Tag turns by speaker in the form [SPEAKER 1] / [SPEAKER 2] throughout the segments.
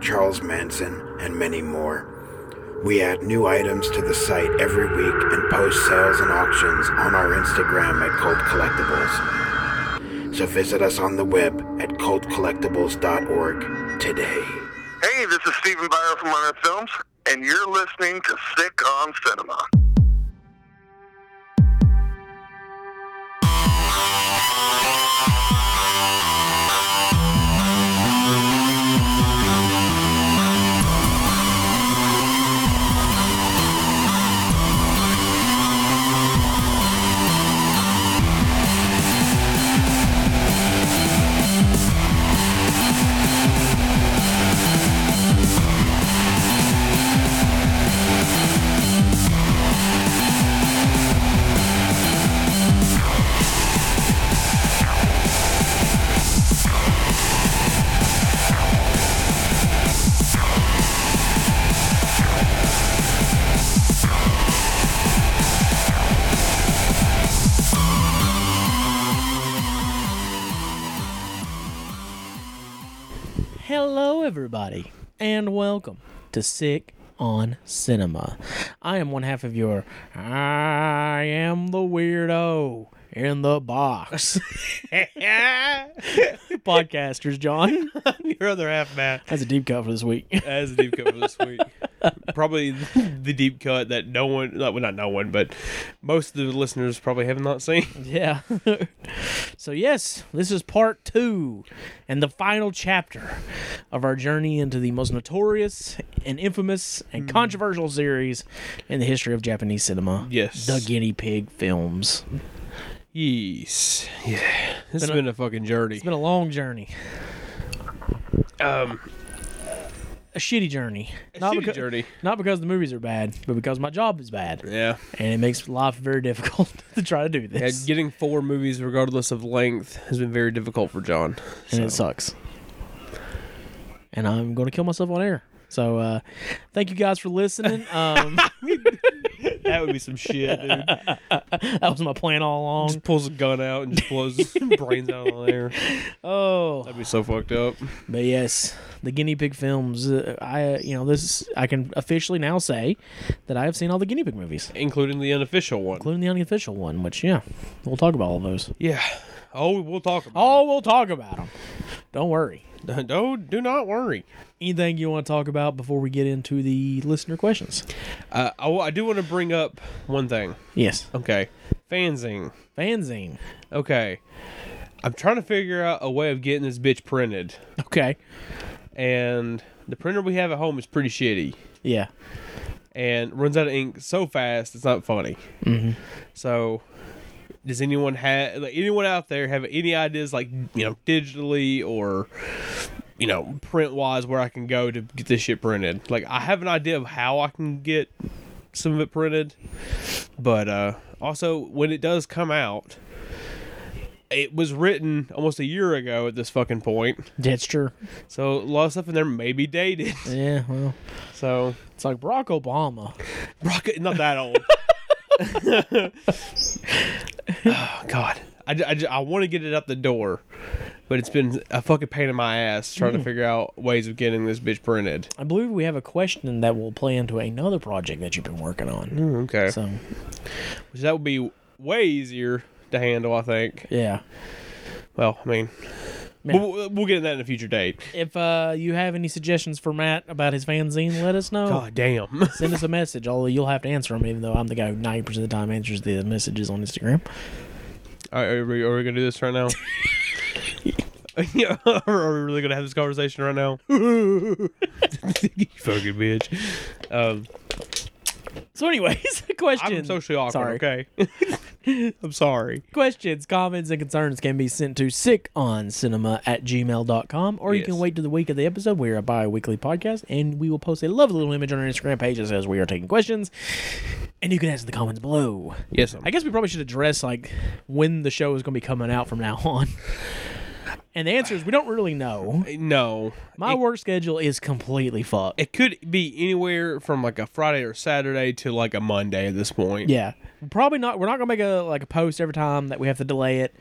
[SPEAKER 1] Charles Manson, and many more. We add new items to the site every week and post sales and auctions on our Instagram at Cult Collectibles. So visit us on the web at cultcollectibles.org today.
[SPEAKER 2] Hey, this is Stephen Byer from Modern Films, and you're listening to Sick on Cinema.
[SPEAKER 3] Hello, everybody, and welcome to Sick on Cinema. I am one half of your I am the weirdo in the box podcasters, John.
[SPEAKER 4] Your other half, Matt.
[SPEAKER 3] That's a deep cut for this week.
[SPEAKER 4] That is a deep cut for this week. probably the deep cut that no one, well, not no one, but most of the listeners probably have not seen.
[SPEAKER 3] Yeah. so, yes, this is part two and the final chapter of our journey into the most notorious and infamous and controversial series in the history of Japanese cinema.
[SPEAKER 4] Yes.
[SPEAKER 3] The Guinea Pig films.
[SPEAKER 4] Yes. Yeah. This has been a fucking journey.
[SPEAKER 3] It's been a long journey.
[SPEAKER 4] Um,
[SPEAKER 3] A shitty journey.
[SPEAKER 4] not
[SPEAKER 3] becau-
[SPEAKER 4] journey.
[SPEAKER 3] Not because the movies are bad, but because my job is bad.
[SPEAKER 4] Yeah.
[SPEAKER 3] And it makes life very difficult to try to do
[SPEAKER 4] And
[SPEAKER 3] this.
[SPEAKER 4] getting four movies, regardless of length, has been very difficult for John.
[SPEAKER 3] and it sucks. And I'm going to kill myself on air. So uh, thank you guys for listening. Um,
[SPEAKER 4] That would be some shit, dude.
[SPEAKER 3] that was my plan all along.
[SPEAKER 4] Just pulls a gun out and just blows his brains out on air.
[SPEAKER 3] Oh.
[SPEAKER 4] That'd be so fucked up.
[SPEAKER 3] But yes, the guinea pig films. Uh, I, you know, this I can officially now say that I have seen all the guinea pig movies,
[SPEAKER 4] Including the unofficial one.
[SPEAKER 3] including the unofficial one. Which, yeah, we'll talk about all those.
[SPEAKER 4] Yeah. Oh, we'll talk about
[SPEAKER 3] Oh, we'll talk about them. Don't worry.
[SPEAKER 4] it. Don't, do not worry.
[SPEAKER 3] Anything you want to talk about before we get into the listener questions?
[SPEAKER 4] Uh, I, I do want to bring up one thing.
[SPEAKER 3] Yes,
[SPEAKER 4] Okay. Fanzine.
[SPEAKER 3] fanzine.
[SPEAKER 4] Okay. I'm trying to figure out a way of getting this bitch printed.
[SPEAKER 3] Okay.
[SPEAKER 4] And the printer we have at home is pretty shitty
[SPEAKER 3] Yeah.
[SPEAKER 4] and runs out of ink so fast it's not funny. Mm-hmm. So, does anyone have like, anyone out there have any ideas like you know digitally or you know print wise where I can go to get this shit printed? Like I have an idea of how I can get some of it printed, but uh, also when it does come out. It was written almost a year ago at this fucking point,
[SPEAKER 3] That's true.
[SPEAKER 4] so a lot of stuff in there may be dated.
[SPEAKER 3] Yeah. Well,
[SPEAKER 4] So
[SPEAKER 3] it's like Barack Obama.
[SPEAKER 4] Brock, not that old. oh God, I, ju- I, ju- I want to get it out the door, but it's been a fucking pain in my ass trying to figure out ways of getting this bitch printed.
[SPEAKER 3] I believe we have a question that will play into another project that you've been working on.
[SPEAKER 4] Okay,
[SPEAKER 3] So
[SPEAKER 4] Which that would be way easier to handle, I think.
[SPEAKER 3] yeah.
[SPEAKER 4] Well, I mean, we'll, we'll get in that in a future date.
[SPEAKER 3] If uh, you have any suggestions for Matt about his fanzine, let us know.
[SPEAKER 4] God damn.
[SPEAKER 3] Send us a message. Although you'll have to answer them, even though I'm the guy who 90% of the time answers the messages on Instagram.
[SPEAKER 4] All right, are, we, are we gonna do this right now? yeah, are we really gonna have this conversation right now? you fucking bitch. Um,
[SPEAKER 3] So, anyways, questions.
[SPEAKER 4] I'm socially awkward.
[SPEAKER 3] Sorry.
[SPEAKER 4] Okay. I'm sorry.
[SPEAKER 3] Questions, comments, and concerns can be sent to sickoncinema at gmail.com, or you
[SPEAKER 4] Yes.
[SPEAKER 3] can wait to the week of the episode. We are a bi weekly podcast, and we will post a lovely little image on our Instagram page that says we are taking questions, and you can answer the comments below.
[SPEAKER 4] Yes, I'm-
[SPEAKER 3] I guess we probably should address like when the show is going to be coming out from now on. And the answer is we don't really know.
[SPEAKER 4] no.
[SPEAKER 3] My
[SPEAKER 4] it,
[SPEAKER 3] work schedule is completely fucked.
[SPEAKER 4] it could be anywhere from like a Friday or Saturday to like a Monday at this point.
[SPEAKER 3] Yeah. Probably not. We're not gonna make a like a post every time that we have to delay it.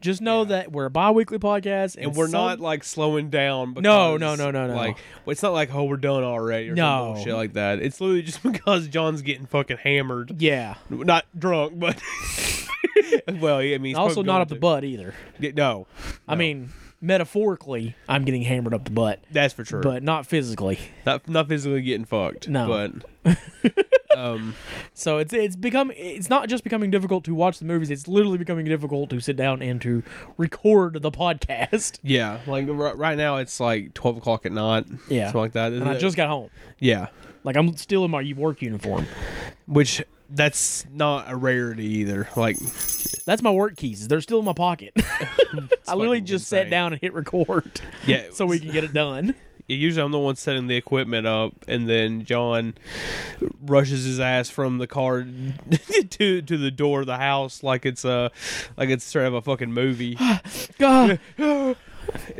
[SPEAKER 3] Just know that we're a bi-weekly podcast, and,
[SPEAKER 4] And we're
[SPEAKER 3] some-
[SPEAKER 4] not like slowing down. Because,
[SPEAKER 3] No, no, no, no, no.
[SPEAKER 4] Like well, it's not like oh we're done already or
[SPEAKER 3] No.
[SPEAKER 4] no shit like that. It's literally just because John's getting fucking hammered,
[SPEAKER 3] Yeah.
[SPEAKER 4] not drunk, but well, yeah, I mean, he's
[SPEAKER 3] also,
[SPEAKER 4] probably
[SPEAKER 3] not
[SPEAKER 4] going
[SPEAKER 3] up the
[SPEAKER 4] to.
[SPEAKER 3] butt either.
[SPEAKER 4] Yeah, No,
[SPEAKER 3] I mean, metaphorically, I'm getting hammered up the butt,
[SPEAKER 4] that's for sure.
[SPEAKER 3] but not physically.
[SPEAKER 4] not not physically getting fucked.
[SPEAKER 3] No.
[SPEAKER 4] but um,
[SPEAKER 3] So it's it's become it's not just becoming difficult to watch the movies. It's literally becoming difficult to sit down and to record the podcast.
[SPEAKER 4] yeah, like r- right now it's like twelve o'clock at night.
[SPEAKER 3] Yeah.
[SPEAKER 4] something like that.
[SPEAKER 3] And I just got home.
[SPEAKER 4] yeah,
[SPEAKER 3] Like I'm still in my work uniform.
[SPEAKER 4] which that's not a rarity either. Like
[SPEAKER 3] That's my work keys. They're still in my pocket. I literally
[SPEAKER 4] fucking
[SPEAKER 3] just sat
[SPEAKER 4] insane.
[SPEAKER 3] down and hit record
[SPEAKER 4] yeah,
[SPEAKER 3] so we can get it done.
[SPEAKER 4] usually I'm the one setting the equipment up, and then John rushes his ass from the car to to the door of the house like it's uh like it's sort of a fucking movie.
[SPEAKER 3] God.
[SPEAKER 4] and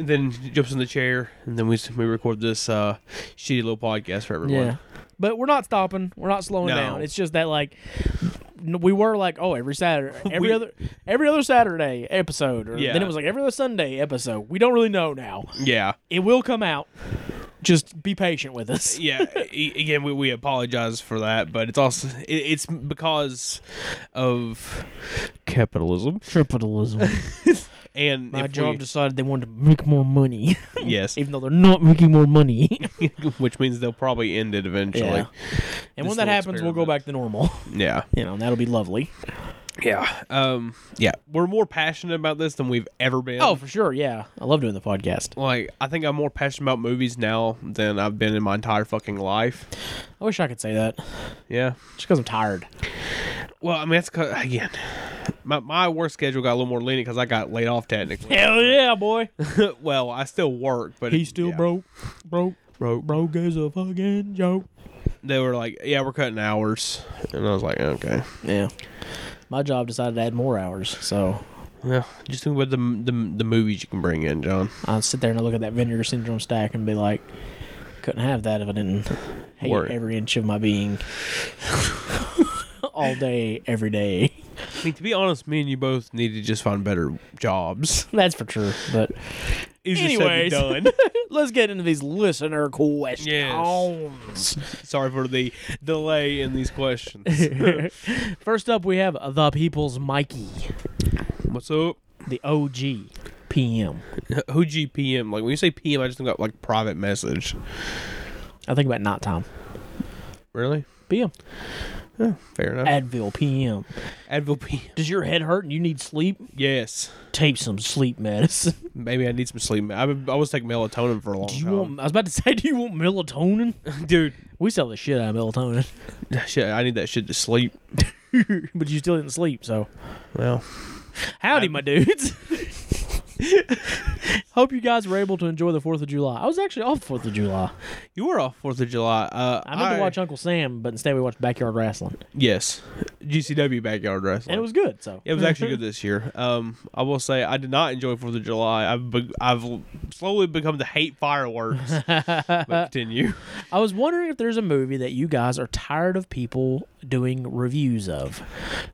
[SPEAKER 4] then jumps in the chair, and then we we record this uh, shitty little podcast for everyone.
[SPEAKER 3] Yeah. But we're not stopping. We're not slowing
[SPEAKER 4] No.
[SPEAKER 3] down. It's just that like n- we were like, oh, every Saturday, every
[SPEAKER 4] We-
[SPEAKER 3] other every other Saturday episode, or
[SPEAKER 4] Yeah.
[SPEAKER 3] then it was like every other Sunday episode. We don't really know now.
[SPEAKER 4] Yeah,
[SPEAKER 3] It will come out. Just be patient with us.
[SPEAKER 4] yeah. a- Again, we, we apologize for that, but it's also it, it's because of capitalism
[SPEAKER 3] Capitalism.
[SPEAKER 4] and
[SPEAKER 3] My
[SPEAKER 4] if
[SPEAKER 3] job
[SPEAKER 4] we-
[SPEAKER 3] decided they wanted to make more money,
[SPEAKER 4] yes,
[SPEAKER 3] even though they're not making more money.
[SPEAKER 4] which means they'll probably end it eventually.
[SPEAKER 3] And
[SPEAKER 4] This
[SPEAKER 3] when that
[SPEAKER 4] little
[SPEAKER 3] happens, we'll go
[SPEAKER 4] experiment.
[SPEAKER 3] back to normal.
[SPEAKER 4] yeah.
[SPEAKER 3] You know, and that'll be lovely.
[SPEAKER 4] Yeah. Um. Yeah. We're more passionate about this than we've ever been.
[SPEAKER 3] Oh, for sure. Yeah. I love doing the podcast.
[SPEAKER 4] Like I think I'm more passionate about movies now than I've been in my entire fucking life.
[SPEAKER 3] I wish I could say that.
[SPEAKER 4] Yeah.
[SPEAKER 3] Just because I'm tired.
[SPEAKER 4] Well, I mean that's 'cause- again, my my work schedule got a little more lenient because I got laid off technically.
[SPEAKER 3] Hell yeah, boy.
[SPEAKER 4] well, I still work, but
[SPEAKER 3] He still
[SPEAKER 4] yeah.
[SPEAKER 3] broke. Broke.
[SPEAKER 4] Broke.
[SPEAKER 3] Broke as a fucking joke.
[SPEAKER 4] They were like, "Yeah, we're cutting hours," and I was like, "Okay."
[SPEAKER 3] Yeah. My job decided to add more hours, so
[SPEAKER 4] Yeah. Just think about the the, the movies you can bring in, John.
[SPEAKER 3] I'll sit there and I look at that vinegar syndrome stack and be like, couldn't have that if I didn't hate
[SPEAKER 4] Worry.
[SPEAKER 3] every inch of my being. All day, every day.
[SPEAKER 4] I mean, to be honest, me and you both need to just find better jobs.
[SPEAKER 3] That's for sure. But
[SPEAKER 4] Easier said than
[SPEAKER 3] anyways,
[SPEAKER 4] done.
[SPEAKER 3] let's get into these listener questions.
[SPEAKER 4] Sorry for the delay in these questions.
[SPEAKER 3] First up, we have the people's Mikey,
[SPEAKER 4] What's up?
[SPEAKER 3] the OG PM.
[SPEAKER 4] Who GPM? Like when you say PM, I just think about like private message.
[SPEAKER 3] I think about nighttime.
[SPEAKER 4] Really?
[SPEAKER 3] PM.
[SPEAKER 4] Fair enough.
[SPEAKER 3] Advil PM.
[SPEAKER 4] Advil PM.
[SPEAKER 3] Does your head hurt and you need sleep?
[SPEAKER 4] Yes.
[SPEAKER 3] Take some sleep medicine.
[SPEAKER 4] Maybe I need some sleep. I, I was taking melatonin for a long
[SPEAKER 3] Do you
[SPEAKER 4] time.
[SPEAKER 3] want? I was about to say, do you want melatonin?
[SPEAKER 4] Dude,
[SPEAKER 3] We sell the shit out of melatonin,
[SPEAKER 4] shit, I need that shit to sleep.
[SPEAKER 3] but you still didn't sleep. So,
[SPEAKER 4] Well,
[SPEAKER 3] howdy, my dudes. Hope you guys were able to enjoy the Fourth of July. I was actually off the Fourth of July.
[SPEAKER 4] you were off Fourth of July. Uh,
[SPEAKER 3] I meant to watch Uncle Sam, but instead we watched Backyard Wrestling,
[SPEAKER 4] Yes, GCW backyard wrestling.
[SPEAKER 3] and it was good. So
[SPEAKER 4] It was actually good this year. Um, I will say I did not enjoy Fourth of July. I've be- I've slowly become to hate fireworks. but continue.
[SPEAKER 3] I was wondering if there's a movie that you guys are tired of people doing reviews of.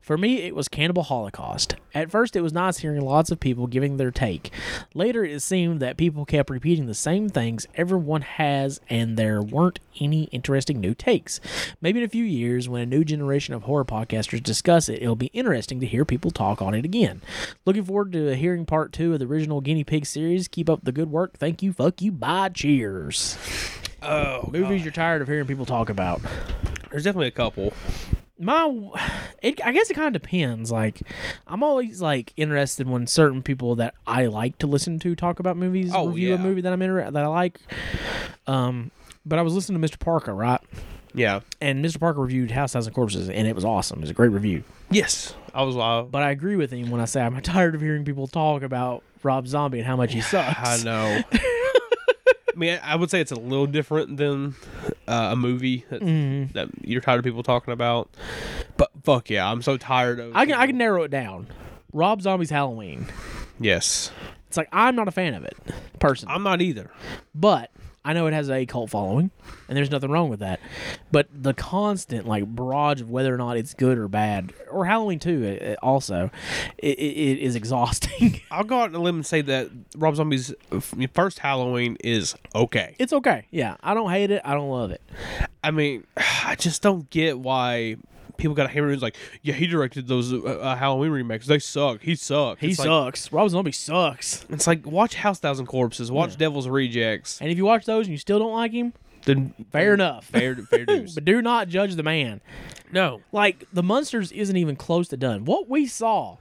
[SPEAKER 3] For me, it was Cannibal Holocaust. At first, it was nice hearing lots of people giving their take. Later, it seemed that people kept repeating the same things everyone has, and there weren't any interesting new takes. Maybe in a few years, when a new generation of horror podcasters discuss it, it'll be interesting to hear people talk on it again. Looking forward to hearing part two of the original Guinea Pig series. Keep up the good work. Thank you. Fuck you. Bye. Cheers
[SPEAKER 4] Oh,
[SPEAKER 3] movies you're tired of hearing people talk about.
[SPEAKER 4] There's definitely a couple.
[SPEAKER 3] My, it, I guess it kind of depends. Like, I'm always like interested when certain people that I like to listen to talk about movies,
[SPEAKER 4] Oh,
[SPEAKER 3] review a
[SPEAKER 4] yeah.
[SPEAKER 3] movie that I'm inter- that I like. Um, but I was listening to Mr. Parker, right?
[SPEAKER 4] Yeah.
[SPEAKER 3] And Mr. Parker reviewed House Thousand Corpses, and it was awesome. It was a great review.
[SPEAKER 4] Yes. I was live.
[SPEAKER 3] But I agree with him when I say I'm tired of hearing people talk about Rob Zombie and how much he sucks.
[SPEAKER 4] I know. I mean, I would say it's a little different than uh, a movie that,
[SPEAKER 3] Mm-hmm.
[SPEAKER 4] that you're tired of people talking about. But fuck yeah, I'm so tired of.
[SPEAKER 3] I can I can narrow it down. Rob Zombie's Halloween.
[SPEAKER 4] Yes,
[SPEAKER 3] It's like I'm not a fan of it personally,
[SPEAKER 4] I'm not either.
[SPEAKER 3] but I know it has a cult following, and there's nothing wrong with that. But the constant like barrage of whether or not it's good or bad, or Halloween too, it, it also, it, it is exhausting.
[SPEAKER 4] I'll go out on a limb and say that Rob Zombie's f- first Halloween is okay.
[SPEAKER 3] it's okay. Yeah, I don't hate it. I don't love it.
[SPEAKER 4] I mean, I just don't get why people got a hammer. It's like, yeah, he directed those uh, uh, Halloween remakes. They suck. He sucked.
[SPEAKER 3] He
[SPEAKER 4] it's like-
[SPEAKER 3] sucks. Rob Zombie sucks.
[SPEAKER 4] it's like watch House Thousand Corpses, watch Devil's Rejects.
[SPEAKER 3] And if you watch those and you still don't like him,
[SPEAKER 4] Then
[SPEAKER 3] Mm, fair enough.
[SPEAKER 4] fair, fair dues.
[SPEAKER 3] but do not judge the man.
[SPEAKER 4] no,
[SPEAKER 3] Like the monsters isn't even close to done. What we saw,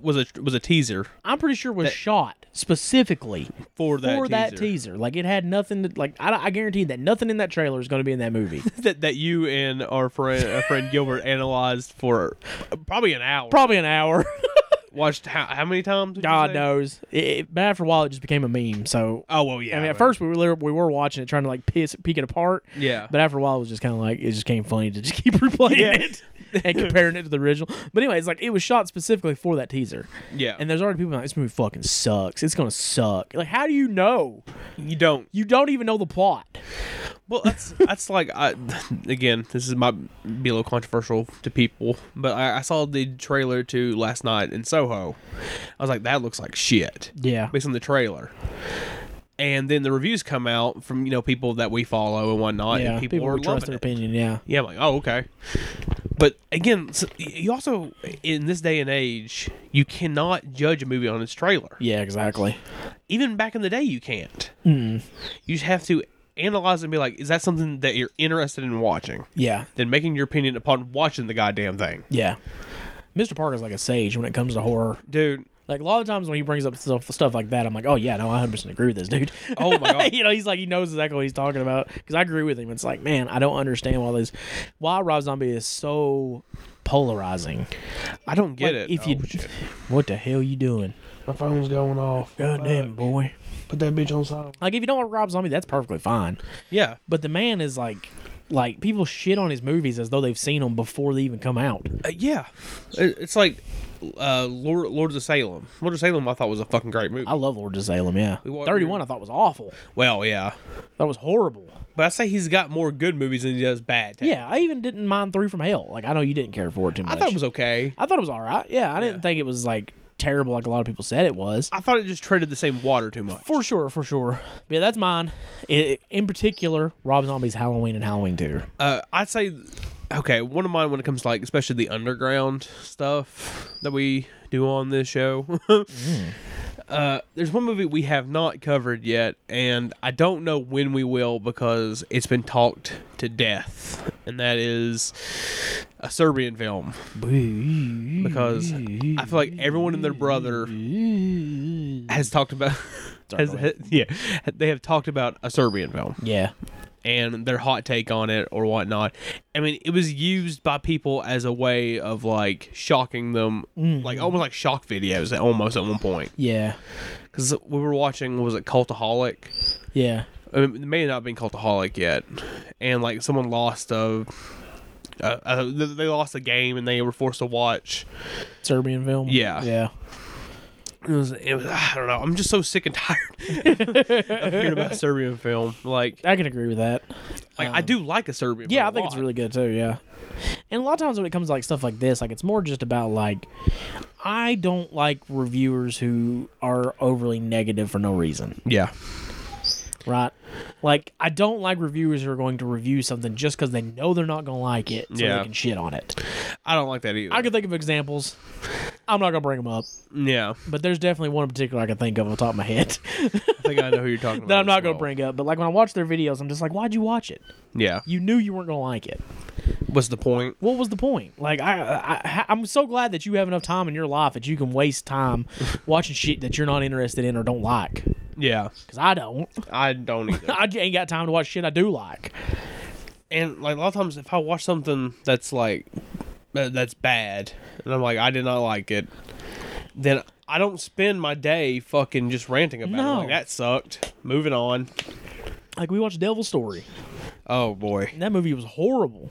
[SPEAKER 4] was a was a teaser
[SPEAKER 3] I'm pretty sure was shot specifically
[SPEAKER 4] for that
[SPEAKER 3] for
[SPEAKER 4] teaser.
[SPEAKER 3] that teaser. Like it had nothing to like. I, I guarantee that nothing in that trailer is going to be in that movie.
[SPEAKER 4] that that you and our friend our friend Gilbert analyzed for probably an hour.
[SPEAKER 3] Probably an hour.
[SPEAKER 4] Watched how, how many times? would you
[SPEAKER 3] God
[SPEAKER 4] say?
[SPEAKER 3] knows. It, it- but after a while, it just became a meme. So
[SPEAKER 4] Oh well, yeah.
[SPEAKER 3] I mean,
[SPEAKER 4] man.
[SPEAKER 3] at first we were literally, we were watching it, trying to like piss, peek it apart.
[SPEAKER 4] Yeah.
[SPEAKER 3] But after a while, it was just kind of like it just came funny to just keep replaying
[SPEAKER 4] Yeah.
[SPEAKER 3] it and comparing it to the original. But anyway, it's like it was shot specifically for that teaser.
[SPEAKER 4] yeah,
[SPEAKER 3] And there's already people like this movie fucking sucks. It's gonna suck. Like, how do you know?
[SPEAKER 4] you don't.
[SPEAKER 3] You don't even know the plot.
[SPEAKER 4] Well, that's that's like I, again, this is might be a little controversial to people, but I, I saw the trailer to last night in Soho. I was like, that looks like shit.
[SPEAKER 3] Yeah.
[SPEAKER 4] based on the trailer. And then the reviews come out from you know people that we follow and whatnot,
[SPEAKER 3] Yeah.
[SPEAKER 4] and people,
[SPEAKER 3] People,
[SPEAKER 4] are
[SPEAKER 3] would trust
[SPEAKER 4] loving
[SPEAKER 3] their
[SPEAKER 4] it.
[SPEAKER 3] opinion. Yeah.
[SPEAKER 4] Yeah, I'm like, oh, okay. But again, s- you also, in this day and age, you cannot judge a movie on its trailer.
[SPEAKER 3] Yeah. Exactly.
[SPEAKER 4] Even back in the day, you can't. You just have to analyze and be like, is that something that you're interested in watching?
[SPEAKER 3] Yeah.
[SPEAKER 4] Then making your opinion upon watching the goddamn thing.
[SPEAKER 3] Yeah. Mr. Parker's like a sage when it comes to horror.
[SPEAKER 4] Dude,
[SPEAKER 3] Like a lot of times when he brings up stuff stuff like that, I'm like, oh yeah, no, I 100% agree with this dude.
[SPEAKER 4] oh my God.
[SPEAKER 3] you know, he's like he knows exactly what he's talking about because I agree with him. It's like, man, I don't understand why this, why Rob Zombie is so polarizing.
[SPEAKER 4] I don't get
[SPEAKER 3] Like,
[SPEAKER 4] it.
[SPEAKER 3] If you,
[SPEAKER 4] Oh, shit.
[SPEAKER 3] what the hell you doing?
[SPEAKER 5] My phone's going off.
[SPEAKER 3] God damn boy!
[SPEAKER 5] Put that bitch on silent.
[SPEAKER 3] Like if you don't like Rob Zombie, that's perfectly fine.
[SPEAKER 4] Yeah.
[SPEAKER 3] But the man is like, like people shit on his movies as though they've seen them before they even come out.
[SPEAKER 4] Uh, yeah. It- It's like uh, Lord, Lords of Salem. Lords of Salem, I thought was a fucking great movie.
[SPEAKER 3] I love Lord of Salem. Yeah,
[SPEAKER 4] wa-
[SPEAKER 3] thirty one I thought was awful.
[SPEAKER 4] Well, yeah.
[SPEAKER 3] That was horrible.
[SPEAKER 4] But I say he's got more good movies than he does bad.
[SPEAKER 3] Yeah, I even didn't mind Three from Hell. Like I know you didn't care for it too much.
[SPEAKER 4] I thought it was okay.
[SPEAKER 3] I thought it was all right. Yeah, I didn't think it was like terrible like a lot of people said it was.
[SPEAKER 4] I thought it just treaded the same water too much.
[SPEAKER 3] For sure, for sure. Yeah, that's mine. I in particular, Rob Zombie's Halloween and Halloween 2.
[SPEAKER 4] Uh, I'd say, okay, one of mine when it comes to like, especially the underground stuff that we do on this show. Uh, there's one movie we have not covered yet, and I don't know when we will because it's been talked to death, and that is a Serbian film. Because I feel like everyone and their brother has talked about, has, yeah, they have talked about a Serbian film
[SPEAKER 3] Yeah.
[SPEAKER 4] and their hot take on it or whatnot. I mean, it was used by people as a way of like shocking them,
[SPEAKER 3] Mm.
[SPEAKER 4] like almost like shock videos at almost at one point.
[SPEAKER 3] Yeah.
[SPEAKER 4] Because we were watching, what was it Cultaholic?
[SPEAKER 3] Yeah.
[SPEAKER 4] I mean, it may not have been Cultaholic yet, and like someone lost a. Uh, uh, they they lost a game and they were forced to watch.
[SPEAKER 3] Serbian film.
[SPEAKER 4] Yeah.
[SPEAKER 3] Yeah.
[SPEAKER 4] It was, it was I don't know. I'm just so sick and tired of hearing about Serbian film. Like,
[SPEAKER 3] I can agree with that.
[SPEAKER 4] like I do like a Serbian.
[SPEAKER 3] Uh. Yeah, I
[SPEAKER 4] film a
[SPEAKER 3] think it's
[SPEAKER 4] lot.
[SPEAKER 3] really good too, yeah. And a lot of times when it comes to like stuff like this, like it's more just about like I don't like reviewers who are overly negative for no reason.
[SPEAKER 4] Yeah,
[SPEAKER 3] right? Like, I don't like reviewers who are going to review something just because they know they're not going to like it, so
[SPEAKER 4] Yeah.
[SPEAKER 3] they can shit on it.
[SPEAKER 4] I don't like that either.
[SPEAKER 3] I could think of examples. I'm not going to bring them up,
[SPEAKER 4] yeah.
[SPEAKER 3] but there's definitely one in particular I can think of on the top of my head
[SPEAKER 4] I think I know who you're talking about.
[SPEAKER 3] that I'm
[SPEAKER 4] as
[SPEAKER 3] not going to
[SPEAKER 4] well.
[SPEAKER 3] bring up. But like when I watch their videos, I'm just like, why'd you watch it?
[SPEAKER 4] Yeah.
[SPEAKER 3] You knew you weren't going to like it.
[SPEAKER 4] What's the point?
[SPEAKER 3] What was the point? Like, I, I, I'm so glad that you have enough time in your life that you can waste time watching shit that you're not interested in or don't like.
[SPEAKER 4] Yeah.
[SPEAKER 3] Because I don't.
[SPEAKER 4] I don't either.
[SPEAKER 3] I ain't got time to watch shit I do like.
[SPEAKER 4] and like a lot of times if I watch something that's like that- that's bad and I'm like I did not like it, then I don't spend my day fucking just ranting about it.
[SPEAKER 3] No.
[SPEAKER 4] Like that sucked. Moving on.
[SPEAKER 3] Like we watched Devil's Story.
[SPEAKER 4] Oh boy,
[SPEAKER 3] That movie was horrible,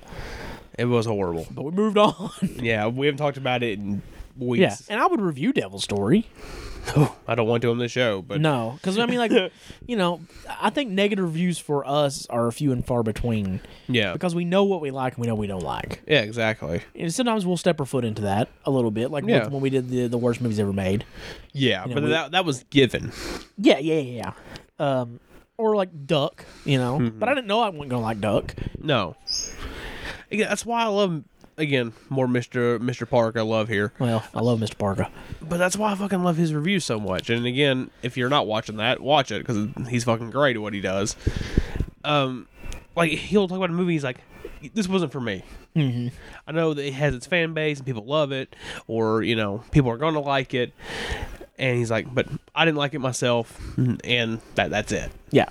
[SPEAKER 4] it was horrible.
[SPEAKER 3] but we moved on.
[SPEAKER 4] Yeah, we haven't talked about it in weeks.
[SPEAKER 3] yeah, and I would review Devil's Story.
[SPEAKER 4] I don't want to on the show, but
[SPEAKER 3] No, because I mean, like, you know, I think negative reviews for us are few and far between
[SPEAKER 4] yeah,
[SPEAKER 3] because we know what we like and we know we don't like.
[SPEAKER 4] yeah, exactly.
[SPEAKER 3] And sometimes we'll step our foot into that a little bit, like
[SPEAKER 4] Yeah.
[SPEAKER 3] when we did the, the worst movies ever made.
[SPEAKER 4] Yeah, but
[SPEAKER 3] we-
[SPEAKER 4] that that was given.
[SPEAKER 3] Yeah, yeah, yeah. yeah. Um, or like Duck, you know.
[SPEAKER 4] Mm-hmm.
[SPEAKER 3] But I didn't know I wasn't gonna like Duck.
[SPEAKER 4] No, again, that's why I love again more Mister Mister Park. I love here.
[SPEAKER 3] Well, I love Mr. Parker.
[SPEAKER 4] But that's why I fucking love his review so much. And again, if you're not watching that, watch it because he's fucking great at what he does. Um, like he'll talk about a movie. He's like, "This wasn't for me." Mm-hmm. I know that it has its fan base and people love it, or you know, people are gonna like it. And he's like, "But I didn't like it myself," and that that's it.
[SPEAKER 3] Yeah,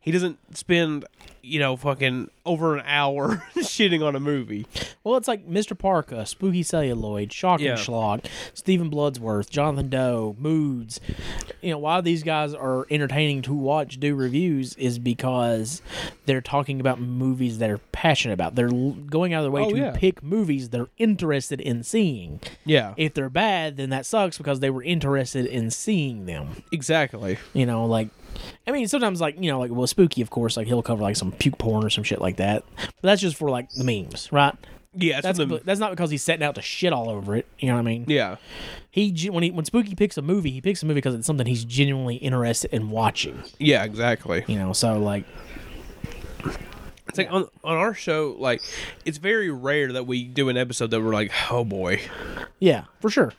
[SPEAKER 4] He doesn't spend, you know, fucking over an hour shitting on a movie.
[SPEAKER 3] Well, it's like Mr. Parker, Spooky Celluloid, Shock
[SPEAKER 4] Yeah.
[SPEAKER 3] and Schlock, Stephen Bloodsworth, Jonathan Doe, Moods. You know, why these guys are entertaining to watch do reviews is because they're talking about movies they're passionate about. They're l- going out of their way
[SPEAKER 4] Oh,
[SPEAKER 3] to
[SPEAKER 4] yeah.
[SPEAKER 3] pick movies they're interested in seeing.
[SPEAKER 4] Yeah,
[SPEAKER 3] If they're bad, then that sucks because they were interested in seeing them
[SPEAKER 4] exactly.
[SPEAKER 3] you know like i mean sometimes like you know like well spooky of course like he'll cover like some puke porn or some shit like that but that's just for like the memes right
[SPEAKER 4] Yeah, it's
[SPEAKER 3] that's
[SPEAKER 4] from the-
[SPEAKER 3] that's not because he's setting out to shit all over it you know what i mean
[SPEAKER 4] Yeah,
[SPEAKER 3] he ge- when he when spooky picks a movie he picks a movie because it's something he's genuinely interested in watching
[SPEAKER 4] yeah, exactly.
[SPEAKER 3] you know so like
[SPEAKER 4] It's like on, on our show, like it's very rare that we do an episode that we're like, oh boy,
[SPEAKER 3] yeah for sure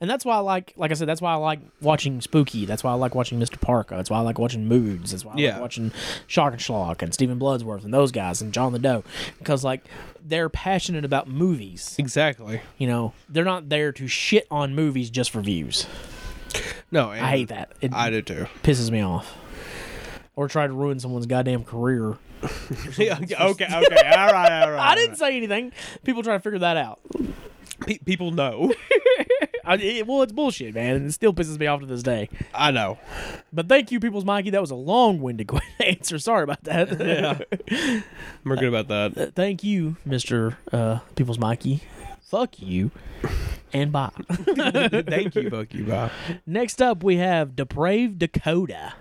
[SPEAKER 3] and that's why i like like i said that's why i like watching spooky that's why i like watching mr parker that's why i like watching moods that's why i
[SPEAKER 4] Yeah.
[SPEAKER 3] like watching shock and schlock and stephen bloodsworth and those guys and john the doe because like they're passionate about movies
[SPEAKER 4] exactly.
[SPEAKER 3] you know they're not there to shit on movies just for views
[SPEAKER 4] No, and
[SPEAKER 3] i hate that it
[SPEAKER 4] I do too.
[SPEAKER 3] pisses me off or try to ruin someone's goddamn career
[SPEAKER 4] Yeah, okay, okay, all right, all right.
[SPEAKER 3] i
[SPEAKER 4] all right.
[SPEAKER 3] didn't say anything people try to figure that out
[SPEAKER 4] Pe- people know.
[SPEAKER 3] I, it- well it's bullshit man and it still pisses me off to this day
[SPEAKER 4] I know.
[SPEAKER 3] but thank you people's mikey that was a long-winded qu- answer sorry about that
[SPEAKER 4] We're good about that.
[SPEAKER 3] thank you mr uh, people's mikey fuck you and bye
[SPEAKER 4] Thank you, fuck you, bye.
[SPEAKER 3] next up we have depraved dakota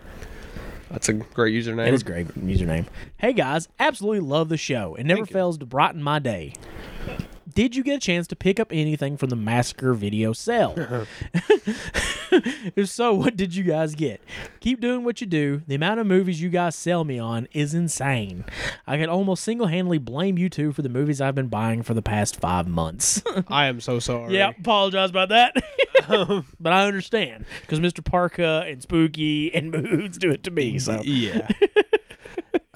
[SPEAKER 4] That's a great username.
[SPEAKER 3] That is a great username. Hey guys, absolutely love the show. It never
[SPEAKER 4] Thank you.
[SPEAKER 3] fails to brighten my day. Did you get a chance to pick up anything from the massacre video sale? if so, what did you guys get? Keep doing what you do. The amount of movies you guys sell me on is insane. I can almost single handedly blame you two for the movies I've been buying for the past five months.
[SPEAKER 4] I am so sorry.
[SPEAKER 3] yeah, apologize about that.
[SPEAKER 4] Um,
[SPEAKER 3] but I understand because Mr. Parka and Spooky and Moods do it to me. So
[SPEAKER 4] Yeah.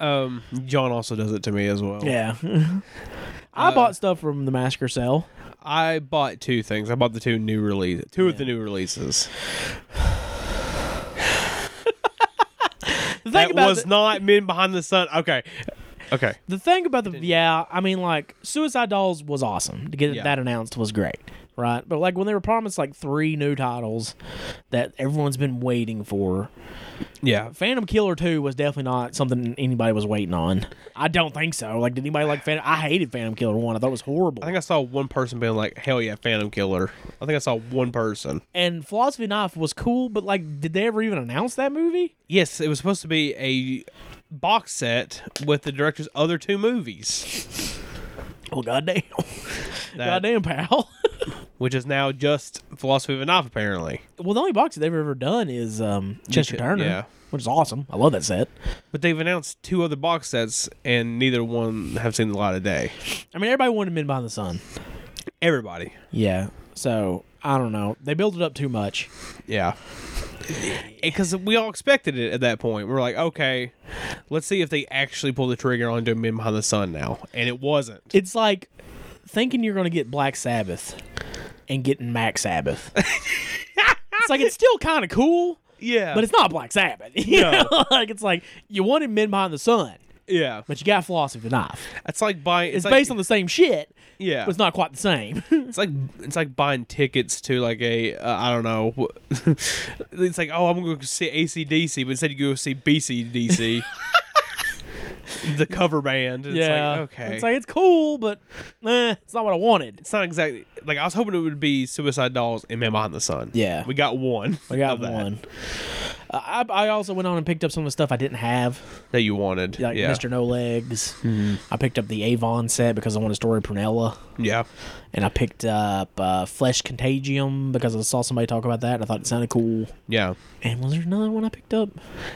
[SPEAKER 4] um, John also does it to me as well.
[SPEAKER 3] Yeah. I
[SPEAKER 4] Uh,
[SPEAKER 3] bought stuff from the massacre sale.
[SPEAKER 4] I bought two things. I bought the two new releases. Two of the new releases.
[SPEAKER 3] The thing
[SPEAKER 4] That
[SPEAKER 3] about
[SPEAKER 4] was
[SPEAKER 3] the,
[SPEAKER 4] not Men Behind the Sun. Okay. Okay.
[SPEAKER 3] the thing about the yeah, I mean like Suicide Dolls was awesome. To get
[SPEAKER 4] Yeah.
[SPEAKER 3] that announced was great, right? But like when they were promised like three new titles that everyone's been waiting for,
[SPEAKER 4] Yeah.
[SPEAKER 3] Phantom Killer Two was definitely not something anybody was waiting on. I don't think so. Like, did anybody like Phantom? I hated Phantom Killer One. I thought it was horrible.
[SPEAKER 4] I think I saw one person being like, "Hell yeah, Phantom Killer." I think I saw one person.
[SPEAKER 3] and Philosophy Knife was cool, but like, did they ever even announce that movie?
[SPEAKER 4] Yes, it was supposed to be a box set with the director's other two movies,
[SPEAKER 3] Oh goddamn,
[SPEAKER 4] that,
[SPEAKER 3] goddamn pal.
[SPEAKER 4] which is now just Philosophy of a Knife, apparently.
[SPEAKER 3] Well, the only box that they've ever done is um, Chester
[SPEAKER 4] could-
[SPEAKER 3] Turner,
[SPEAKER 4] yeah.
[SPEAKER 3] which is awesome. I love that set.
[SPEAKER 4] But they've announced two other box sets, and neither one have seen the light of day.
[SPEAKER 3] I mean, everybody wanted Men Behind the Sun.
[SPEAKER 4] Everybody,
[SPEAKER 3] Yeah. So I don't know. They built it up too much.
[SPEAKER 4] yeah, because we all expected it at that point. We are like, okay, let's see if they actually pull the trigger on doing Men Behind the Sun now, and it wasn't.
[SPEAKER 3] It's like thinking you're going to get Black Sabbath and getting Mac Sabbath. it's like it's still kind of cool,
[SPEAKER 4] Yeah,
[SPEAKER 3] but it's not Black Sabbath. You
[SPEAKER 4] No.
[SPEAKER 3] know? like it's like you wanted Men Behind the Sun.
[SPEAKER 4] Yeah,
[SPEAKER 3] but you got floss with a knife.
[SPEAKER 4] it's like buying.
[SPEAKER 3] It's, based on the same shit,
[SPEAKER 4] yeah.
[SPEAKER 3] but it's not quite the same.
[SPEAKER 4] It's like it's like buying tickets to like a uh, I don't know. wh- it's like oh I'm gonna go see ACDC, but instead you go see BCDC, the cover band. It's like, okay.
[SPEAKER 3] It's like it's cool, but eh, it's not what I wanted.
[SPEAKER 4] it's not exactly like I was hoping it would be Suicide Dolls and Man Behind the Sun.
[SPEAKER 3] Yeah.
[SPEAKER 4] we got one.
[SPEAKER 3] I got
[SPEAKER 4] of that
[SPEAKER 3] one. Uh, I, I also went on and picked up some of the stuff I didn't have,
[SPEAKER 4] that you wanted.
[SPEAKER 3] like
[SPEAKER 4] yeah, Mm-hmm.
[SPEAKER 3] Mr. No Legs. I picked up the Avon set because I wanted to story Prunella.
[SPEAKER 4] yeah.
[SPEAKER 3] And I picked up uh, Flesh Contagium because I saw somebody talk about that and I thought it sounded cool.
[SPEAKER 4] Yeah,
[SPEAKER 3] And was there another one I picked up?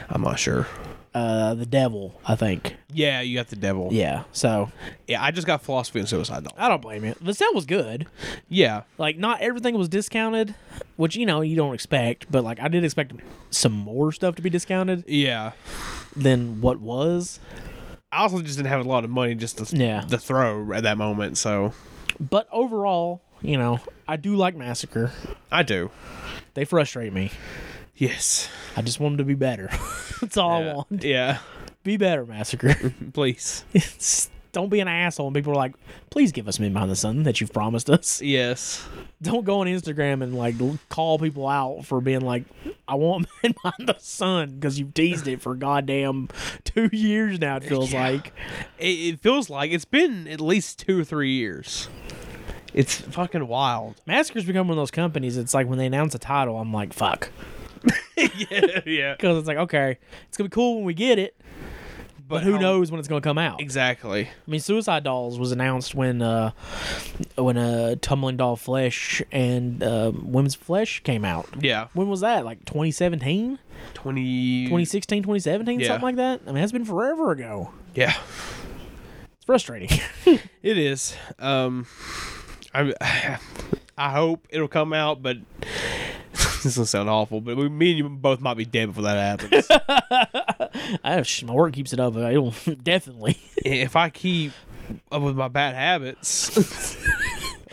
[SPEAKER 4] I'm not sure.
[SPEAKER 3] Uh, the Devil, I think.
[SPEAKER 4] Yeah, you got the devil.
[SPEAKER 3] Yeah. So
[SPEAKER 4] yeah. I just got philosophy and suicide dolls.
[SPEAKER 3] I don't blame you. The sound was good.
[SPEAKER 4] Yeah,
[SPEAKER 3] Like not everything was discounted, which you know you don't expect. But like I did expect some more stuff to be discounted.
[SPEAKER 4] yeah.
[SPEAKER 3] than what was.
[SPEAKER 4] I also just didn't have a lot of money just to,
[SPEAKER 3] Yeah.
[SPEAKER 4] to throw at that moment, so
[SPEAKER 3] But overall, you know, I do like Massacre.
[SPEAKER 4] I do.
[SPEAKER 3] They frustrate me.
[SPEAKER 4] Yes.
[SPEAKER 3] I just want them to be better. That's all I
[SPEAKER 4] Yeah.
[SPEAKER 3] want.
[SPEAKER 4] Yeah.
[SPEAKER 3] Be better, Massacre.
[SPEAKER 4] Please.
[SPEAKER 3] It's- Don't be an asshole. And people are like, please give us Men Behind the Sun that you've promised us.
[SPEAKER 4] Yes.
[SPEAKER 3] Don't go on Instagram and like l- call people out for being like, I want Men Behind the Sun because you've teased it for goddamn two years now, it feels like.
[SPEAKER 4] It, it feels like it's been at least two or three years. It's fucking wild.
[SPEAKER 3] Massacre's become one of those companies. It's like when they announce a title, I'm like, fuck.
[SPEAKER 4] yeah.
[SPEAKER 3] Because it's like, okay, it's going to be cool when we get it.
[SPEAKER 4] But
[SPEAKER 3] who
[SPEAKER 4] how-
[SPEAKER 3] knows when it's going to come out?
[SPEAKER 4] Exactly.
[SPEAKER 3] I mean, Suicide Dolls was announced when uh, when uh, Tumbling Doll Flesh and uh, Women's Flesh came out.
[SPEAKER 4] Yeah.
[SPEAKER 3] When was that? Like 2017,
[SPEAKER 4] 20.
[SPEAKER 3] 2016, 2017,
[SPEAKER 4] Yeah.
[SPEAKER 3] something like that. I mean, that's been forever ago.
[SPEAKER 4] Yeah.
[SPEAKER 3] It's frustrating.
[SPEAKER 4] It is. Um, I, I hope it'll come out, but this is going to sound awful, but we, me and you both might be dead before that happens.
[SPEAKER 3] I have, sh- my work keeps it up. I will definitely.
[SPEAKER 4] if I keep up with my bad habits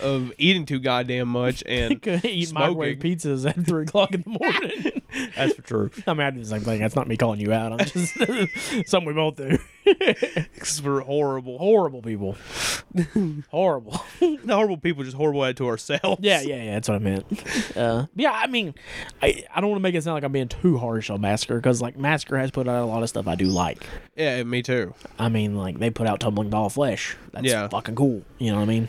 [SPEAKER 4] of eating too goddamn much and
[SPEAKER 3] Could eat microwave
[SPEAKER 4] smoking,
[SPEAKER 3] pizzas at three o'clock in the morning.
[SPEAKER 4] that's for true.
[SPEAKER 3] I mean, I do the same thing. That's not me calling you out. I'm just something we both do.
[SPEAKER 4] Because we're horrible,
[SPEAKER 3] Horrible people. Horrible.
[SPEAKER 4] not horrible people, just horrible at it to ourselves.
[SPEAKER 3] Yeah, yeah, yeah. That's what I meant. Uh, yeah, I mean, I, I don't want to make it sound like I'm being too harsh on Massacre because like Massacre has put out a lot of stuff I do like.
[SPEAKER 4] yeah, me too.
[SPEAKER 3] I mean, like they put out Tumbling Doll of Flesh. That's
[SPEAKER 4] Yeah.
[SPEAKER 3] fucking cool. You know what I mean?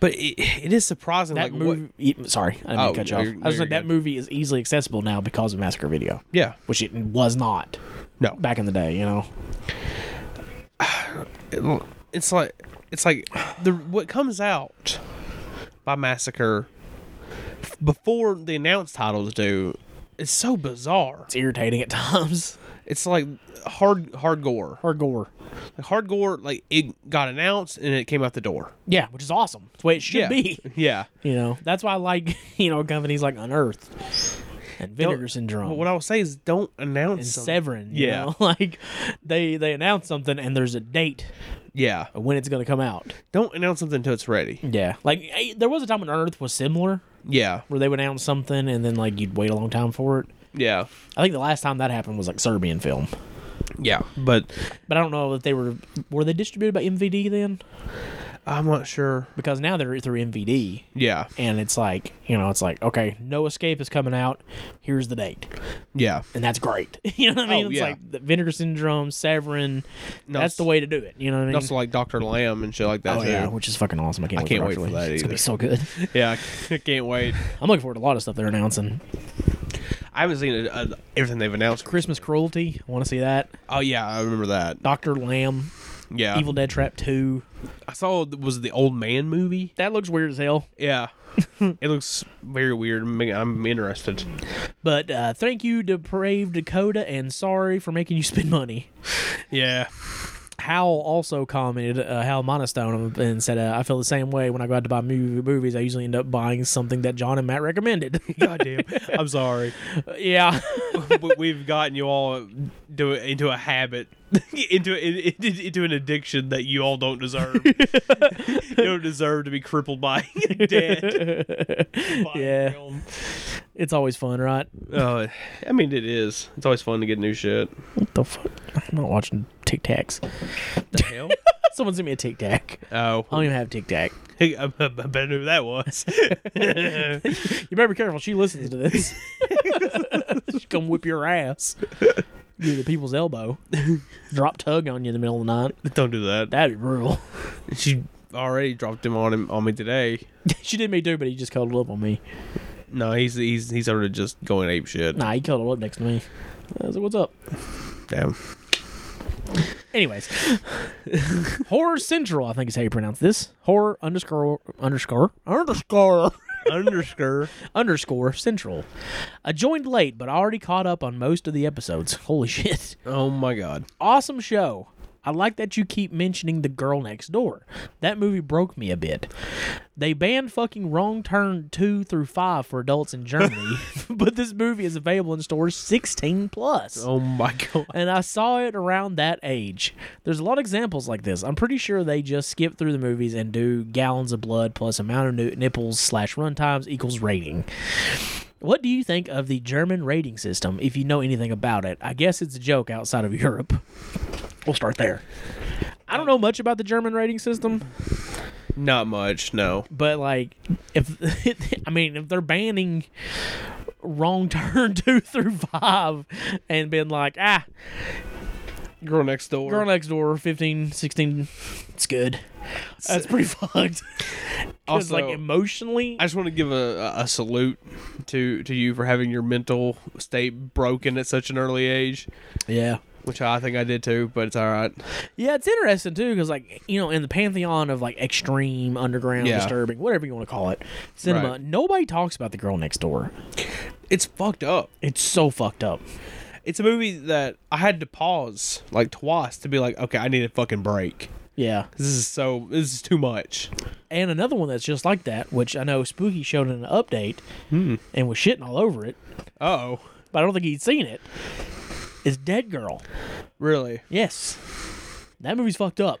[SPEAKER 4] But it, it is surprising,
[SPEAKER 3] That
[SPEAKER 4] like
[SPEAKER 3] movie.
[SPEAKER 4] what?
[SPEAKER 3] e- sorry, I didn't mean to
[SPEAKER 4] Oh,
[SPEAKER 3] cut
[SPEAKER 4] no,
[SPEAKER 3] you off.
[SPEAKER 4] you're-
[SPEAKER 3] I was
[SPEAKER 4] no,
[SPEAKER 3] like,
[SPEAKER 4] you're
[SPEAKER 3] that
[SPEAKER 4] good.
[SPEAKER 3] movie is easily accessible now because of Massacre Video,
[SPEAKER 4] Yeah,
[SPEAKER 3] which it was not
[SPEAKER 4] no,
[SPEAKER 3] back in the day. You know?
[SPEAKER 4] It- it's like it's like the what comes out by massacre f- before the announced titles do. It's so bizarre.
[SPEAKER 3] It's irritating at times.
[SPEAKER 4] It's like hard hard gore.
[SPEAKER 3] Or gore.
[SPEAKER 4] Like hardcore, like it got announced and it came out the door.
[SPEAKER 3] Yeah, which is awesome. It's the way it should
[SPEAKER 4] yeah.
[SPEAKER 3] be.
[SPEAKER 4] Yeah.
[SPEAKER 3] You know, that's why I like you know companies like Unearthed and Vinegar Syndrome.
[SPEAKER 4] But what I will say is don't announce
[SPEAKER 3] and
[SPEAKER 4] some-
[SPEAKER 3] Severin. you
[SPEAKER 4] Yeah.
[SPEAKER 3] know? like they they announce something and there's a date
[SPEAKER 4] Yeah.
[SPEAKER 3] of when it's going to come out.
[SPEAKER 4] Don't announce something until it's ready.
[SPEAKER 3] Yeah, like eh, there was a time when Earth was similar,
[SPEAKER 4] Yeah.
[SPEAKER 3] where they would announce something and then like you'd wait a long time for it.
[SPEAKER 4] Yeah.
[SPEAKER 3] I think the last time that happened was like Serbian film,
[SPEAKER 4] Yeah. But
[SPEAKER 3] but I don't know if they were were they distributed by MVD then
[SPEAKER 4] I'm not sure.
[SPEAKER 3] because now they're through MVD
[SPEAKER 4] Yeah.
[SPEAKER 3] and it's like you know it's like okay No Escape is coming out, here's the date
[SPEAKER 4] Yeah.
[SPEAKER 3] and that's great. you know what I mean?
[SPEAKER 4] Oh,
[SPEAKER 3] it's
[SPEAKER 4] yeah.
[SPEAKER 3] like the Vinegar Syndrome, Severin.
[SPEAKER 4] No,
[SPEAKER 3] that's the way to do it. You know what I mean?
[SPEAKER 4] And also like Dr. Lamb and shit like that
[SPEAKER 3] Oh
[SPEAKER 4] too.
[SPEAKER 3] yeah, which is fucking awesome. I can't,
[SPEAKER 4] can't
[SPEAKER 3] wait,
[SPEAKER 4] wait for
[SPEAKER 3] it.
[SPEAKER 4] that
[SPEAKER 3] It's gonna be
[SPEAKER 4] either.
[SPEAKER 3] so good.
[SPEAKER 4] Yeah. I can't wait.
[SPEAKER 3] I'm looking forward to a lot of stuff they're announcing.
[SPEAKER 4] I haven't seen uh, everything they've announced.
[SPEAKER 3] Christmas Cruelty, I want to see that.
[SPEAKER 4] Oh yeah, I remember that.
[SPEAKER 3] Doctor Lamb,
[SPEAKER 4] Yeah.
[SPEAKER 3] Evil Dead Trap Two.
[SPEAKER 4] I saw was it the old man movie.
[SPEAKER 3] That looks weird as hell.
[SPEAKER 4] Yeah. it looks very weird. I'm I'm interested.
[SPEAKER 3] But uh, thank you, Depraved Dakota, and sorry for making you spend money.
[SPEAKER 4] Yeah.
[SPEAKER 3] Hal also commented, uh, Hal Monostone, and said, uh, I feel the same way when I go out to buy movie, movies. I usually end up buying something that John and Matt recommended.
[SPEAKER 4] Goddamn. I'm sorry.
[SPEAKER 3] yeah.
[SPEAKER 4] we- we've gotten you all do into a habit, into into into an addiction that you all don't deserve. you don't deserve to be crippled by debt. by
[SPEAKER 3] Yeah.
[SPEAKER 4] film.
[SPEAKER 3] It's always fun, right?
[SPEAKER 4] Uh, I mean, it is. It's always fun to get new shit.
[SPEAKER 3] What the fuck? I'm not watching Tic Tacs.
[SPEAKER 4] The hell?
[SPEAKER 3] Someone sent me a Tic Tac.
[SPEAKER 4] Oh,
[SPEAKER 3] I don't even have Tic Tac.
[SPEAKER 4] I, I better know who that was.
[SPEAKER 3] You better be careful. She listens to this. she come whip your ass. Give you the people's elbow. Drop tug on you in the middle of the night.
[SPEAKER 4] Don't do that.
[SPEAKER 3] That'd be brutal.
[SPEAKER 4] She already dropped him on him on me today.
[SPEAKER 3] she did me too, but he just cuddled up on me.
[SPEAKER 4] No, he's he's he's already just going ape shit.
[SPEAKER 3] Nah, he cuddled up next to me. I was like, what's up?
[SPEAKER 4] Damn.
[SPEAKER 3] Anyways, Horror Central, I think is how you pronounce this. Horror underscore underscore underscore
[SPEAKER 4] Underscore.
[SPEAKER 3] underscore Central. I joined late, but I already caught up on most of the episodes. Holy shit!
[SPEAKER 4] Oh my god.
[SPEAKER 3] Awesome show. I like that you keep mentioning The Girl Next Door. That movie broke me a bit. They banned fucking Wrong Turn 2 through 5 for adults in Germany, but this movie is available in stores 16 plus
[SPEAKER 4] Oh my god.
[SPEAKER 3] and I saw it around that age. There's a lot of examples like this. I'm pretty sure they just skip through the movies and do gallons of blood plus amount of nu- nipples slash runtimes equals rating. What do you think of the German rating system, if you know anything about it? I guess it's a joke outside of Europe. We'll start there. I don't know much about the German rating system,
[SPEAKER 4] Not much. No.
[SPEAKER 3] but like, if I mean, if they're banning wrong turn two through five and been like, ah,
[SPEAKER 4] Girl next door.
[SPEAKER 3] Girl Next Door, 15, 16. It's good. That's pretty fucked. Because,
[SPEAKER 4] Also-
[SPEAKER 3] like, emotionally,
[SPEAKER 4] I just want to give a, a salute to to you for having your mental state broken at such an early age,
[SPEAKER 3] yeah.
[SPEAKER 4] which I think I did too. But it's all right.
[SPEAKER 3] Yeah, it's interesting, too, because, like, you know, in the pantheon of, like, extreme, underground,
[SPEAKER 4] Yeah.
[SPEAKER 3] disturbing, whatever you want to call it, cinema,
[SPEAKER 4] Right.
[SPEAKER 3] nobody talks about The Girl Next Door.
[SPEAKER 4] It's fucked up.
[SPEAKER 3] It's so fucked up.
[SPEAKER 4] It's a movie that I had to pause like twice to be like, okay, I need a fucking break.
[SPEAKER 3] Yeah.
[SPEAKER 4] This is so. This is too much.
[SPEAKER 3] And another one that's just like that, which I know Spooky showed in an update and was shitting all over it,
[SPEAKER 4] Oh,
[SPEAKER 3] but I don't think he'd seen it, is Dead Girl.
[SPEAKER 4] really?
[SPEAKER 3] Yes. That movie's fucked up.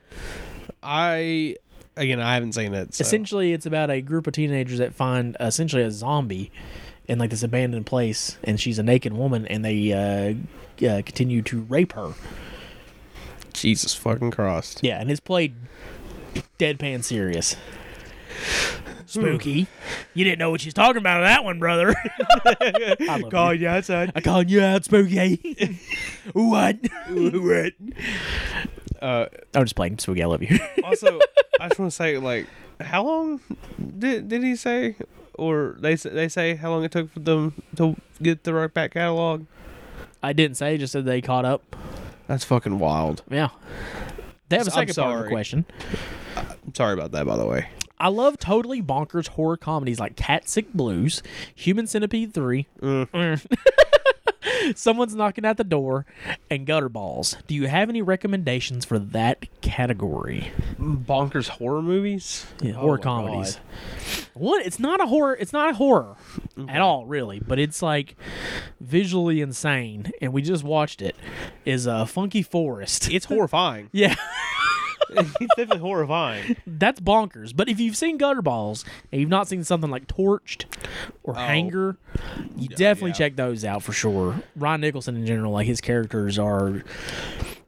[SPEAKER 4] I again, I haven't seen it. So.
[SPEAKER 3] essentially it's about a group of teenagers that find uh, essentially a zombie in like this abandoned place and she's a naked woman and they uh, uh continue to rape her
[SPEAKER 4] Jesus fucking Christ.
[SPEAKER 3] yeah and it's played deadpan serious Hmm. spooky you didn't know what she's talking about in that one brother I, love you.
[SPEAKER 4] Oh, yeah, outside.
[SPEAKER 3] I called you out spooky what what
[SPEAKER 4] Uh,
[SPEAKER 3] i'm just playing spooky i love you
[SPEAKER 4] also, I just want to say, like, how long did did he say, or they s- they say how long it took for them to get the Rock Back catalog?
[SPEAKER 3] i didn't say just said they caught up
[SPEAKER 4] That's fucking wild.
[SPEAKER 3] yeah they have a
[SPEAKER 4] So I'm
[SPEAKER 3] second part of the
[SPEAKER 4] sorry.
[SPEAKER 3] question
[SPEAKER 4] I'm sorry about that, by the way.
[SPEAKER 3] I love totally bonkers horror comedies like Cat Sick Blues, Human Centipede 3, Mm. Someone's Knocking at the Door, and Gutterballs. Do you have any recommendations for that category?
[SPEAKER 4] Bonkers horror movies,
[SPEAKER 3] Yeah,
[SPEAKER 4] Oh
[SPEAKER 3] horror
[SPEAKER 4] my
[SPEAKER 3] comedies.
[SPEAKER 4] God.
[SPEAKER 3] What? It's not a horror. It's not a horror
[SPEAKER 4] Mm-hmm.
[SPEAKER 3] at all, really. But it's like visually insane, and we just watched it. Is a uh, Funky Forest.
[SPEAKER 4] It's horrifying.
[SPEAKER 3] yeah,
[SPEAKER 4] it's definitely horrifying.
[SPEAKER 3] that's bonkers. But if you've seen Gutterballs and you've not seen something like Torched or Hanger, you definitely
[SPEAKER 4] Oh. yeah.
[SPEAKER 3] check those out for sure. Ryan Nicholson in general, like his characters are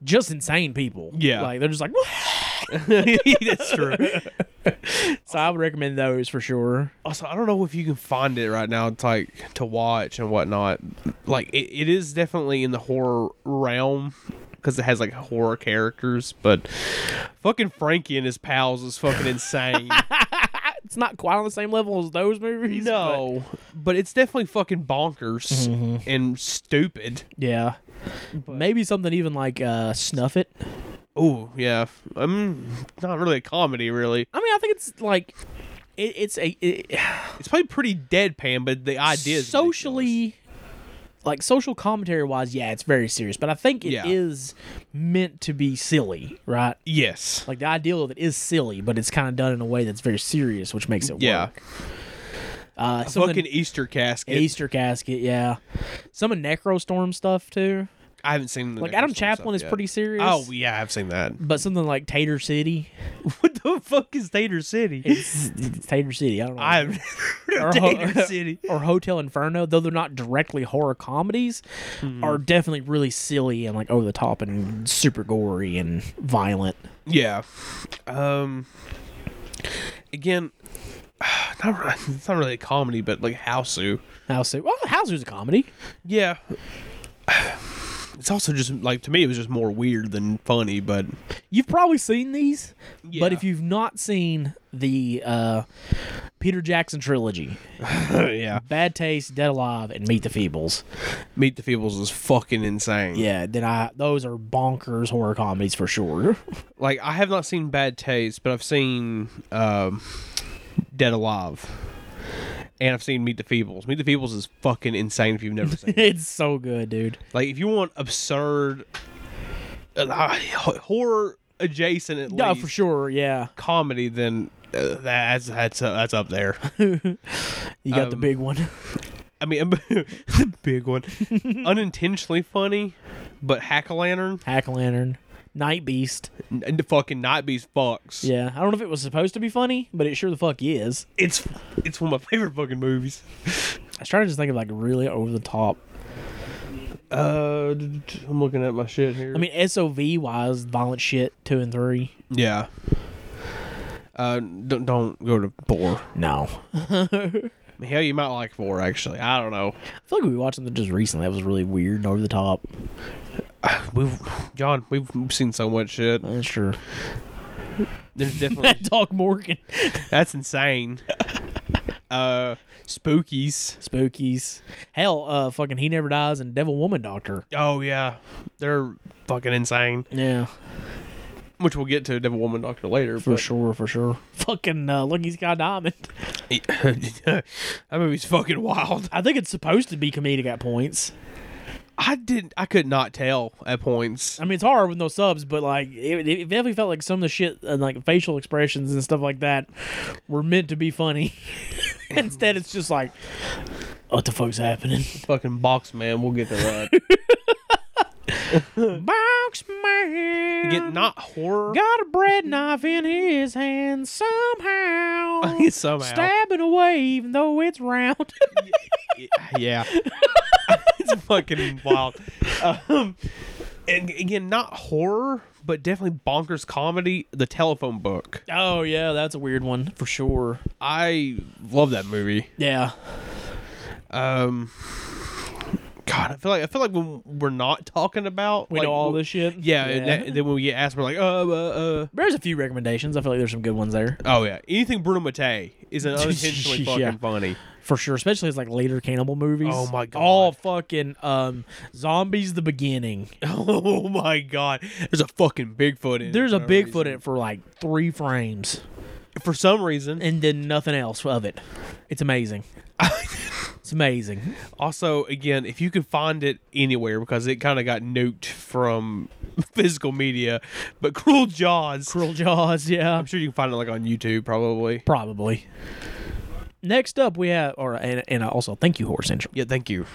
[SPEAKER 3] just insane people.
[SPEAKER 4] Yeah.
[SPEAKER 3] like they're just like.
[SPEAKER 4] That's true.
[SPEAKER 3] so I would recommend those for sure.
[SPEAKER 4] Also, I don't know if you can find it right now. It's like to watch and whatnot. Like it, it is definitely in the horror realm because it has like horror characters. But fucking Frankie and his pals is fucking insane.
[SPEAKER 3] It's not quite on the same level as those movies.
[SPEAKER 4] no, but it's definitely fucking bonkers
[SPEAKER 3] Mm-hmm.
[SPEAKER 4] and stupid.
[SPEAKER 3] but- yeah. Maybe something even like uh, Snuff It.
[SPEAKER 4] Oh yeah, um, not really a comedy. Really,
[SPEAKER 3] I mean, I think it's like it, it's a it,
[SPEAKER 4] it's probably pretty deadpan, but the idea is ridiculous.
[SPEAKER 3] socially like social commentary wise yeah it's very serious but i think it is
[SPEAKER 4] Yeah.
[SPEAKER 3] meant to be silly right
[SPEAKER 4] Yes.
[SPEAKER 3] like the ideal of it is silly but it's kind of done in a way that's very serious which makes it
[SPEAKER 4] Yeah.
[SPEAKER 3] work uh something
[SPEAKER 4] Fucking Easter casket.
[SPEAKER 3] easter casket yeah some of necrostorm stuff too
[SPEAKER 4] I haven't seen the
[SPEAKER 3] Like
[SPEAKER 4] Nicholas
[SPEAKER 3] Adam
[SPEAKER 4] Sparks
[SPEAKER 3] Chaplin
[SPEAKER 4] stuff
[SPEAKER 3] is
[SPEAKER 4] yet.
[SPEAKER 3] pretty serious.
[SPEAKER 4] Oh yeah, I've seen that.
[SPEAKER 3] But something like Tater City,
[SPEAKER 4] what the fuck is Tater City?
[SPEAKER 3] it's, it's Tater City. I don't know.
[SPEAKER 4] I've never heard
[SPEAKER 3] Or Ho-
[SPEAKER 4] of Tater City.
[SPEAKER 3] or Hotel Inferno, though they're not directly horror comedies,
[SPEAKER 4] Mm-hmm.
[SPEAKER 3] are definitely really silly and like over the top and super gory and violent.
[SPEAKER 4] Yeah. Um. Again, not re- it's not really a comedy, but like Houseu.
[SPEAKER 3] House, well, House was a comedy.
[SPEAKER 4] Yeah. It's also just like to me, it was just more weird than funny. But
[SPEAKER 3] You've probably seen these, but
[SPEAKER 4] Yeah.
[SPEAKER 3] if you've not seen the uh, Peter Jackson trilogy,
[SPEAKER 4] yeah,
[SPEAKER 3] Bad Taste, Dead Alive, and Meet the Feebles,
[SPEAKER 4] Meet the Feebles is fucking insane.
[SPEAKER 3] yeah, then I those are bonkers horror comedies for sure.
[SPEAKER 4] Like I have not seen Bad Taste, but I've seen um, Dead Alive, and I've seen Meet the Feebles. Meet the Feebles is fucking insane if you've never seen. it.
[SPEAKER 3] it's so good, dude.
[SPEAKER 4] Like if you want absurd, uh, horror adjacent at
[SPEAKER 3] No,
[SPEAKER 4] least
[SPEAKER 3] for sure. Yeah,
[SPEAKER 4] comedy, then uh, that's that's uh, that's up there.
[SPEAKER 3] you got the
[SPEAKER 4] Um,
[SPEAKER 3] big one.
[SPEAKER 4] I mean, the big one, unintentionally funny, but Hack a Lantern
[SPEAKER 3] Hack a Lantern, Night Beast.
[SPEAKER 4] and the fucking Night Beast Fox.
[SPEAKER 3] Yeah, I don't know if it was supposed to be funny, but it sure the fuck is.
[SPEAKER 4] It's it's one of my favorite fucking movies.
[SPEAKER 3] I was trying to just think of like really over the top.
[SPEAKER 4] Uh, d- d- I'm looking at my shit here.
[SPEAKER 3] I mean, SOV wise, violent shit two and three.
[SPEAKER 4] yeah. Uh, don't don't go to four.
[SPEAKER 3] No, I
[SPEAKER 4] Hell, you might like four actually. I don't know.
[SPEAKER 3] feel like we watched something just recently that was really weird and over the top.
[SPEAKER 4] We've John, we've seen so much shit.
[SPEAKER 3] That's true.
[SPEAKER 4] There's definitely
[SPEAKER 3] Dog Morgan,
[SPEAKER 4] that's insane. Uh, spookies.
[SPEAKER 3] Spookies, hell, uh, fucking he never dies and Devil Woman Doctor.
[SPEAKER 4] Oh yeah, they're fucking insane.
[SPEAKER 3] Yeah,
[SPEAKER 4] Which we'll get to Devil Woman Doctor later.
[SPEAKER 3] for sure, for sure. Fucking uh, Lucky Sky Diamond.
[SPEAKER 4] that movie's fucking wild.
[SPEAKER 3] I think it's supposed to be comedic at points.
[SPEAKER 4] I didn't. I could not tell at points.
[SPEAKER 3] I mean, it's hard with no subs, but like it, it definitely felt like some of the shit and like facial expressions and stuff like that were meant to be funny. Instead, it's just like, what the fuck's happening?
[SPEAKER 4] Fucking box man. We'll get to that.
[SPEAKER 3] Box man
[SPEAKER 4] Again, not horror.
[SPEAKER 3] got a bread knife in his hand somehow,
[SPEAKER 4] Somehow.
[SPEAKER 3] stabbing away even though it's round.
[SPEAKER 4] yeah. it's fucking wild. Um, and again, not horror, but definitely bonkers comedy. The Telephone Book.
[SPEAKER 3] oh yeah, that's a weird one for sure.
[SPEAKER 4] I love that movie.
[SPEAKER 3] Yeah,
[SPEAKER 4] Um, God, I feel like I feel like when we're not talking about
[SPEAKER 3] we
[SPEAKER 4] like,
[SPEAKER 3] know all
[SPEAKER 4] w-
[SPEAKER 3] this shit.
[SPEAKER 4] Yeah, And, that- and then when we get asked, we're like, oh, uh, uh.
[SPEAKER 3] there's a few recommendations. I feel like there's some good ones there.
[SPEAKER 4] oh yeah. Anything Bruno Mattei is an unintentionally fucking
[SPEAKER 3] Yeah.
[SPEAKER 4] funny.
[SPEAKER 3] for sure, especially as like later cannibal movies.
[SPEAKER 4] Oh my God.
[SPEAKER 3] All fucking um, zombies. The beginning.
[SPEAKER 4] Oh my God, there's a fucking Bigfoot in. it
[SPEAKER 3] There's
[SPEAKER 4] for
[SPEAKER 3] a
[SPEAKER 4] no
[SPEAKER 3] Bigfoot
[SPEAKER 4] reason.
[SPEAKER 3] in it for like three frames,
[SPEAKER 4] for some reason.
[SPEAKER 3] and then nothing else of it. It's amazing. it's amazing.
[SPEAKER 4] Also, again, if you can find it anywhere, because it kind of got nuked from physical media, but Cruel Jaws.
[SPEAKER 3] Cruel Jaws. Yeah,
[SPEAKER 4] I'm sure you can find it like on YouTube, probably.
[SPEAKER 3] probably. Next up, we have, or and, and also thank you, Horror Central.
[SPEAKER 4] Yeah, thank you.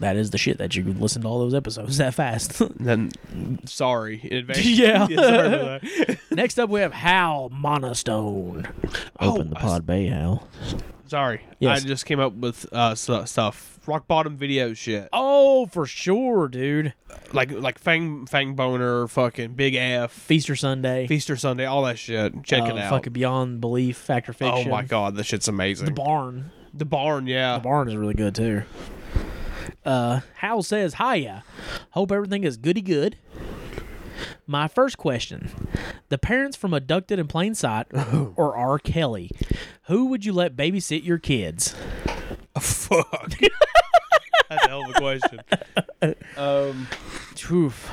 [SPEAKER 3] That is the shit that you could listen to all those episodes that fast.
[SPEAKER 4] Then, sorry in advance.
[SPEAKER 3] Yeah.
[SPEAKER 4] sorry about that.
[SPEAKER 3] Next up, we have Hal Monostone. Open the
[SPEAKER 4] Oh, I
[SPEAKER 3] pod bay, Hal.
[SPEAKER 4] Sorry,
[SPEAKER 3] Yes.
[SPEAKER 4] I just came up with uh, stu- stuff. Rock bottom video shit,
[SPEAKER 3] Oh, for sure, dude.
[SPEAKER 4] like like Fang Fang Boner, fucking Big F,
[SPEAKER 3] Feaster Sunday.
[SPEAKER 4] Feaster Sunday, all that shit. Check
[SPEAKER 3] Uh,
[SPEAKER 4] it out.
[SPEAKER 3] Fucking Beyond Belief, Factor
[SPEAKER 4] oh
[SPEAKER 3] Fiction.
[SPEAKER 4] my god, that shit's amazing.
[SPEAKER 3] The Barn.
[SPEAKER 4] The barn, yeah.
[SPEAKER 3] The Barn is really good too. Uh, Hal says, "Hiya. Hope everything is goody good." My first question: The parents from Abducted in Plain Sight or R. Kelly, who would you let babysit your kids?
[SPEAKER 4] Fuck. That's a hell of a question. Um,
[SPEAKER 3] Oof.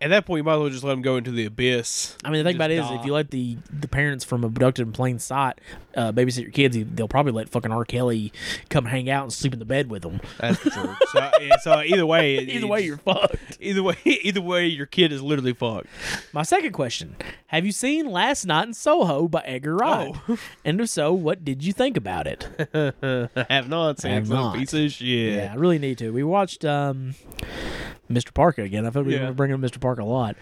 [SPEAKER 4] at that point, you might as well just let him go into the abyss.
[SPEAKER 3] I mean, the thing about it is, if you let the the parents from Abducted in Plain Sight uh, babysit your kids, they'll probably let fucking R. Kelly come hang out and sleep in the bed with them.
[SPEAKER 4] That's true. So, yeah, so either way, it-
[SPEAKER 3] Either
[SPEAKER 4] it
[SPEAKER 3] way,
[SPEAKER 4] just-
[SPEAKER 3] you're fucked.
[SPEAKER 4] either way, either way, your kid is literally fucked.
[SPEAKER 3] My second question: Have you seen Last Night in Soho by Edgar Wright? and if so, what did you think about it?
[SPEAKER 4] I have not, Sam.
[SPEAKER 3] have
[SPEAKER 4] little
[SPEAKER 3] not.
[SPEAKER 4] Piece of shit.
[SPEAKER 3] Yeah, I really need to. We watched um Mr. Parker again. I feel we
[SPEAKER 4] Yeah.
[SPEAKER 3] bring bringing up Mr. Parker a lot.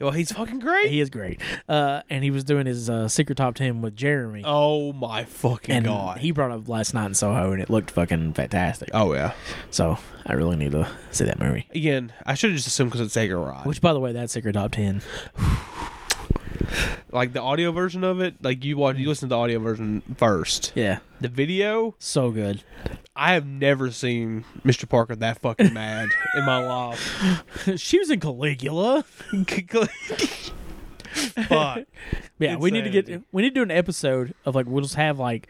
[SPEAKER 4] Well, he's fucking great.
[SPEAKER 3] He is great. Uh, and he was doing his uh, secret top ten with Jeremy.
[SPEAKER 4] oh my fucking
[SPEAKER 3] and
[SPEAKER 4] god.
[SPEAKER 3] he brought up last night in Soho, and it looked fucking fantastic.
[SPEAKER 4] oh yeah.
[SPEAKER 3] So I really need to see that movie.
[SPEAKER 4] Again, I should have just assumed because it's Edgar Wright.
[SPEAKER 3] Which, by the way, that secret top ten.
[SPEAKER 4] like the audio version of it, like you watch, you listen to the audio version first.
[SPEAKER 3] Mm. Yeah,
[SPEAKER 4] The video,
[SPEAKER 3] so good.
[SPEAKER 4] I have never seen Mr. Parker that fucking mad in my life.
[SPEAKER 3] she was in Caligula.
[SPEAKER 4] Fuck.
[SPEAKER 3] Yeah, we need to get
[SPEAKER 4] Insanity.
[SPEAKER 3] we need to do an episode of like we'll just have like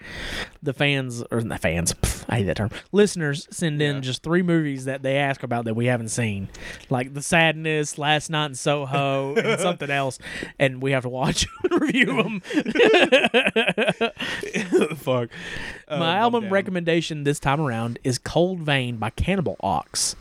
[SPEAKER 3] the fans or not fans. pff, I hate that term. Listeners send in just three movies that they ask about that we haven't seen, like The Sadness, Last Night in Soho, and something else, and we have to watch and review them.
[SPEAKER 4] Fuck. Um,
[SPEAKER 3] My
[SPEAKER 4] I'm
[SPEAKER 3] album
[SPEAKER 4] down.
[SPEAKER 3] recommendation this time around is Cold Vein by Cannibal Ox,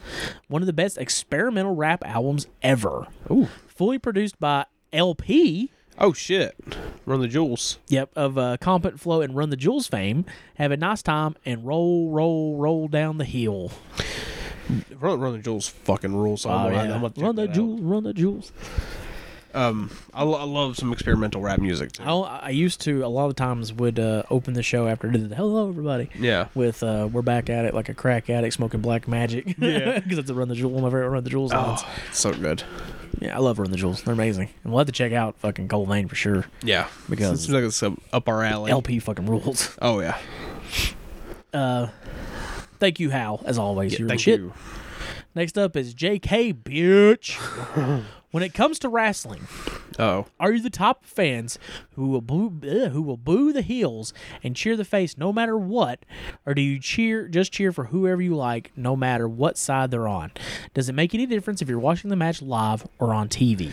[SPEAKER 3] one of the best experimental rap albums ever.
[SPEAKER 4] Ooh.
[SPEAKER 3] Fully produced by LP,
[SPEAKER 4] Oh shit! Run the jewels.
[SPEAKER 3] Yep, of uh, Competent Flow and Run the Jewels fame. Have a nice time and roll, roll, roll down the hill.
[SPEAKER 4] Run, run the jewels. Fucking rules. I'm gonna- Oh, I'm gonna check
[SPEAKER 3] Oh, Run the
[SPEAKER 4] that out.
[SPEAKER 3] jewels, run the jewels.
[SPEAKER 4] Um, I, lo- I love some experimental rap music. Too.
[SPEAKER 3] I, I used to, a lot of times, would uh, open the show after I did the hello, everybody.
[SPEAKER 4] Yeah.
[SPEAKER 3] With uh, We're Back at It, like a crack addict smoking black magic.
[SPEAKER 4] Yeah.
[SPEAKER 3] Because it's a Run the Jewels, one of my favorite Run the Jewels lines.
[SPEAKER 4] Oh, it's so good. Oh.
[SPEAKER 3] Yeah, I love Run the Jewels. They're amazing. And we'll have to check out fucking Cold Vein for sure.
[SPEAKER 4] Yeah,
[SPEAKER 3] Because-
[SPEAKER 4] it seems like it's up, up our alley.
[SPEAKER 3] LP fucking rules.
[SPEAKER 4] Oh yeah.
[SPEAKER 3] Thank you, Hal, as always. You're the
[SPEAKER 4] Thank
[SPEAKER 3] shit.
[SPEAKER 4] you.
[SPEAKER 3] Next up is JK, bitch. when it comes to wrestling,
[SPEAKER 4] Oh,
[SPEAKER 3] Are you the type of fans who will boo, ugh, who will boo the heels and cheer the face no matter what, or do you cheer just cheer for whoever you like no matter what side they're on? Does it make any difference if you're watching the match live or on TV?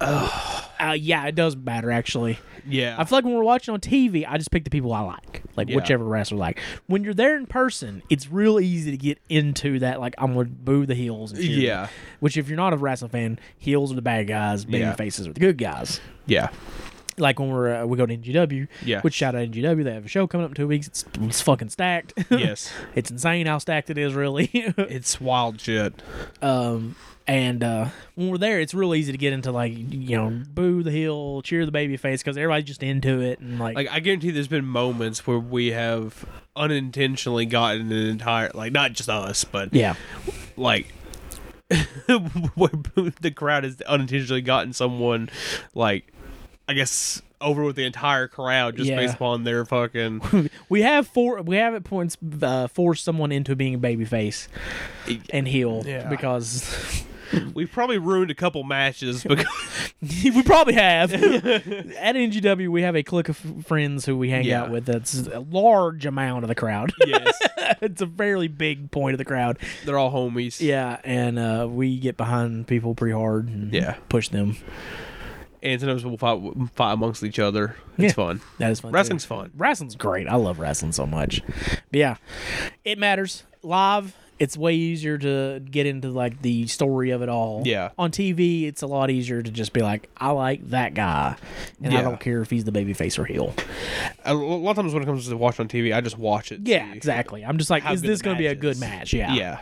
[SPEAKER 3] Uh, yeah, it does matter actually.
[SPEAKER 4] yeah.
[SPEAKER 3] I feel like when we're watching on TV, I just pick the people I like, like
[SPEAKER 4] Yeah.
[SPEAKER 3] whichever wrestler I like. When you're there in person, it's real easy to get into that. Like I'm gonna boo the heels. And cheer them.
[SPEAKER 4] Yeah.
[SPEAKER 3] Which if you're not a wrestling fan, heels are the bad guys, baby
[SPEAKER 4] Yeah.
[SPEAKER 3] faces are the good guys
[SPEAKER 4] yeah.
[SPEAKER 3] like when we're uh, we go to NGW,
[SPEAKER 4] Yeah.
[SPEAKER 3] Which shout out NGW, they have a show coming up in two weeks. It's, it's fucking stacked.
[SPEAKER 4] Yes.
[SPEAKER 3] it's insane how stacked it is, really.
[SPEAKER 4] It's wild shit.
[SPEAKER 3] um, and uh, when we're there, it's real easy to get into like you know boo the heel, cheer the baby face because everybody's just into it and like,
[SPEAKER 4] Like I guarantee, there's been moments where we have unintentionally gotten an entire like not just us, but
[SPEAKER 3] yeah,
[SPEAKER 4] like where the crowd has unintentionally gotten someone like I guess over with the entire crowd just
[SPEAKER 3] Yeah.
[SPEAKER 4] based upon their fucking
[SPEAKER 3] we have four we have at points uh, forced someone into being a baby face and heel
[SPEAKER 4] Yeah.
[SPEAKER 3] because
[SPEAKER 4] we probably ruined a couple matches because
[SPEAKER 3] we probably have. At NGW, we have a clique of f- friends who we hang
[SPEAKER 4] Yeah.
[SPEAKER 3] out with. That's a large amount of the crowd.
[SPEAKER 4] yes
[SPEAKER 3] it's a fairly big point of the crowd.
[SPEAKER 4] they're all homies
[SPEAKER 3] Yeah, and uh, we get behind people pretty hard and
[SPEAKER 4] Yeah.
[SPEAKER 3] push them.
[SPEAKER 4] and sometimes we'll fight fight amongst each other it's
[SPEAKER 3] Yeah.
[SPEAKER 4] fun
[SPEAKER 3] That is fun. too.
[SPEAKER 4] wrestling's fun
[SPEAKER 3] Wrestling's great. I love wrestling so much. But yeah, it matters. Live, it's way easier to get into like the story of it all.
[SPEAKER 4] Yeah.
[SPEAKER 3] On TV, it's a lot easier to just be like, I like that guy, and I
[SPEAKER 4] Yeah.
[SPEAKER 3] don't care if he's the baby face or heel.
[SPEAKER 4] a lot of times when it comes to watch on TV I just watch it
[SPEAKER 3] Yeah,
[SPEAKER 4] see.
[SPEAKER 3] exactly. I'm just like,
[SPEAKER 4] how
[SPEAKER 3] is
[SPEAKER 4] good
[SPEAKER 3] this
[SPEAKER 4] the
[SPEAKER 3] going to be a
[SPEAKER 4] match
[SPEAKER 3] good
[SPEAKER 4] is.
[SPEAKER 3] match? Yeah.
[SPEAKER 4] yeah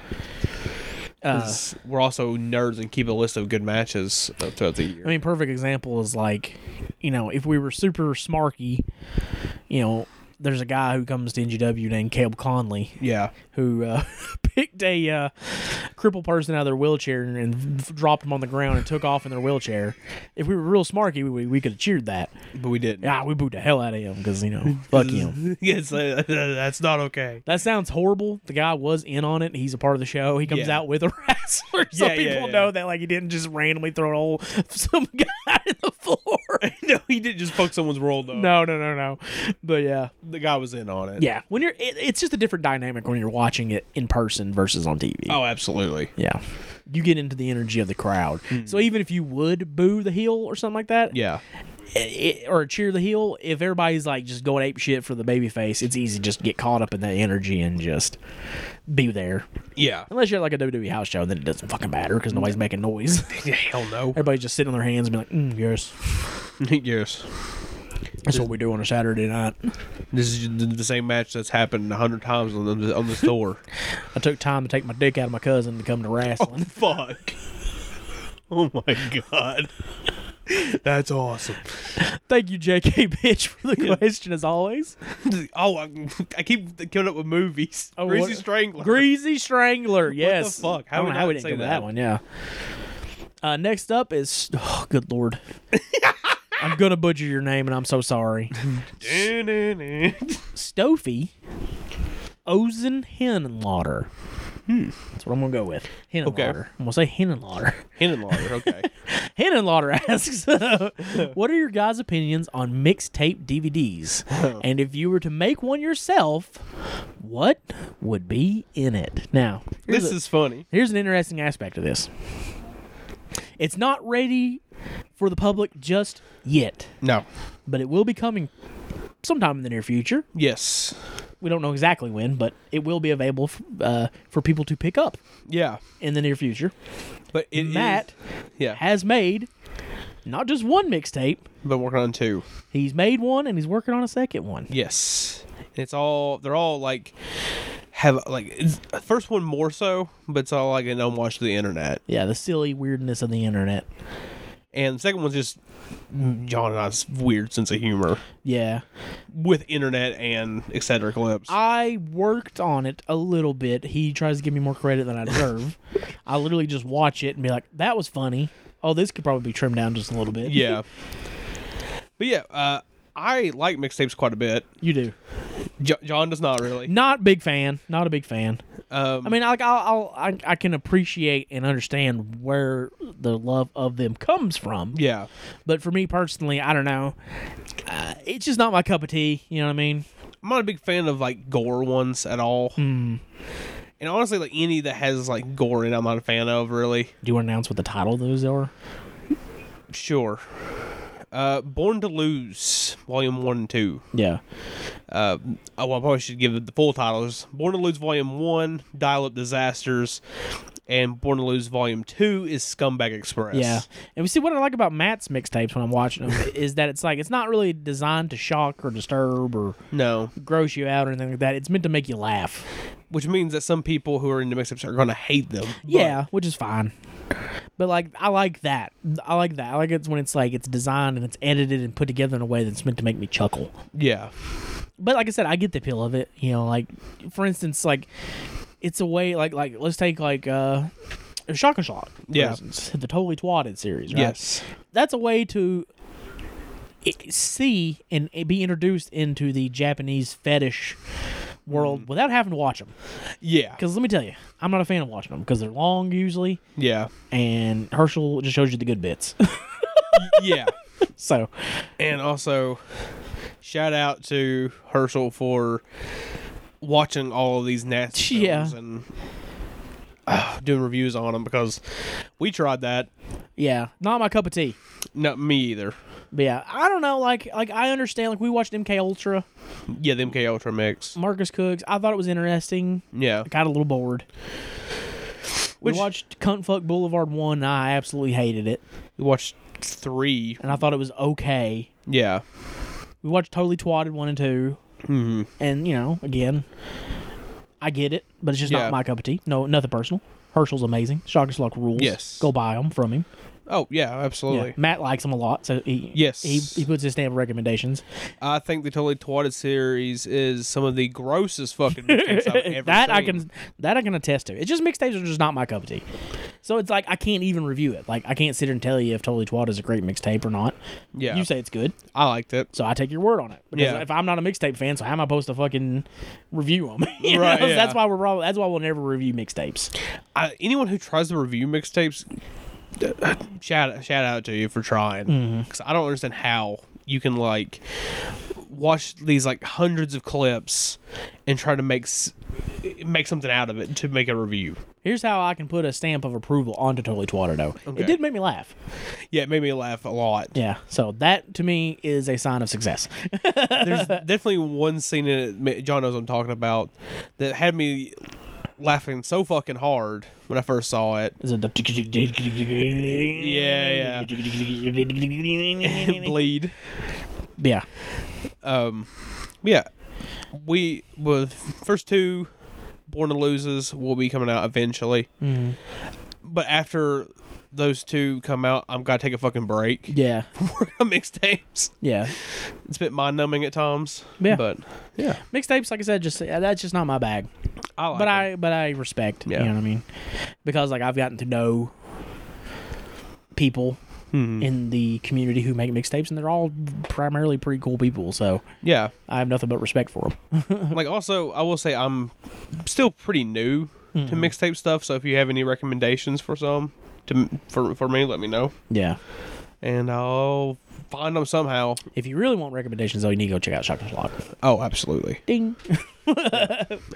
[SPEAKER 4] Uh, 'Cause we're also nerds and keep a list of good matches uh, throughout the year
[SPEAKER 3] I mean, perfect example is like, you know, if we were super smarky, you know, there's a guy who comes to NGW named Caleb Conley
[SPEAKER 4] yeah
[SPEAKER 3] who uh, picked a uh, crippled person out of their wheelchair and, and f- dropped them on the ground and took off in their wheelchair. If we were real smarky, we, we could have cheered that.
[SPEAKER 4] but we didn't
[SPEAKER 3] Yeah, we booed the hell out of him because, you know, fuck him.
[SPEAKER 4] yes, uh, that's not okay.
[SPEAKER 3] That sounds horrible. The guy was in on it. He's a part of the show. He comes
[SPEAKER 4] Yeah.
[SPEAKER 3] out with a wrestler. So
[SPEAKER 4] Yeah, yeah,
[SPEAKER 3] people
[SPEAKER 4] yeah.
[SPEAKER 3] know that like he didn't just randomly throw an old some guy in the floor.
[SPEAKER 4] no, he didn't just fuck someone's world up.
[SPEAKER 3] no, no, no, no. But yeah,
[SPEAKER 4] the guy was in on it.
[SPEAKER 3] yeah. When you're, it, it's just a different dynamic when you're watching it in person versus on TV.
[SPEAKER 4] Oh, absolutely.
[SPEAKER 3] Yeah, you get into the energy of the crowd. So even if you would boo the heel or something like that,
[SPEAKER 4] Yeah.
[SPEAKER 3] it, or cheer the heel, if everybody's like just going ape shit for the baby face, it's easy to just get caught up in that energy and just be there.
[SPEAKER 4] Yeah.
[SPEAKER 3] Unless you're at, like a WWE house show, then it doesn't fucking matter because nobody's making noise.
[SPEAKER 4] Hell no.
[SPEAKER 3] Everybody's just sitting on their hands and be like, mm, yes.
[SPEAKER 4] yes.
[SPEAKER 3] That's what we do on a Saturday night.
[SPEAKER 4] This is the same match that's happened a hundred times on the on the store.
[SPEAKER 3] I took time to take my dick out of my cousin to come to wrestling.
[SPEAKER 4] Fuck. Oh my god. That's awesome.
[SPEAKER 3] Thank you, JK Bitch, for the question as always.
[SPEAKER 4] Oh, I, I keep coming up with movies.
[SPEAKER 3] Oh,
[SPEAKER 4] Greasy
[SPEAKER 3] what-
[SPEAKER 4] Strangler.
[SPEAKER 3] Greasy Strangler. Yes.
[SPEAKER 4] fuck?
[SPEAKER 3] How I
[SPEAKER 4] How
[SPEAKER 3] don't
[SPEAKER 4] did
[SPEAKER 3] know
[SPEAKER 4] I
[SPEAKER 3] how we
[SPEAKER 4] not
[SPEAKER 3] didn't
[SPEAKER 4] say
[SPEAKER 3] go with
[SPEAKER 4] that?
[SPEAKER 3] that one. Yeah. Uh, next up is oh, good lord. I'm gonna butcher your name, and I'm so sorry. Stoffy Ozen Henenlotter. Hmm. That's what I'm gonna go with. Henenlotter.
[SPEAKER 4] Okay.
[SPEAKER 3] I'm gonna say Henenlotter.
[SPEAKER 4] Hindenlauer, okay.
[SPEAKER 3] Henenlotter asks, "What are your guys' opinions on mixtape DVDs? And if you were to make one yourself, what would be in it?" Now, here's
[SPEAKER 4] this
[SPEAKER 3] a-
[SPEAKER 4] is funny.
[SPEAKER 3] Here's an interesting aspect of this. It's not ready for the public just yet,
[SPEAKER 4] No.
[SPEAKER 3] but it will be coming sometime in the near future.
[SPEAKER 4] Yes.
[SPEAKER 3] We don't know exactly when, but it will be available f- uh, for people to pick up
[SPEAKER 4] Yeah.
[SPEAKER 3] in the near future.
[SPEAKER 4] But it is-
[SPEAKER 3] Matt
[SPEAKER 4] yeah.
[SPEAKER 3] has made not just one mixtape,
[SPEAKER 4] But working on two.
[SPEAKER 3] he's made one and he's working on a second one.
[SPEAKER 4] Yes. It's all they're all like have like it's, first one more so, but it's all like an unwatched to the internet.
[SPEAKER 3] Yeah, the silly weirdness of the internet.
[SPEAKER 4] And the second one's just John and I's weird sense of humor
[SPEAKER 3] Yeah.
[SPEAKER 4] with internet and etc. clips.
[SPEAKER 3] I worked on it a little bit. He tries to give me more credit than I deserve. I literally just watch it and be like, "That was funny." Oh, this could probably be trimmed down just a little bit.
[SPEAKER 4] yeah. but yeah, uh I like mixtapes quite a bit.
[SPEAKER 3] you do.
[SPEAKER 4] Jo- John does not really.
[SPEAKER 3] Not big fan. Not a big fan.
[SPEAKER 4] Um,
[SPEAKER 3] I mean, like I'll, I'll I, I can appreciate and understand where the love of them comes from.
[SPEAKER 4] yeah.
[SPEAKER 3] But for me personally, I don't know. Uh, it's just not my cup of tea. You know what I mean?
[SPEAKER 4] I'm not a big fan of like gore ones at all. And honestly, like any that has like gore in, it, I'm not a fan of really.
[SPEAKER 3] Do you want to announce what the title of those are?
[SPEAKER 4] Sure. Uh, Born to Lose, Volume One and Two.
[SPEAKER 3] Yeah.
[SPEAKER 4] Uh, oh, I probably should give it the full titles. Born to Lose, Volume One, Dial Up Disasters, and Born to Lose, Volume Two is Scumbag Express.
[SPEAKER 3] Yeah, and we see what I like about Matt's mixtapes when I'm watching them is that it's like it's not really designed to shock or disturb or
[SPEAKER 4] No,
[SPEAKER 3] gross you out or anything like that. It's meant to make you laugh.
[SPEAKER 4] which means that some people who are into mixtapes are going to hate them. but-
[SPEAKER 3] yeah, which is fine. But like, I like that. I like that. I like it's when it's like it's designed and it's edited and put together in a way that's meant to make me chuckle.
[SPEAKER 4] Yeah.
[SPEAKER 3] But like I said, I get the appeal of it. You know, like for instance, like it's a way like like let's take like uh. Shock and Shock. for
[SPEAKER 4] Yeah.
[SPEAKER 3] instance, The Totally Twatted series, right?
[SPEAKER 4] Yes.
[SPEAKER 3] that's a way to i- see and be introduced into the Japanese fetish world without having to watch them.
[SPEAKER 4] Yeah.
[SPEAKER 3] Because let me tell you, I'm not a fan of watching them because they're long usually,
[SPEAKER 4] Yeah.
[SPEAKER 3] and Herschel just shows you the good bits.
[SPEAKER 4] Yeah.
[SPEAKER 3] so,
[SPEAKER 4] And also, shout out to Herschel for watching all of these nasty
[SPEAKER 3] Yeah.
[SPEAKER 4] films and uh, doing reviews on them because we tried that.
[SPEAKER 3] yeah, not my cup of tea.
[SPEAKER 4] Not me either.
[SPEAKER 3] But yeah, I don't know. Like, like I understand. Like we watched MK Ultra,
[SPEAKER 4] Yeah, the MK Ultra mix.
[SPEAKER 3] Marcus Cooks. I thought it was interesting.
[SPEAKER 4] Yeah,
[SPEAKER 3] Got a little bored.
[SPEAKER 4] Which-
[SPEAKER 3] we watched Cuntfuck Boulevard One. and I absolutely hated it,
[SPEAKER 4] we watched three.
[SPEAKER 3] and I thought it was okay.
[SPEAKER 4] Yeah,
[SPEAKER 3] We watched Totally Twatted one and 2
[SPEAKER 4] Mm-hmm.
[SPEAKER 3] and you know, again, I get it, but it's just
[SPEAKER 4] Yeah.
[SPEAKER 3] not my cup of tea. No, nothing personal. Herschel's amazing. Shock and Schlock rules.
[SPEAKER 4] Yes.
[SPEAKER 3] go buy them from him.
[SPEAKER 4] Oh yeah,
[SPEAKER 3] Yeah.
[SPEAKER 4] absolutely.
[SPEAKER 3] Matt likes them a lot, so he
[SPEAKER 4] Yes.
[SPEAKER 3] he, he puts his stamp of recommendations.
[SPEAKER 4] I think the Totally Twatted series is some of the grossest fucking mixtapes I've ever
[SPEAKER 3] Uh, that I
[SPEAKER 4] seen.
[SPEAKER 3] can that I can attest to. It's just mixtapes are just not my cup of tea. So it's like I can't even review it. Like I can't sit here and tell you if Totally Twat is a great mixtape or not.
[SPEAKER 4] Yeah,
[SPEAKER 3] You say it's good,
[SPEAKER 4] I liked it.
[SPEAKER 3] so I take your word on it. Because
[SPEAKER 4] Yeah.
[SPEAKER 3] if I'm not a mixtape fan, so how am I supposed to fucking review them?
[SPEAKER 4] Right, yeah.
[SPEAKER 3] That's why we're probably, that's why we'll never review mixtapes.
[SPEAKER 4] I, anyone who tries to review mixtapes, shout shout out to you for trying because I don't understand how you can like watch these like hundreds of clips and try to make s- make something out of it to make a review.
[SPEAKER 3] Here's how I can put a stamp of approval onto Totally Twatter though.
[SPEAKER 4] Okay.
[SPEAKER 3] It did make me laugh.
[SPEAKER 4] Yeah, it made me laugh a lot.
[SPEAKER 3] Yeah. So that to me is a sign of success.
[SPEAKER 4] There's definitely one scene in it, John knows what I'm talking about that had me laughing so fucking hard when I first saw it.
[SPEAKER 3] Is it the
[SPEAKER 4] Yeah, yeah. Bleed.
[SPEAKER 3] Yeah.
[SPEAKER 4] Um, yeah, we well, the first two Born to Loses will be coming out eventually, but after those two come out, I'm gonna take a fucking break.
[SPEAKER 3] Yeah.
[SPEAKER 4] mixtapes.
[SPEAKER 3] Yeah.
[SPEAKER 4] It's a bit mind numbing at times.
[SPEAKER 3] Yeah.
[SPEAKER 4] but yeah,
[SPEAKER 3] Mixtapes, like I said, just uh, that's just not my bag.
[SPEAKER 4] I like
[SPEAKER 3] but
[SPEAKER 4] them.
[SPEAKER 3] I but I respect.
[SPEAKER 4] Yeah.
[SPEAKER 3] You know what I mean? Because like I've gotten to know people in the community who make mixtapes, and they're all primarily pretty cool people. So
[SPEAKER 4] yeah.
[SPEAKER 3] I have nothing but respect for them.
[SPEAKER 4] like also i will say i'm still pretty new to mixtape stuff so if you have any recommendations for some to for, for me let me know
[SPEAKER 3] Yeah.
[SPEAKER 4] and i'll find them somehow
[SPEAKER 3] If you really want recommendations, though, you need to go check out Shock and Schlock.
[SPEAKER 4] oh absolutely
[SPEAKER 3] Ding.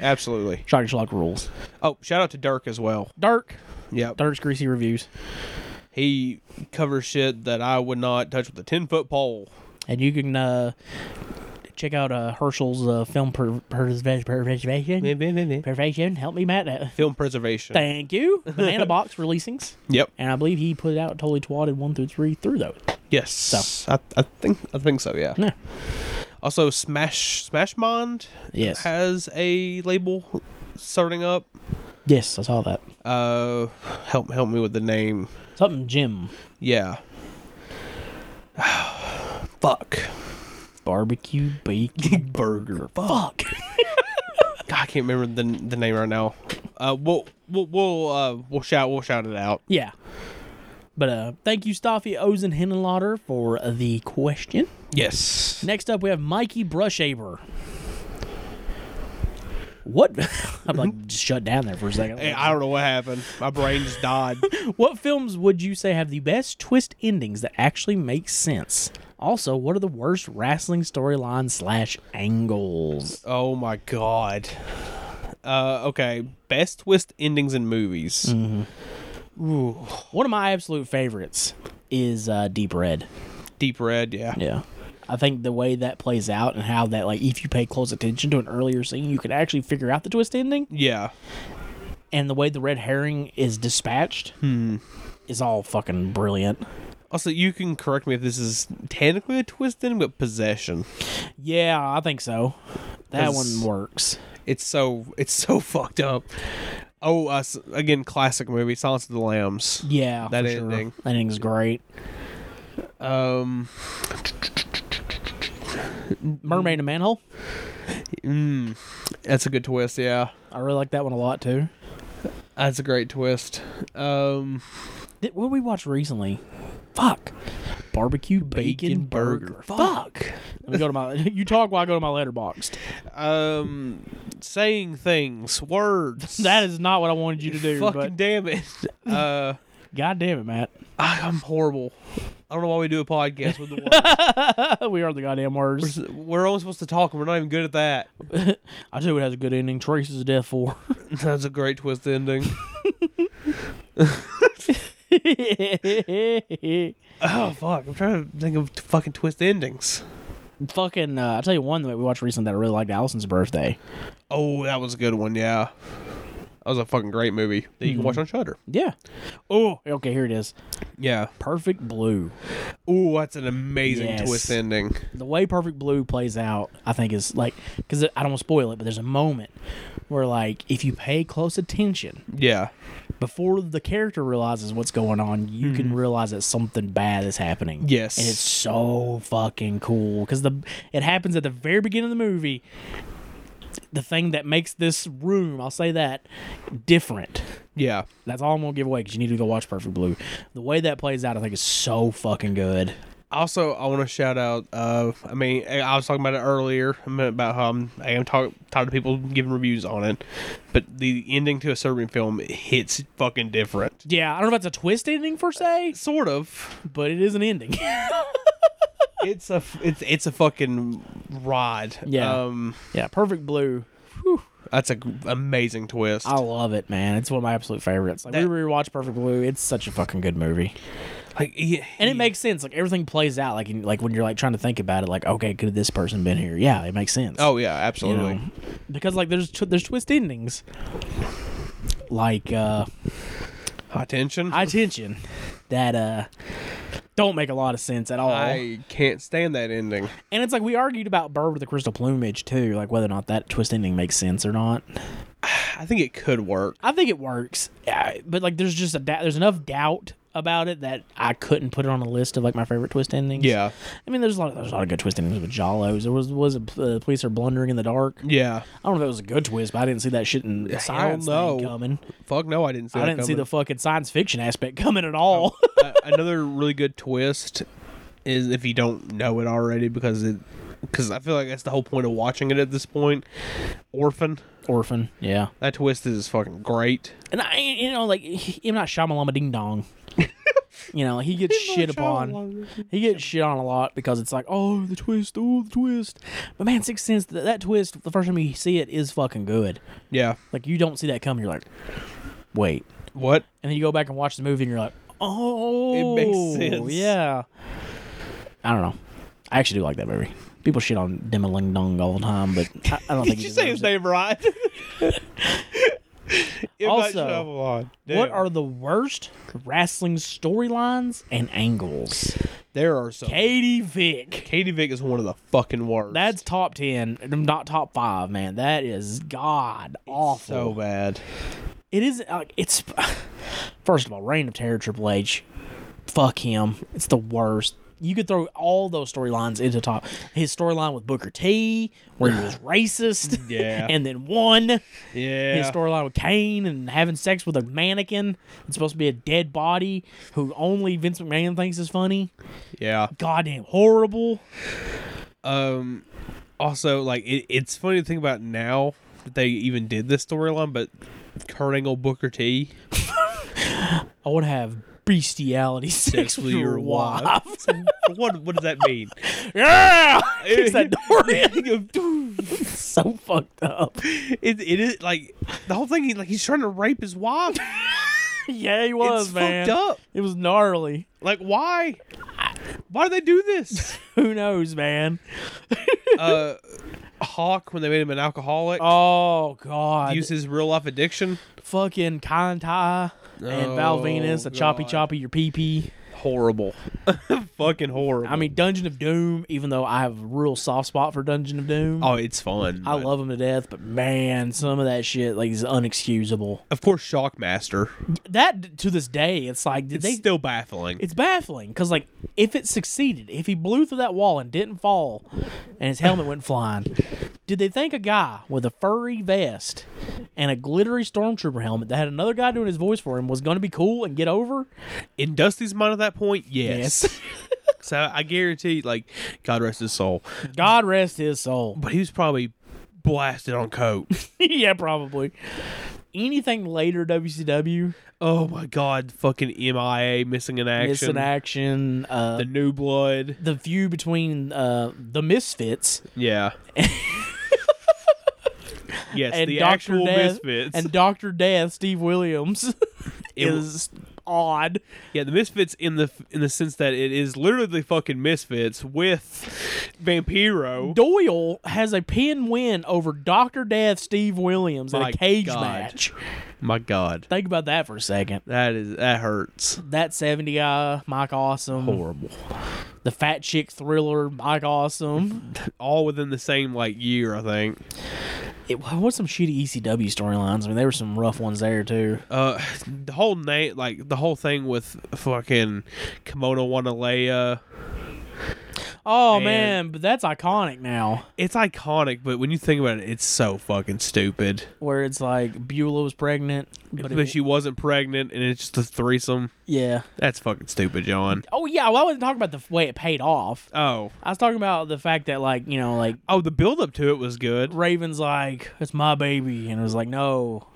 [SPEAKER 4] absolutely
[SPEAKER 3] Shock and Schlock rules.
[SPEAKER 4] oh shout out to dirk as well
[SPEAKER 3] Dirk.
[SPEAKER 4] yeah
[SPEAKER 3] Dirk's greasy reviews,
[SPEAKER 4] he covers shit that i would not touch with a 10 foot pole
[SPEAKER 3] and you can uh, check out uh, Herschel's uh, film per- per- preservation. Perfection. Help me, Matt. Uh,
[SPEAKER 4] film preservation
[SPEAKER 3] Thank you. Banana Box releasings.
[SPEAKER 4] yep
[SPEAKER 3] And I believe he put it out totally twatted one through three through those.
[SPEAKER 4] yes I, I think i think so yeah
[SPEAKER 3] Yeah.
[SPEAKER 4] also smash smash Mond
[SPEAKER 3] Yes.
[SPEAKER 4] has a label starting up
[SPEAKER 3] Yes, I saw that.
[SPEAKER 4] uh help help me with the name
[SPEAKER 3] Something Jim.
[SPEAKER 4] yeah fuck
[SPEAKER 3] Barbecue bacon burger. Fuck.
[SPEAKER 4] God, i can't remember the, the name right now uh we'll we'll we'll, uh, we'll shout we'll shout it out
[SPEAKER 3] yeah. But uh thank you, Staffy Ozen Henenlotter, for the question.
[SPEAKER 4] yes
[SPEAKER 3] Next up we have Mikey Brushaber. What I'm like just shut down there for a second.
[SPEAKER 4] Hey, i don't know what happened my brain just died
[SPEAKER 3] What films would you say have the best twist endings that actually make sense? Also, what are the worst wrestling storyline slash angles?
[SPEAKER 4] oh my god uh okay best twist endings in movies
[SPEAKER 3] One of my absolute favorites is uh, Deep Red.
[SPEAKER 4] deep red yeah
[SPEAKER 3] Yeah. I think the way that plays out and how that, like, if you pay close attention to an earlier scene, you could actually figure out the twist ending.
[SPEAKER 4] yeah
[SPEAKER 3] And the way the red herring is dispatched
[SPEAKER 4] Hmm.
[SPEAKER 3] is all fucking brilliant.
[SPEAKER 4] also you can correct me if this is technically a twist ending but possession
[SPEAKER 3] Yeah, I think so. That
[SPEAKER 4] Cause-
[SPEAKER 3] one works.
[SPEAKER 4] It's so it's so fucked up. Oh, uh, s- again, classic movie, Silence of the Lambs.
[SPEAKER 3] Yeah,
[SPEAKER 4] That
[SPEAKER 3] for sure.
[SPEAKER 4] ending.
[SPEAKER 3] That ending's great.
[SPEAKER 4] Um,
[SPEAKER 3] Mermaid and Manhole.
[SPEAKER 4] that's a good twist. Yeah,
[SPEAKER 3] I really like that one a lot too.
[SPEAKER 4] that's a great twist. Um,
[SPEAKER 3] Did, what did we watch recently? Fuck. Barbecue bacon,
[SPEAKER 4] Bacon
[SPEAKER 3] burger.
[SPEAKER 4] burger.
[SPEAKER 3] Fuck. Let me go to my. You talk while I go to my letterboxed.
[SPEAKER 4] um, saying things, words.
[SPEAKER 3] That is not what I wanted you to do.
[SPEAKER 4] fucking damn it. Uh,
[SPEAKER 3] but God damn it, Matt.
[SPEAKER 4] I- I'm horrible. I don't know why we do a podcast with the words.
[SPEAKER 3] we are the goddamn words.
[SPEAKER 4] We're only supposed to talk, and we're not even good at that.
[SPEAKER 3] I tell you, it has a good ending. Traces of Death for.
[SPEAKER 4] That's a great twist ending. Oh fuck! I'm trying to think of t- fucking twist endings.
[SPEAKER 3] Fucking, uh, I tell you one that we watched recently that I really liked. Allison's birthday.
[SPEAKER 4] Oh, that was a good one. Yeah, that was a fucking great movie that you can watch on Shutter.
[SPEAKER 3] Yeah. Oh, okay. Here it is.
[SPEAKER 4] Yeah.
[SPEAKER 3] Perfect Blue.
[SPEAKER 4] Oh, that's an amazing
[SPEAKER 3] Yes.
[SPEAKER 4] twist ending.
[SPEAKER 3] the way Perfect Blue plays out, I think is like because I don't want to spoil it, but there's a moment where like if you pay close attention
[SPEAKER 4] Yeah.
[SPEAKER 3] before the character realizes what's going on, you can realize that something bad is happening.
[SPEAKER 4] Mm-hmm. Yes.
[SPEAKER 3] and it's so fucking cool because the it happens at the very beginning of the movie. The thing that makes this room, I'll say that, different.
[SPEAKER 4] Yeah.
[SPEAKER 3] That's all I'm gonna give away because you need to go watch Perfect Blue. The way that plays out, I think, is so fucking good.
[SPEAKER 4] Also, I want to shout out. Uh, I mean, I I was talking about it earlier I mean, about how I'm, I am talk, tired of people giving reviews on it, but the ending to a Serbian film hits fucking different.
[SPEAKER 3] Yeah, I don't know if that's a twist ending per se,
[SPEAKER 4] Sort of.
[SPEAKER 3] but it is an ending.
[SPEAKER 4] It's a f- it's it's a fucking ride.
[SPEAKER 3] Yeah.
[SPEAKER 4] Um,
[SPEAKER 3] Yeah, Perfect Blue.
[SPEAKER 4] that's a g- amazing twist.
[SPEAKER 3] I love it, man. It's one of my absolute favorites. Like
[SPEAKER 4] That-
[SPEAKER 3] we rewatched Perfect Blue. It's such a fucking good movie,
[SPEAKER 4] like, he-
[SPEAKER 3] and it
[SPEAKER 4] he-
[SPEAKER 3] makes sense. Like everything plays out. Like in, like when you're like trying to think about it. Like okay, could this person been here? Yeah, it makes sense.
[SPEAKER 4] Oh yeah,
[SPEAKER 3] You
[SPEAKER 4] absolutely.
[SPEAKER 3] know? because like there's tw- there's twist endings. Like uh
[SPEAKER 4] High tension.
[SPEAKER 3] high tension, that uh don't make a lot of sense at all.
[SPEAKER 4] I can't stand that ending.
[SPEAKER 3] And it's like we argued about Bird with the Crystal Plumage too, like whether or not that twist ending makes sense or not.
[SPEAKER 4] I think it could work.
[SPEAKER 3] I think it works, yeah, but like there's just a da- there's enough doubt about it that I couldn't put it on a list of like my favorite twist endings.
[SPEAKER 4] Yeah.
[SPEAKER 3] I mean there's a lot of, there's a lot of good twist endings with Jollos. There was was it, uh, police are blundering in the dark.
[SPEAKER 4] Yeah.
[SPEAKER 3] I don't know if that was a good twist, but I didn't see that shit in the science
[SPEAKER 4] no.
[SPEAKER 3] thing coming.
[SPEAKER 4] Fuck no, I didn't see
[SPEAKER 3] I
[SPEAKER 4] that
[SPEAKER 3] didn't see
[SPEAKER 4] coming.
[SPEAKER 3] the fucking science fiction aspect coming at all.
[SPEAKER 4] Uh, another really good twist is if you don't know it already because it because I feel like that's the whole point of watching it at this point. Orphan,
[SPEAKER 3] Orphan, yeah.
[SPEAKER 4] that twist is fucking great.
[SPEAKER 3] And I, you know, like him not Shyamalama Ding Dong. you know, he gets shit upon. He gets shit on a lot because it's like, oh, the twist, oh, the twist. But man, Sixth Sense, that, that twist, the first time you see it is fucking good.
[SPEAKER 4] Yeah.
[SPEAKER 3] Like you don't see that coming, you're like, wait,
[SPEAKER 4] What?
[SPEAKER 3] and then you go back and watch the movie, and you're like, oh,
[SPEAKER 4] sense.
[SPEAKER 3] Yeah. I don't know. I actually do like that movie. People shit on Dimmeling Dong all the time, but I, I don't think
[SPEAKER 4] Did
[SPEAKER 3] he
[SPEAKER 4] you say
[SPEAKER 3] deserves
[SPEAKER 4] his
[SPEAKER 3] it.
[SPEAKER 4] name right? It might
[SPEAKER 3] Also,
[SPEAKER 4] shovel on.
[SPEAKER 3] What
[SPEAKER 4] Damn.
[SPEAKER 3] are the worst wrestling storylines and angles?
[SPEAKER 4] there are some
[SPEAKER 3] Katie Vick.
[SPEAKER 4] Katie Vick is one of the fucking worst.
[SPEAKER 3] That's top 10, not top 5, man. That is god awful.
[SPEAKER 4] so bad.
[SPEAKER 3] it is like it's first of all, Reign of Terror Triple H. Fuck him. It's the worst. You could throw all those storylines into top. His storyline with Booker T, where he was racist,
[SPEAKER 4] Yeah.
[SPEAKER 3] and then won.
[SPEAKER 4] Yeah.
[SPEAKER 3] his storyline with Kane and having sex with a mannequin. It's supposed to be a dead body who only Vince McMahon thinks is funny.
[SPEAKER 4] yeah.
[SPEAKER 3] Goddamn horrible.
[SPEAKER 4] Um. Also, like it, it's funny to think about now that they even did this storyline, but Kurt Angle Booker T
[SPEAKER 3] I want to have bestiality sex with your wife.
[SPEAKER 4] what what does that mean?
[SPEAKER 3] Yeah, kicks that door in. so fucked up.
[SPEAKER 4] It, it is like the whole thing. he- Like he's trying to rape his wife.
[SPEAKER 3] Yeah, he was
[SPEAKER 4] it's
[SPEAKER 3] man.
[SPEAKER 4] fucked up.
[SPEAKER 3] It was gnarly.
[SPEAKER 4] Like why? Why do they do this?
[SPEAKER 3] Who knows, man?
[SPEAKER 4] Uh, Hawk when they made him an alcoholic.
[SPEAKER 3] Oh god,
[SPEAKER 4] Use his real life addiction.
[SPEAKER 3] fucking Kantai and Val
[SPEAKER 4] Oh,
[SPEAKER 3] Venus, a choppy
[SPEAKER 4] God.
[SPEAKER 3] choppy your pee pee.
[SPEAKER 4] Horrible, fucking horrible.
[SPEAKER 3] I mean, Dungeon of Doom. Even though I have a real soft spot for Dungeon of Doom,
[SPEAKER 4] oh, it's fun.
[SPEAKER 3] I
[SPEAKER 4] but-
[SPEAKER 3] love him to death. But man, some of that shit like is unexcusable.
[SPEAKER 4] Of course, Shockmaster.
[SPEAKER 3] That to this day, it's like did
[SPEAKER 4] It's
[SPEAKER 3] they
[SPEAKER 4] still baffling.
[SPEAKER 3] it's baffling because like if it succeeded if he blew through that wall and didn't fall and his helmet went flying did they think a guy with a furry vest and a glittery stormtrooper helmet that had another guy doing his voice for him was going to be cool and get over
[SPEAKER 4] In Dusty's mind at that point, yes. so I guarantee, like, God rest his soul.
[SPEAKER 3] god rest his soul
[SPEAKER 4] But he was probably blasted on coke.
[SPEAKER 3] yeah probably anything later wcw
[SPEAKER 4] oh my God, fucking MIA missing in action.
[SPEAKER 3] missing action uh
[SPEAKER 4] The new blood.
[SPEAKER 3] the feud between uh, the misfits
[SPEAKER 4] Yeah. yes,
[SPEAKER 3] and
[SPEAKER 4] the
[SPEAKER 3] Dr.
[SPEAKER 4] actual
[SPEAKER 3] Death
[SPEAKER 4] misfits.
[SPEAKER 3] and Doctor Death, Steve Williams,
[SPEAKER 4] It w-
[SPEAKER 3] is odd.
[SPEAKER 4] yeah, the misfits in the in the sense that it is literally the fucking misfits with Vampiro.
[SPEAKER 3] Doyle has a pin win over Doctor Death Steve Williams in
[SPEAKER 4] My
[SPEAKER 3] a cage
[SPEAKER 4] God.
[SPEAKER 3] match.
[SPEAKER 4] my God,
[SPEAKER 3] Think about that for a second.
[SPEAKER 4] that is that hurts.
[SPEAKER 3] That 70 guy, Mike Awesome.
[SPEAKER 4] Horrible.
[SPEAKER 3] The fat chick thriller, Mike Awesome.
[SPEAKER 4] All within the same like year, I think.
[SPEAKER 3] It was some shitty ECW storylines. I mean, there were some rough ones there, too.
[SPEAKER 4] Uh, the whole name, like the whole thing with fucking Kimono Wanalea,
[SPEAKER 3] Oh,
[SPEAKER 4] Man.
[SPEAKER 3] man, but that's iconic now.
[SPEAKER 4] it's iconic. But when you think about it, it's so fucking stupid.
[SPEAKER 3] Where it's like Beulah was pregnant, but
[SPEAKER 4] But,
[SPEAKER 3] it,
[SPEAKER 4] she wasn't pregnant, and it's just a threesome.
[SPEAKER 3] yeah.
[SPEAKER 4] That's fucking stupid, John.
[SPEAKER 3] Oh, yeah. Well, I wasn't talking about the f- way it paid off.
[SPEAKER 4] Oh,
[SPEAKER 3] I was talking about the fact that, like, you know, like
[SPEAKER 4] oh, the build up to it was good.
[SPEAKER 3] Raven's like, it's my baby. And it was like, no,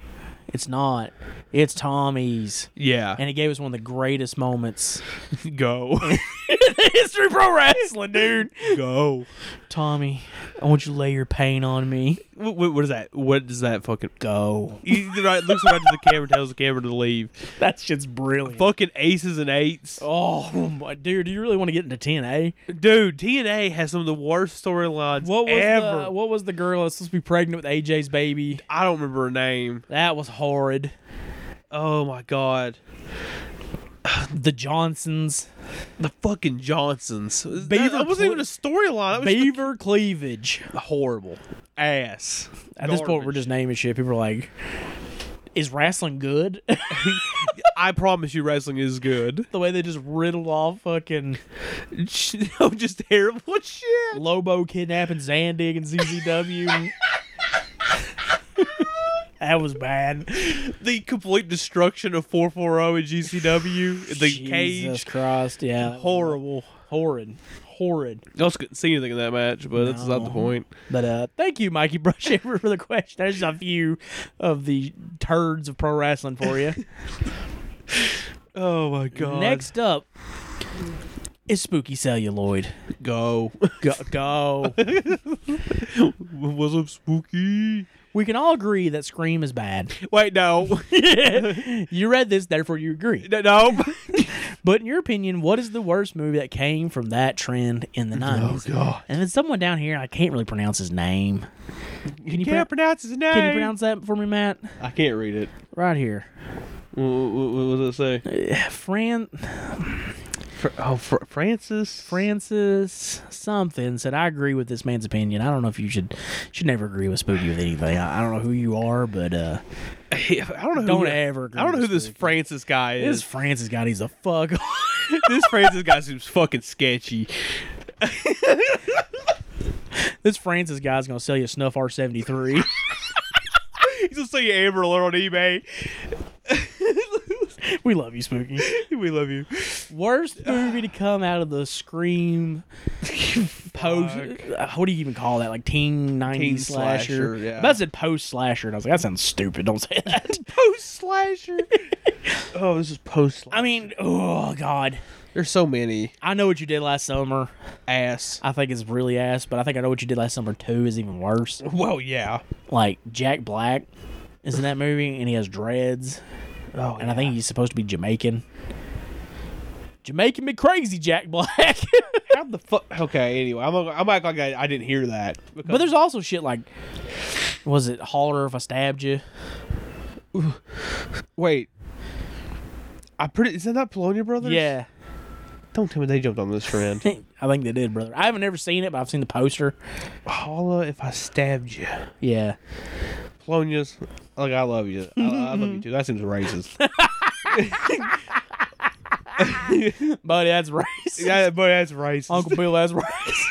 [SPEAKER 3] it's not. It's Tommy's.
[SPEAKER 4] Yeah,
[SPEAKER 3] And he gave us one of the greatest moments
[SPEAKER 4] go,
[SPEAKER 3] in the history of pro wrestling, dude.
[SPEAKER 4] go.
[SPEAKER 3] Tommy, I want you to lay your pain on me.
[SPEAKER 4] What, what, what is that? What does that fucking?
[SPEAKER 3] Go.
[SPEAKER 4] He right, looks right to the camera, tells the camera to leave.
[SPEAKER 3] That shit's brilliant.
[SPEAKER 4] Fucking aces and eights,
[SPEAKER 3] Oh, my dude, do you really want to get into 10, eh?
[SPEAKER 4] dude. TNA has some of the worst storylines
[SPEAKER 3] What was
[SPEAKER 4] ever.
[SPEAKER 3] The, what was the girl that's supposed to be pregnant with AJ's baby?
[SPEAKER 4] I don't remember her name.
[SPEAKER 3] That was horrid.
[SPEAKER 4] Oh my god.
[SPEAKER 3] the Johnsons,
[SPEAKER 4] The fucking Johnsons. That-
[SPEAKER 3] Beaver
[SPEAKER 4] that wasn't
[SPEAKER 3] Cl-
[SPEAKER 4] even a storyline. That was
[SPEAKER 3] Beaver Cleavage.
[SPEAKER 4] just horrible. Ass.
[SPEAKER 3] At this point, we're
[SPEAKER 4] Garbage.
[SPEAKER 3] just naming shit. People are like, "Is wrestling good?"
[SPEAKER 4] I promise you, wrestling is good.
[SPEAKER 3] the way they just riddled off fucking
[SPEAKER 4] no, just terrible shit.
[SPEAKER 3] Lobo kidnapping Zandig and ZZW. that was bad.
[SPEAKER 4] The complete destruction of 440 and GCW. The
[SPEAKER 3] Jesus
[SPEAKER 4] cage.
[SPEAKER 3] Christ, yeah,
[SPEAKER 4] Horrible.
[SPEAKER 3] horrid, horrid.
[SPEAKER 4] I also couldn't see anything in that match, but that's not the
[SPEAKER 3] No.
[SPEAKER 4] point.
[SPEAKER 3] But uh, thank you, Mikey Brushaver, for the question. There's just a few of the turds of pro wrestling for you.
[SPEAKER 4] Oh my god.
[SPEAKER 3] Next up is Spooky Celluloid.
[SPEAKER 4] go.
[SPEAKER 3] Go. go.
[SPEAKER 4] Was up spooky?
[SPEAKER 3] we can all agree that Scream is bad.
[SPEAKER 4] Wait, no.
[SPEAKER 3] you read this, therefore you agree.
[SPEAKER 4] no.
[SPEAKER 3] But in your opinion, what is the worst movie that came from that trend in the 90s?
[SPEAKER 4] Oh, God.
[SPEAKER 3] And then someone down here, I can't really pronounce his name. Can you,
[SPEAKER 4] Can't
[SPEAKER 3] pro-
[SPEAKER 4] pronounce his name.
[SPEAKER 3] can you pronounce that for me, Matt?
[SPEAKER 4] I can't read it.
[SPEAKER 3] Right here.
[SPEAKER 4] What, what, does it say?
[SPEAKER 3] Fran
[SPEAKER 4] oh, Fr- Francis.
[SPEAKER 3] Francis something said, I agree with this man's opinion. I don't know if you should should never agree with Spooky with anything. I, I don't know who you are, but uh
[SPEAKER 4] I don't know.
[SPEAKER 3] Don't
[SPEAKER 4] who,
[SPEAKER 3] ever agree
[SPEAKER 4] I don't know who
[SPEAKER 3] with
[SPEAKER 4] this
[SPEAKER 3] Spooky.
[SPEAKER 4] Francis guy
[SPEAKER 3] this
[SPEAKER 4] is.
[SPEAKER 3] Francis guy needs a fuck
[SPEAKER 4] this Francis guy seems fucking sketchy.
[SPEAKER 3] This Francis guy's gonna sell you a Snuff R seventy three.
[SPEAKER 4] He's just like Amber Alert on eBay.
[SPEAKER 3] We love you, Spooky.
[SPEAKER 4] We love you.
[SPEAKER 3] Worst movie to come out of the Scream post. uh,
[SPEAKER 4] Fuck.
[SPEAKER 3] What do you even call that? Like teen
[SPEAKER 4] Teen
[SPEAKER 3] nineties slasher.
[SPEAKER 4] slasher, yeah.
[SPEAKER 3] But I said post slasher, and I was like, that sounds stupid. Don't say that.
[SPEAKER 4] Post slasher. oh, this is post slasher.
[SPEAKER 3] I mean, oh god,
[SPEAKER 4] There's so many
[SPEAKER 3] I know what you did last summer.
[SPEAKER 4] ass.
[SPEAKER 3] I think it's really ass, but I think I know what you did last summer too is even worse.
[SPEAKER 4] Well, yeah.
[SPEAKER 3] Like Jack Black is in that movie, and he has dreads,
[SPEAKER 4] Oh,
[SPEAKER 3] and I think he's supposed to be Jamaican. Jamaican me crazy, Jack Black.
[SPEAKER 4] how the fuck? Okay. Anyway, I'm I'm act like I, I didn't hear that.
[SPEAKER 3] But there's also shit like, was it holler if I stabbed you?
[SPEAKER 4] wait. I pretty is that not Polonia Brothers?
[SPEAKER 3] Yeah,
[SPEAKER 4] Don't tell me they jumped on this trend.
[SPEAKER 3] I think they did, brother. I haven't ever seen it, but I've seen the poster.
[SPEAKER 4] Paula, if I stabbed you,
[SPEAKER 3] Yeah,
[SPEAKER 4] Polonia's like I love you. I, I love you too. That seems racist.
[SPEAKER 3] buddy, that's racist.
[SPEAKER 4] yeah, but that's racist.
[SPEAKER 3] Uncle Bill, that's racist.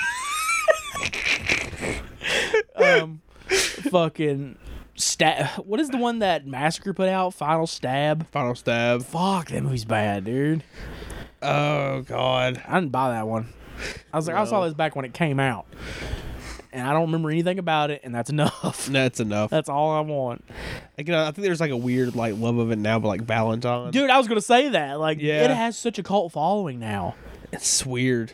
[SPEAKER 3] um, fucking stab. What is the one that Massacre put out? Final Stab.
[SPEAKER 4] Final stab.
[SPEAKER 3] Fuck, that movie's bad, dude.
[SPEAKER 4] Oh God.
[SPEAKER 3] I didn't buy that one. I was like, I saw this back when it came out, and I don't remember anything about it, and that's enough.
[SPEAKER 4] That's enough.
[SPEAKER 3] That's all I want.
[SPEAKER 4] Again, I think there's like a weird like love of it now, but like Valentine.
[SPEAKER 3] Dude, I was gonna say that. Like,
[SPEAKER 4] Yeah.
[SPEAKER 3] it has such a cult following now.
[SPEAKER 4] it's weird.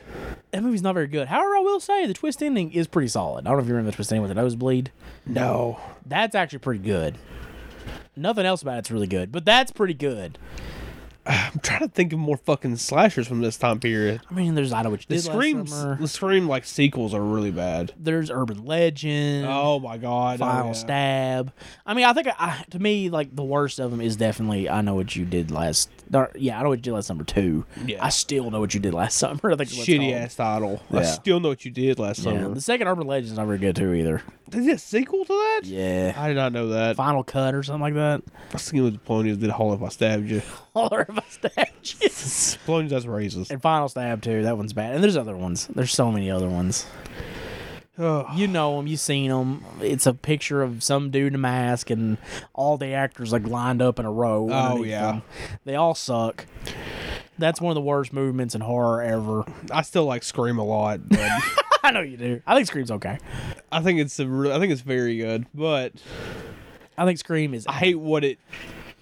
[SPEAKER 3] That movie's not very good. However, I will say the twist ending is pretty solid. I don't know if you remember the twist ending with the nosebleed.
[SPEAKER 4] No.
[SPEAKER 3] That's actually pretty good. Nothing else about it's really good, but that's pretty good.
[SPEAKER 4] I'm trying to think of more fucking slashers from this time period.
[SPEAKER 3] I mean, there's I know what you
[SPEAKER 4] The
[SPEAKER 3] did
[SPEAKER 4] screams,
[SPEAKER 3] last summer.
[SPEAKER 4] the scream like sequels are really bad.
[SPEAKER 3] There's Urban Legend.
[SPEAKER 4] Oh my god. oh,
[SPEAKER 3] Final
[SPEAKER 4] yeah.
[SPEAKER 3] Stab. I mean, I think I, to me, like the worst of them is definitely I know what you did last. or, Yeah, I know what you did last summer two.
[SPEAKER 4] Yeah.
[SPEAKER 3] I still know what you did last summer. I think is what it's
[SPEAKER 4] Shitty
[SPEAKER 3] called.
[SPEAKER 4] ass title. I
[SPEAKER 3] Yeah.
[SPEAKER 4] still know what you did last
[SPEAKER 3] Yeah.
[SPEAKER 4] summer.
[SPEAKER 3] The second Urban Legend's not very good too either.
[SPEAKER 4] Is there a sequel to that?
[SPEAKER 3] Yeah.
[SPEAKER 4] I did not know that.
[SPEAKER 3] Final Cut or something like that.
[SPEAKER 4] I was thinking it was Polonius did Hall if I stabbed you.
[SPEAKER 3] Or if I stabbed you.
[SPEAKER 4] Polonius, that's racist.
[SPEAKER 3] And Final Stab too. That one's bad. And there's other ones. There's so many other ones.
[SPEAKER 4] Oh,
[SPEAKER 3] You know them. You seen them. It's a picture of some dude in a mask and all the actors like lined up in a row. underneath
[SPEAKER 4] Oh, yeah.
[SPEAKER 3] them. They all suck. That's one of the worst movements in horror ever.
[SPEAKER 4] I still like Scream a lot. But
[SPEAKER 3] I know you do. I think Scream's okay.
[SPEAKER 4] I think it's a re- I think it's very good, but
[SPEAKER 3] I think Scream is.
[SPEAKER 4] I hate what it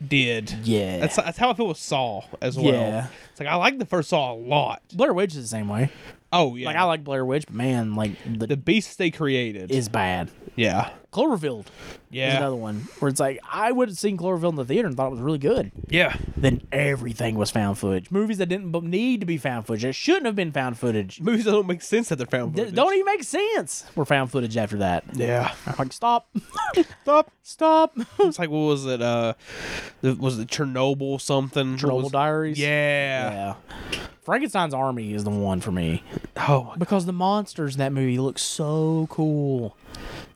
[SPEAKER 4] did.
[SPEAKER 3] yeah.
[SPEAKER 4] That's, that's how I feel with Saw as well.
[SPEAKER 3] Yeah.
[SPEAKER 4] It's like I like the first Saw a lot.
[SPEAKER 3] Blair Witch is the same way.
[SPEAKER 4] Oh yeah.
[SPEAKER 3] Like I like Blair Witch, but man, like the,
[SPEAKER 4] the beasts they created.
[SPEAKER 3] is bad.
[SPEAKER 4] yeah.
[SPEAKER 3] Cloverfield is
[SPEAKER 4] Yeah.
[SPEAKER 3] another one where it's like I would have seen Cloverfield in the theater and thought it was really good.
[SPEAKER 4] Yeah.
[SPEAKER 3] Then everything was found footage. Movies that didn't b- need to be found footage that shouldn't have been found footage
[SPEAKER 4] Movies that don't make sense that they're found.
[SPEAKER 3] that
[SPEAKER 4] footage.
[SPEAKER 3] don't even make sense were found footage after that.
[SPEAKER 4] Yeah.
[SPEAKER 3] I'm like stop,
[SPEAKER 4] Stop.
[SPEAKER 3] stop.
[SPEAKER 4] It's like what was it? Uh, the, was it Chernobyl something?
[SPEAKER 3] Trouble Diaries.
[SPEAKER 4] Yeah.
[SPEAKER 3] Yeah. Frankenstein's Army is the one for me
[SPEAKER 4] Oh. my-
[SPEAKER 3] because the monsters in that movie look so cool.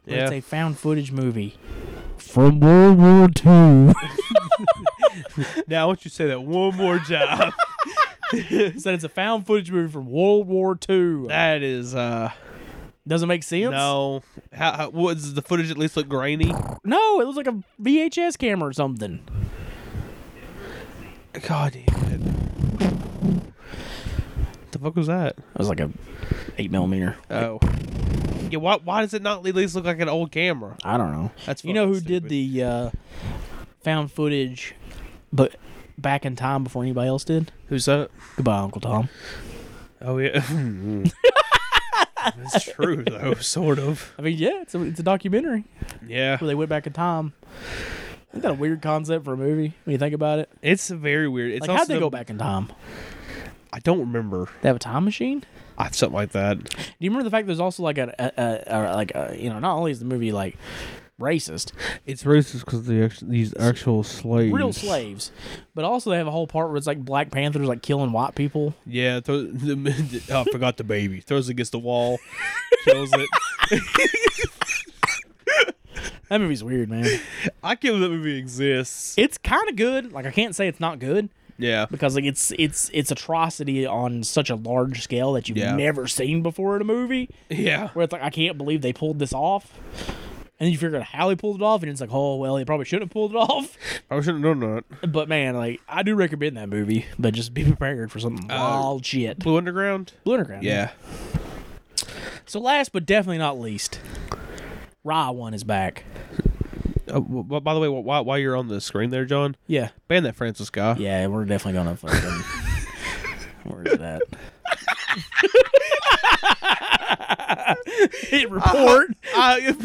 [SPEAKER 3] But
[SPEAKER 4] Yeah.
[SPEAKER 3] It's a found footage movie from World War II.
[SPEAKER 4] Now I want you to say that one more time.
[SPEAKER 3] Said it's a found footage movie from World War II.
[SPEAKER 4] that is uh
[SPEAKER 3] Doesn't make sense.
[SPEAKER 4] no. How, how was the footage at least look grainy?
[SPEAKER 3] no, it looks like a VHS camera or something.
[SPEAKER 4] God damn it. The fuck was that?
[SPEAKER 3] It was like a eight millimeter.
[SPEAKER 4] Oh. Yeah, why, why does it not at least look like an old camera?
[SPEAKER 3] I don't know.
[SPEAKER 4] That's
[SPEAKER 3] you know who
[SPEAKER 4] fucking
[SPEAKER 3] did
[SPEAKER 4] stupid.
[SPEAKER 3] the uh, found footage, but back in time before anybody else did.
[SPEAKER 4] Who's that?
[SPEAKER 3] Goodbye, Uncle Tom.
[SPEAKER 4] Oh yeah. That's true though, sort of.
[SPEAKER 3] I mean, yeah, it's a, it's a documentary
[SPEAKER 4] Yeah.
[SPEAKER 3] where they went back in time. Isn't that a weird concept for a movie when you think about it?
[SPEAKER 4] It's very weird. It's
[SPEAKER 3] Like, how'd
[SPEAKER 4] also
[SPEAKER 3] they
[SPEAKER 4] the-
[SPEAKER 3] go back in time?
[SPEAKER 4] I don't remember.
[SPEAKER 3] They have a time machine.
[SPEAKER 4] I have something like that.
[SPEAKER 3] Do you remember the fact there's also like a, a, a, a like a, you know not only is the movie like racist,
[SPEAKER 4] It's racist because the actual, these actual slaves,
[SPEAKER 3] real slaves, but also they have a whole part where it's like Black Panthers like killing white people.
[SPEAKER 4] Yeah, throw, the, oh, I forgot the baby. Throws it against the wall, kills it.
[SPEAKER 3] That movie's weird, man.
[SPEAKER 4] I can't believe that movie exists.
[SPEAKER 3] it's kind of good. Like I can't say it's not good
[SPEAKER 4] Yeah,
[SPEAKER 3] because like it's it's it's atrocity on such a large scale that you've
[SPEAKER 4] Yeah.
[SPEAKER 3] never seen before in a movie.
[SPEAKER 4] yeah.
[SPEAKER 3] Where it's like I can't believe they pulled this off. And then you figure out how they pulled it off, and it's like, oh well, they probably should have pulled it off.
[SPEAKER 4] I shouldn't have done that.
[SPEAKER 3] But man, like I do recommend that movie, but just be prepared for some wild shit.
[SPEAKER 4] Blue Underground.
[SPEAKER 3] Blue Underground.
[SPEAKER 4] Uh, Yeah,
[SPEAKER 3] So last but definitely not least, Ra One is back.
[SPEAKER 4] Uh, w- w- by the way, while, while you're on the screen there, John,
[SPEAKER 3] Yeah.
[SPEAKER 4] ban that Francis guy.
[SPEAKER 3] Yeah, we're definitely gonna fucking. Where's that? Hit
[SPEAKER 4] Uh-huh.
[SPEAKER 3] report.
[SPEAKER 4] I,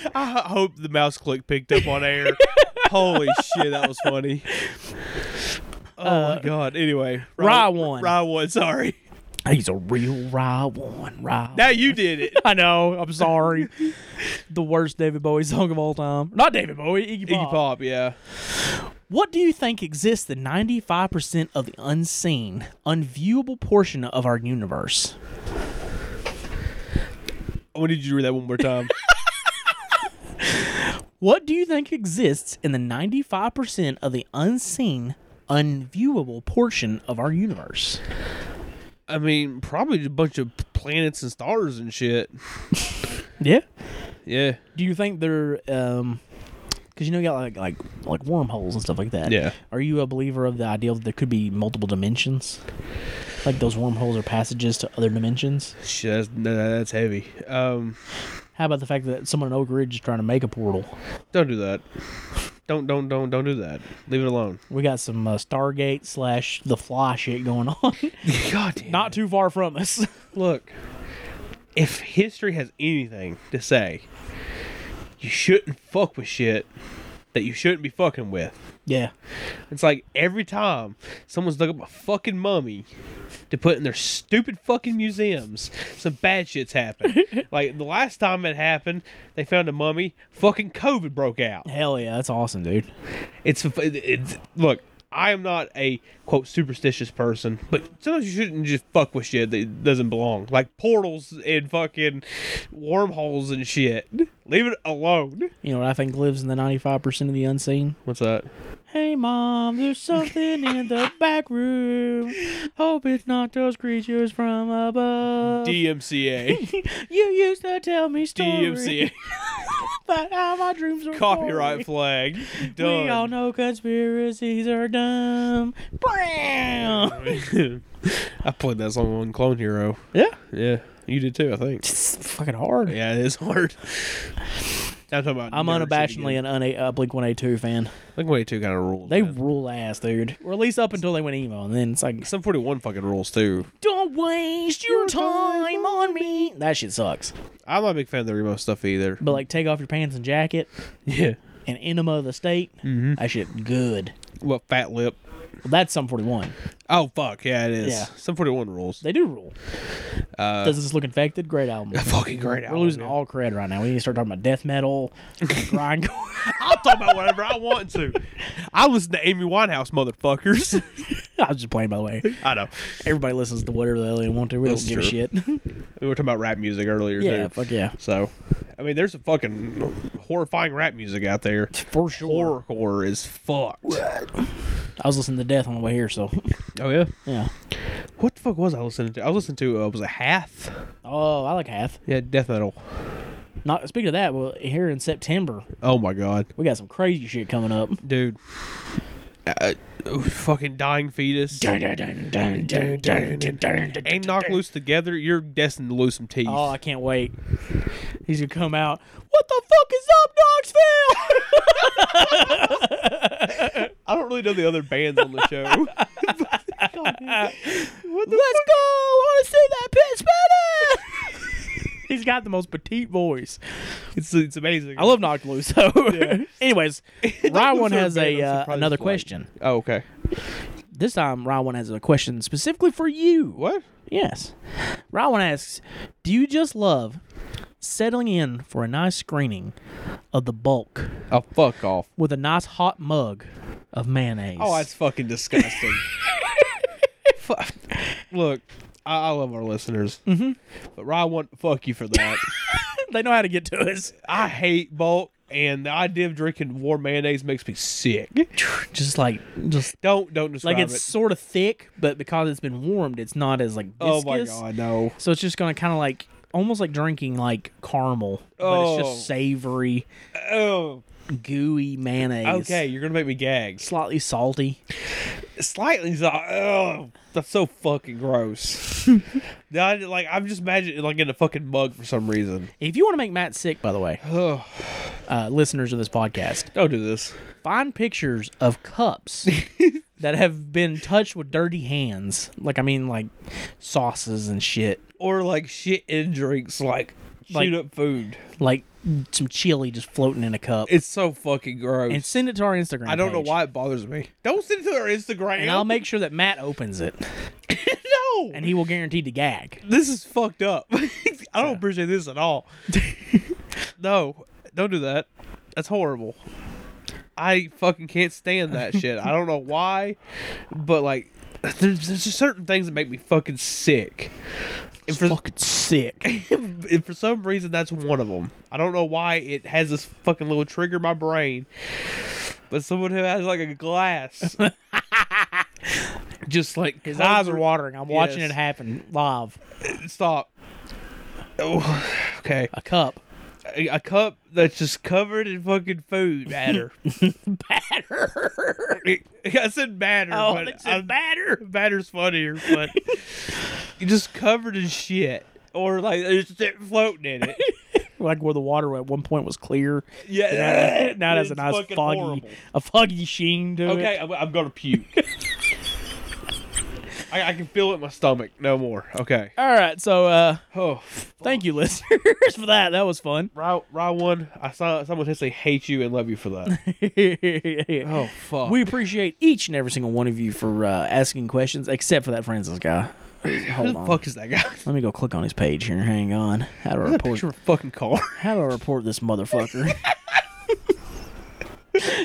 [SPEAKER 4] I hope the mouse click picked up on air. Holy shit, that was funny. Oh my god. Anyway,
[SPEAKER 3] Uh, Rye one.
[SPEAKER 4] Rye one. Sorry.
[SPEAKER 3] He's a real raw one, raw.
[SPEAKER 4] Now you did it.
[SPEAKER 3] I know. I'm sorry. the worst David Bowie song of all time. Not David Bowie. Iggy Pop.
[SPEAKER 4] Iggy Pop. Yeah.
[SPEAKER 3] What do you think exists in 95% of the unseen, unviewable portion of our universe?
[SPEAKER 4] I wanted you to read that one more time.
[SPEAKER 3] What do you think exists in the 95% of the unseen, unviewable portion of our universe?
[SPEAKER 4] I mean, probably a bunch of planets and stars and shit.
[SPEAKER 3] Yeah.
[SPEAKER 4] Yeah.
[SPEAKER 3] Do you think they're um because you know you got like like like wormholes and stuff like that.
[SPEAKER 4] Yeah.
[SPEAKER 3] Are you a believer of the idea that there could be multiple dimensions? Like those wormholes are passages to other dimensions?
[SPEAKER 4] Shit, that's, no, that's heavy. Um,
[SPEAKER 3] How about the fact that someone in Oak Ridge is trying to make a portal?
[SPEAKER 4] don't do that. Don't don't don't don't do that. Leave it alone.
[SPEAKER 3] We got some uh, Stargate slash the fly shit going on.
[SPEAKER 4] God damn.
[SPEAKER 3] Not too far from us.
[SPEAKER 4] look. If history has anything to say, you shouldn't fuck with shit that you shouldn't be fucking with.
[SPEAKER 3] yeah.
[SPEAKER 4] It's like every time someone's dug up a fucking mummy to put in their stupid fucking museums, some bad shit's happened. like the last time it happened, they found a mummy. Fucking COVID broke out.
[SPEAKER 3] Hell yeah, that's awesome, dude.
[SPEAKER 4] It's, it's look. I am not a quote superstitious person, but sometimes you shouldn't just fuck with shit that doesn't belong, like portals and fucking wormholes and shit. Leave it alone.
[SPEAKER 3] You know what I think lives in the 95% of the unseen?
[SPEAKER 4] What's that?
[SPEAKER 3] Hey mom, there's something in the back room. Hope it's not those creatures from above.
[SPEAKER 4] DMCA.
[SPEAKER 3] you used to tell me stories,
[SPEAKER 4] DMCA.
[SPEAKER 3] but now my dreams are
[SPEAKER 4] Copyright
[SPEAKER 3] gory.
[SPEAKER 4] flag. Done.
[SPEAKER 3] We all know conspiracies are dumb. Bam.
[SPEAKER 4] I played that song on Clone Hero.
[SPEAKER 3] Yeah,
[SPEAKER 4] Yeah, you did too, I think.
[SPEAKER 3] it's fucking hard.
[SPEAKER 4] Yeah, it is hard. I'm talking about.
[SPEAKER 3] I'm
[SPEAKER 4] never see it
[SPEAKER 3] unabashedly
[SPEAKER 4] again.
[SPEAKER 3] an una- uh, Blink 182 fan.
[SPEAKER 4] Blink One Eight Two kind of rules.
[SPEAKER 3] They
[SPEAKER 4] man.
[SPEAKER 3] rule ass, dude. Or at least up until they went emo, and then it's like,
[SPEAKER 4] some Forty One fucking rules too.
[SPEAKER 3] don't waste your time on me. That shit sucks.
[SPEAKER 4] I'm not a big fan of the remote stuff either.
[SPEAKER 3] But like, take off your pants and jacket
[SPEAKER 4] Yeah.
[SPEAKER 3] and enema of the state.
[SPEAKER 4] Mm-hmm.
[SPEAKER 3] That shit good.
[SPEAKER 4] What fat lip?
[SPEAKER 3] Well, that's some 41.
[SPEAKER 4] Oh fuck, yeah, it is.
[SPEAKER 3] Yeah.
[SPEAKER 4] Some Forty One rules.
[SPEAKER 3] They do rule. Does this look infected? Great album.
[SPEAKER 4] Uh, fucking great
[SPEAKER 3] We're losing all cred right now. We need to start talking about death metal, grindcore.
[SPEAKER 4] I'll talk about whatever I want to. I listen to Amy Winehouse, motherfuckers.
[SPEAKER 3] I was just playing, by the way.
[SPEAKER 4] I know.
[SPEAKER 3] Everybody listens to whatever the hell they want to. We don't
[SPEAKER 4] That's
[SPEAKER 3] give
[SPEAKER 4] true.
[SPEAKER 3] a shit.
[SPEAKER 4] We were talking about rap music earlier
[SPEAKER 3] yeah,
[SPEAKER 4] too.
[SPEAKER 3] fuck yeah,
[SPEAKER 4] So, I mean, there's some fucking horrifying rap music out there.
[SPEAKER 3] for sure.
[SPEAKER 4] Horrorcore is fucked.
[SPEAKER 3] I was listening to death on the way here, so
[SPEAKER 4] Oh yeah.
[SPEAKER 3] yeah.
[SPEAKER 4] What the fuck was I listening to? I was listening to uh, was it Hath?
[SPEAKER 3] Oh, I like Hath.
[SPEAKER 4] Yeah, death metal.
[SPEAKER 3] Not speaking of that, well, here in September
[SPEAKER 4] Oh my god,
[SPEAKER 3] we got some crazy shit coming up.
[SPEAKER 4] dude. Uh, oh, fucking dying fetus. And knock loose together, you're destined to lose some teeth.
[SPEAKER 3] Oh, I can't wait. He's gonna come out. What the fuck is up, Knoxville?
[SPEAKER 4] I don't really know the other bands on the show.
[SPEAKER 3] Let's go. I want to see that pitch better. He's got the most petite voice.
[SPEAKER 4] it's it's amazing.
[SPEAKER 3] I love Noctilus. So, anyways, Rywan
[SPEAKER 4] are
[SPEAKER 3] has
[SPEAKER 4] bad.
[SPEAKER 3] a
[SPEAKER 4] I'm
[SPEAKER 3] uh,
[SPEAKER 4] surprised
[SPEAKER 3] another
[SPEAKER 4] it's light.
[SPEAKER 3] question.
[SPEAKER 4] Oh okay.
[SPEAKER 3] This time, Rywan has a question specifically for you.
[SPEAKER 4] What?
[SPEAKER 3] Yes. Rywan asks, "Do you just love settling in for a nice screening of the bulk
[SPEAKER 4] Oh fuck off.
[SPEAKER 3] with a nice hot mug of mayonnaise?"
[SPEAKER 4] Oh, that's fucking disgusting. Fuck. Look, I, I love our listeners, mm-hmm. but I want fuck you for that.
[SPEAKER 3] they know how to get to us.
[SPEAKER 4] I hate bulk, and the idea of drinking warm mayonnaise makes me sick.
[SPEAKER 3] Just like, just
[SPEAKER 4] Don't don't describe
[SPEAKER 3] like it's
[SPEAKER 4] it.
[SPEAKER 3] sort of thick, but because it's been warmed, it's not as like
[SPEAKER 4] Oh
[SPEAKER 3] viscous.
[SPEAKER 4] my god, no.
[SPEAKER 3] So it's just gonna kind of like almost like drinking like caramel, but it's
[SPEAKER 4] Oh.
[SPEAKER 3] just savory,
[SPEAKER 4] Oh,
[SPEAKER 3] gooey mayonnaise.
[SPEAKER 4] okay, you're gonna make me gag.
[SPEAKER 3] slightly salty.
[SPEAKER 4] Slightly, so- oh, that's so fucking gross. Now, I- like I'm just imagining like in a fucking mug for some reason.
[SPEAKER 3] If you want to make Matt sick, by the way,
[SPEAKER 4] Ugh.
[SPEAKER 3] uh, listeners of this podcast,
[SPEAKER 4] Don't do this.
[SPEAKER 3] find pictures of cups that have been touched with dirty hands. Like I mean, like sauces and shit,
[SPEAKER 4] Or like shit in drinks, like,
[SPEAKER 3] Like-
[SPEAKER 4] shoot up food.
[SPEAKER 3] like some chili just floating in a cup.
[SPEAKER 4] It's so fucking gross.
[SPEAKER 3] and send it to our Instagram.
[SPEAKER 4] I don't know
[SPEAKER 3] page.
[SPEAKER 4] why it bothers me. Don't send it to our Instagram.
[SPEAKER 3] And I'll make sure that Matt opens it,
[SPEAKER 4] no.
[SPEAKER 3] and he will guarantee to gag.
[SPEAKER 4] this is fucked up. I don't appreciate this at all. no, don't do that. That's horrible. I fucking can't stand that shit. I don't know why, but like, there's, there's just certain things that make me fucking sick. And for,
[SPEAKER 3] fucking sick.
[SPEAKER 4] and for some reason, that's one of them. I don't know why it has this fucking little trigger in my brain, but someone who has like a glass. Just like
[SPEAKER 3] His eyes are watering. I'm watching
[SPEAKER 4] Yes.
[SPEAKER 3] it happen live.
[SPEAKER 4] Stop. Oh, okay.
[SPEAKER 3] A cup.
[SPEAKER 4] a, a cup that's just covered in fucking food batter.
[SPEAKER 3] Batter.
[SPEAKER 4] I said batter,
[SPEAKER 3] Oh,
[SPEAKER 4] but
[SPEAKER 3] they said
[SPEAKER 4] I-
[SPEAKER 3] batter.
[SPEAKER 4] batter's funnier, but you're just covered in shit. Or like there's shit floating in it.
[SPEAKER 3] Like where the water at one point was clear.
[SPEAKER 4] Yeah,
[SPEAKER 3] Now it has a
[SPEAKER 4] It's
[SPEAKER 3] nice
[SPEAKER 4] fucking
[SPEAKER 3] foggy,
[SPEAKER 4] horrible.
[SPEAKER 3] a foggy sheen to
[SPEAKER 4] Okay,
[SPEAKER 3] it.
[SPEAKER 4] I'm, I'm gonna puke. I, I can feel it in my stomach. No more. Okay.
[SPEAKER 3] All right. So, uh,
[SPEAKER 4] Oh,
[SPEAKER 3] thank you, listeners, for that. That was fun.
[SPEAKER 4] right, right one. I saw someone say hate you and love you for that. oh fuck.
[SPEAKER 3] We appreciate each and every single one of you for uh, asking questions, except for that Francis guy.
[SPEAKER 4] Who
[SPEAKER 3] Hold
[SPEAKER 4] the
[SPEAKER 3] on.
[SPEAKER 4] fuck is that guy?
[SPEAKER 3] Let me go click on his page here. Hang on. How do I
[SPEAKER 4] That
[SPEAKER 3] report?
[SPEAKER 4] picture of a fucking car.
[SPEAKER 3] How do I report this motherfucker?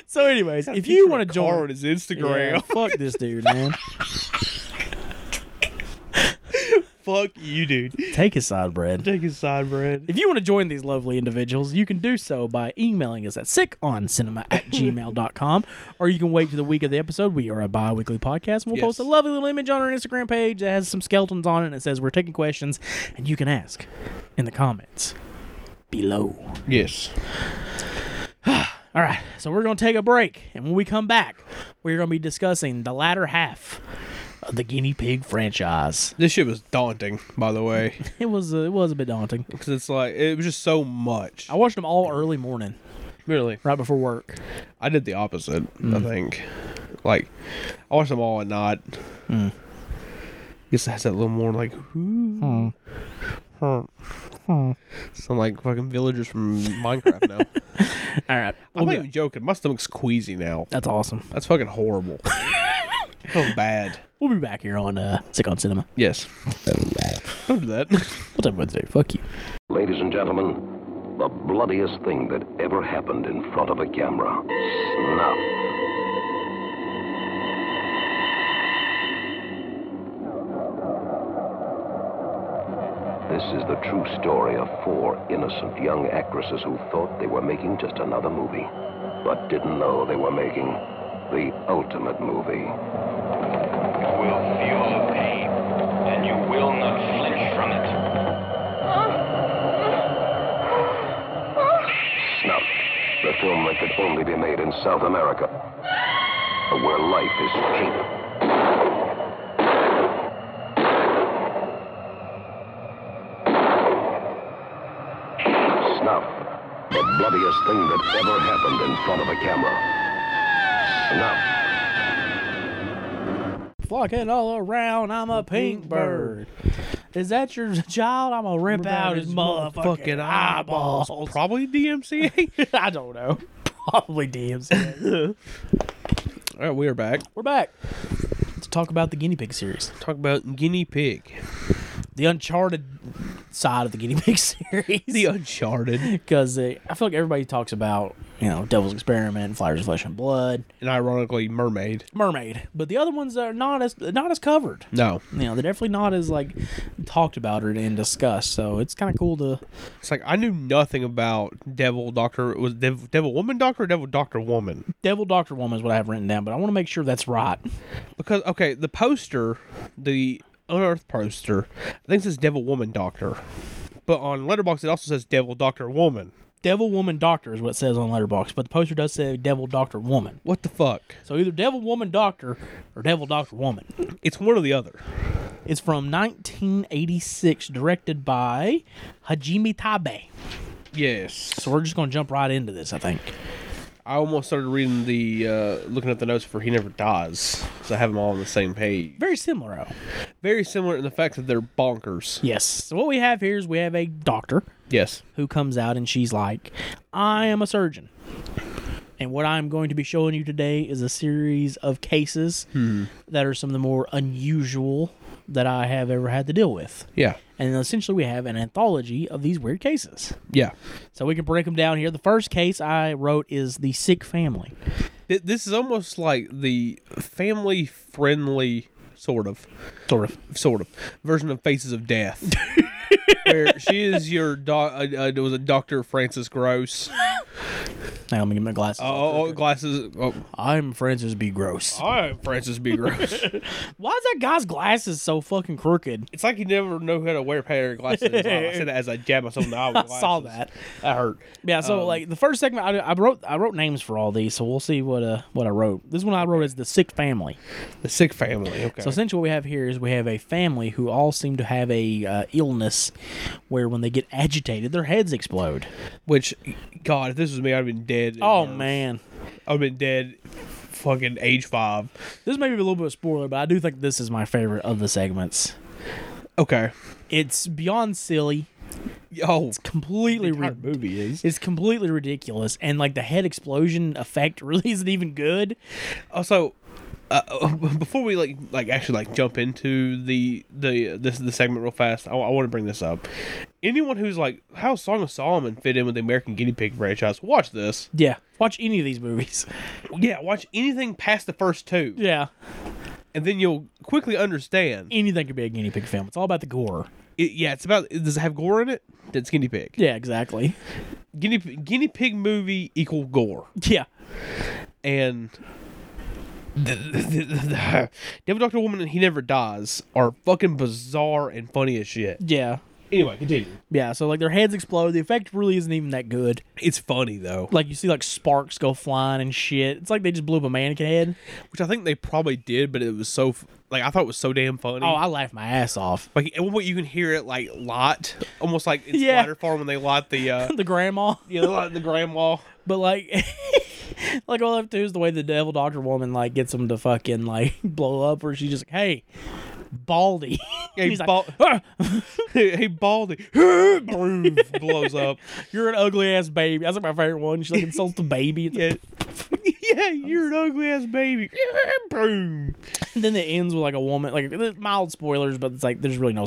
[SPEAKER 3] so, anyways, if you want to
[SPEAKER 4] car
[SPEAKER 3] join,
[SPEAKER 4] on his Instagram.
[SPEAKER 3] Yeah, fuck this dude, man.
[SPEAKER 4] Fuck you, dude.
[SPEAKER 3] Take his side, Brad.
[SPEAKER 4] Take his side, Brad.
[SPEAKER 3] If you want to join these lovely individuals, you can do so by emailing us at sickoncinema at gmail.com, or you can wait to the week of the episode. We are a bi weekly podcast, and we'll
[SPEAKER 4] Yes.
[SPEAKER 3] post a lovely little image on our Instagram page that has some skeletons on it and it says we're taking questions, and you can ask in the comments below.
[SPEAKER 4] Yes.
[SPEAKER 3] All right, so we're going to take a break, and when we come back, we're going to be discussing the latter half of the guinea pig franchise.
[SPEAKER 4] This shit was daunting, by the way,
[SPEAKER 3] It was uh, it was a bit daunting.
[SPEAKER 4] because it's like it was just so much.
[SPEAKER 3] I watched them all early morning,
[SPEAKER 4] Really,
[SPEAKER 3] right before work.
[SPEAKER 4] I did the opposite. I think, like, I watched them all at night. Mm. Guess that's that little more like, ooh. Huh. Hmm. sound like fucking villagers from Minecraft now.
[SPEAKER 3] All right,
[SPEAKER 4] I'm
[SPEAKER 3] we'll
[SPEAKER 4] not
[SPEAKER 3] be,
[SPEAKER 4] even joking. My stomach's queasy now.
[SPEAKER 3] that's awesome.
[SPEAKER 4] That's fucking horrible. so bad.
[SPEAKER 3] We'll be back here on uh, Sick on Cinema.
[SPEAKER 4] Yes. Don't do that.
[SPEAKER 3] What's up, Wednesday? Fuck you.
[SPEAKER 6] Ladies and gentlemen, the bloodiest thing that ever happened in front of a camera. Snuff. This is the true story of four innocent young actresses who thought they were making just another movie, but didn't know they were making the ultimate movie.
[SPEAKER 7] You will feel the pain, and you will not flinch from it.
[SPEAKER 6] Snuff, the film that could only be made in South America, where life is cheap. Snuff, the bloodiest thing that ever happened in front of a camera. Snuff.
[SPEAKER 3] Flocking all around, I'm a pink bird. Is that your child? I'm gonna rip out his motherfucking eyeballs.
[SPEAKER 4] Probably DMCA.
[SPEAKER 3] I don't know. Probably DMC.
[SPEAKER 4] all right, we are back.
[SPEAKER 3] We're back to talk about the guinea pig series,
[SPEAKER 4] Talk about guinea pig.
[SPEAKER 3] the Uncharted side of the guinea pig series.
[SPEAKER 4] The uh, Uncharted.
[SPEAKER 3] because I feel like everybody talks about you know Devil's Experiment, Flyers of Flesh and Blood,
[SPEAKER 4] and ironically, mermaid.
[SPEAKER 3] Mermaid, but the other ones are not as not as covered.
[SPEAKER 4] No.
[SPEAKER 3] You know, they're definitely not as like talked about or and discussed. So it's kind of cool to
[SPEAKER 4] It's like I knew nothing about Devil Doctor was it Devil, Devil Woman Doctor or Devil Doctor Woman
[SPEAKER 3] Devil Doctor Woman is what I have written down, but I want to make sure that's right.
[SPEAKER 4] because okay the poster the Unearthed poster I think it says Devil Woman Doctor, but on Letterbox it also says Devil Doctor Woman.
[SPEAKER 3] Devil Woman Doctor is what it says on Letterbox, but the poster does say Devil Doctor Woman.
[SPEAKER 4] What the fuck?
[SPEAKER 3] So either Devil Woman Doctor or Devil Doctor Woman.
[SPEAKER 4] It's one or the other.
[SPEAKER 3] It's from 1986, directed by Hajime Tabe.
[SPEAKER 4] Yes.
[SPEAKER 3] So we're just gonna jump right into this, I think.
[SPEAKER 4] I almost started reading the uh, looking at the notes for He Never Dies because I have them all on the same page.
[SPEAKER 3] Very similar. though.
[SPEAKER 4] Very similar in the fact that they're bonkers.
[SPEAKER 3] Yes. So what we have here is we have a doctor
[SPEAKER 4] Yes.
[SPEAKER 3] who comes out and she's like, I am a surgeon. And what I'm going to be showing you today is a series of cases that are some of the more unusual that I have ever had to deal with.
[SPEAKER 4] Yeah.
[SPEAKER 3] And essentially, we have an anthology of these weird cases.
[SPEAKER 4] Yeah.
[SPEAKER 3] So we can break them down here. The first case I wrote is the sick family.
[SPEAKER 4] Th- this is almost like the family friendly sort of
[SPEAKER 3] Sort of.
[SPEAKER 4] sort of version of Faces of Death, where she is your doc. Uh, uh, it was a Doctor Francis Gross.
[SPEAKER 3] Now let me get my glasses.
[SPEAKER 4] Oh, oh, glasses. Oh,
[SPEAKER 3] I'm Francis B. Gross.
[SPEAKER 4] I'm Francis B. Gross.
[SPEAKER 3] Why is that guy's glasses so fucking crooked?
[SPEAKER 4] it's like you never know how to wear a pair of glasses. I said that as I jabbed myself in the eye. With
[SPEAKER 3] I
[SPEAKER 4] glasses.
[SPEAKER 3] saw that.
[SPEAKER 4] That hurt.
[SPEAKER 3] Yeah, so
[SPEAKER 4] Um,
[SPEAKER 3] like the first segment, I, I wrote I wrote names for all these, so we'll see what uh what I wrote. This one I wrote is the sick family.
[SPEAKER 4] The sick family. Okay.
[SPEAKER 3] So essentially, what we have here is we have a family who all seem to have a uh, illness where when they get agitated, their heads explode.
[SPEAKER 4] Which, God, if this was me, I'd have been dead. in
[SPEAKER 3] Oh
[SPEAKER 4] years.
[SPEAKER 3] man,
[SPEAKER 4] I'd have been dead. Fucking age five.
[SPEAKER 3] this may be a little bit of a spoiler, but I do think this is my favorite of the segments.
[SPEAKER 4] Okay.
[SPEAKER 3] It's beyond silly,
[SPEAKER 4] Oh,
[SPEAKER 3] completely rid-
[SPEAKER 4] hard movie is.
[SPEAKER 3] it's completely ridiculous, and like the head explosion effect really isn't even good.
[SPEAKER 4] also uh, before we like like actually like jump into the the this the segment real fast i, want to bring this up anyone who's like how song of solomon fit in with the american guinea pig franchise watch this
[SPEAKER 3] Yeah, watch any of these movies.
[SPEAKER 4] yeah watch anything past the first two
[SPEAKER 3] Yeah,
[SPEAKER 4] and then you'll quickly understand
[SPEAKER 3] anything could be a guinea pig film. It's all about the gore.
[SPEAKER 4] It- yeah it's about does it have gore in it that's guinea pig
[SPEAKER 3] Yeah, exactly.
[SPEAKER 4] guinea, guinea pig movie equal gore
[SPEAKER 3] Yeah.
[SPEAKER 4] and the, the, the, the Devil Doctor Woman and He Never Dies are fucking bizarre and funny as shit.
[SPEAKER 3] Yeah.
[SPEAKER 4] Anyway, continue.
[SPEAKER 3] Yeah, so like their heads explode. The effect really isn't even that good.
[SPEAKER 4] It's funny though,
[SPEAKER 3] Like you see like sparks go flying and shit. It's like they just blew up a mannequin head.
[SPEAKER 4] which I think they probably did, but it was so f- like I thought it was so damn funny.
[SPEAKER 3] Oh, I laughed my ass off.
[SPEAKER 4] like at one point you can hear it like lot, almost like in
[SPEAKER 3] Yeah.
[SPEAKER 4] Spider Farm when they light the uh,
[SPEAKER 3] the grandma.
[SPEAKER 4] you know, like the grandma.
[SPEAKER 3] But like, like all I have to do is the way the devil doctor woman like gets him to fucking like blow up, where she's just like, "Hey, Baldy."
[SPEAKER 4] Hey,
[SPEAKER 3] He's like, "Ah,
[SPEAKER 4] bal- hey Baldy, Broom, blows up.
[SPEAKER 3] You're an ugly ass baby. That's like my favorite one. She like insults the baby. It's like-
[SPEAKER 4] yeah, you're an ugly ass baby. Broom.
[SPEAKER 3] and then it ends with like a woman. Like there's mild spoilers, but it's like there's really no,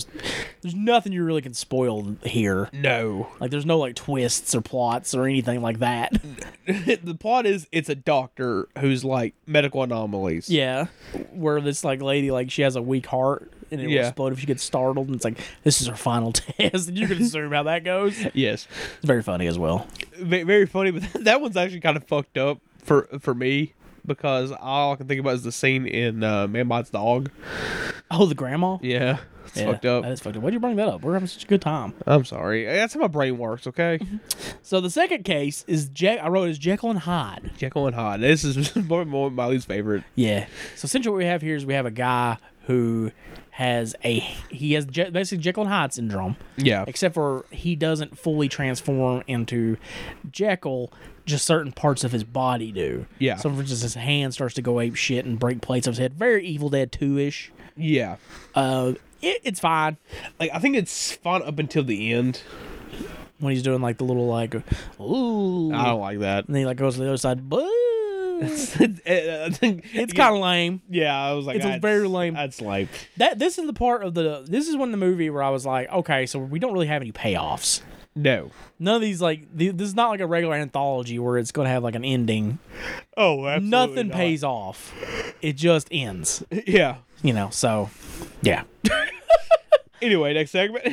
[SPEAKER 3] there's nothing you really can spoil here.
[SPEAKER 4] No,
[SPEAKER 3] Like there's no like twists or plots or anything like that.
[SPEAKER 4] the plot is it's a doctor who's like medical anomalies.
[SPEAKER 3] Yeah, where this like lady like she has a weak heart and it will
[SPEAKER 4] Yeah.
[SPEAKER 3] explode if she gets startled, and it's like this is her final test. And you can assume how that goes. It's
[SPEAKER 4] Yes.
[SPEAKER 3] very funny as well.
[SPEAKER 4] Ve- very funny, but that one's actually kind of fucked up for for me because all I can think about is the scene in uh, Man Bites Dog.
[SPEAKER 3] Oh, the grandma.
[SPEAKER 4] Yeah, it's
[SPEAKER 3] Yeah,
[SPEAKER 4] fucked up.
[SPEAKER 3] That is fucked up. Why'd you bring that up? We're having such a good time.
[SPEAKER 4] I'm sorry. That's how my brain works. Okay,
[SPEAKER 3] Mm-hmm. So the second case is Jack. I wrote is Jekyll and Hyde.
[SPEAKER 4] Jekyll and Hyde. This is probably more my least favorite.
[SPEAKER 3] Yeah. So essentially, what we have here is we have a guy who has a he has Je- basically Jekyll and Hyde syndrome.
[SPEAKER 4] Yeah,
[SPEAKER 3] except for he doesn't fully transform into Jekyll. Just certain parts of his body do.
[SPEAKER 4] Yeah.
[SPEAKER 3] So for instance, his hand starts to go ape shit and break plates of his head. Very Evil Dead Two ish.
[SPEAKER 4] yeah.
[SPEAKER 3] Uh, it, it's fine
[SPEAKER 4] Like I think it's fun up until the end.
[SPEAKER 3] when he's doing like the little like, ooh,
[SPEAKER 4] I don't like that.
[SPEAKER 3] and then he like goes to the other side. Boo. It's
[SPEAKER 4] I think
[SPEAKER 3] kind of lame.
[SPEAKER 4] yeah. I was like,
[SPEAKER 3] it's a
[SPEAKER 4] that's-
[SPEAKER 3] very lame-
[SPEAKER 4] That's lame.
[SPEAKER 3] That this is the part of the this is one of the movie where I was like, okay, so we don't really have any payoffs.
[SPEAKER 4] No.
[SPEAKER 3] None of these like th- this is not like a regular anthology where it's gonna have like an ending.
[SPEAKER 4] Oh, absolutely
[SPEAKER 3] nothing
[SPEAKER 4] not.
[SPEAKER 3] pays off. It just ends,
[SPEAKER 4] Yeah.
[SPEAKER 3] you know. So, yeah.
[SPEAKER 4] Anyway, next segment.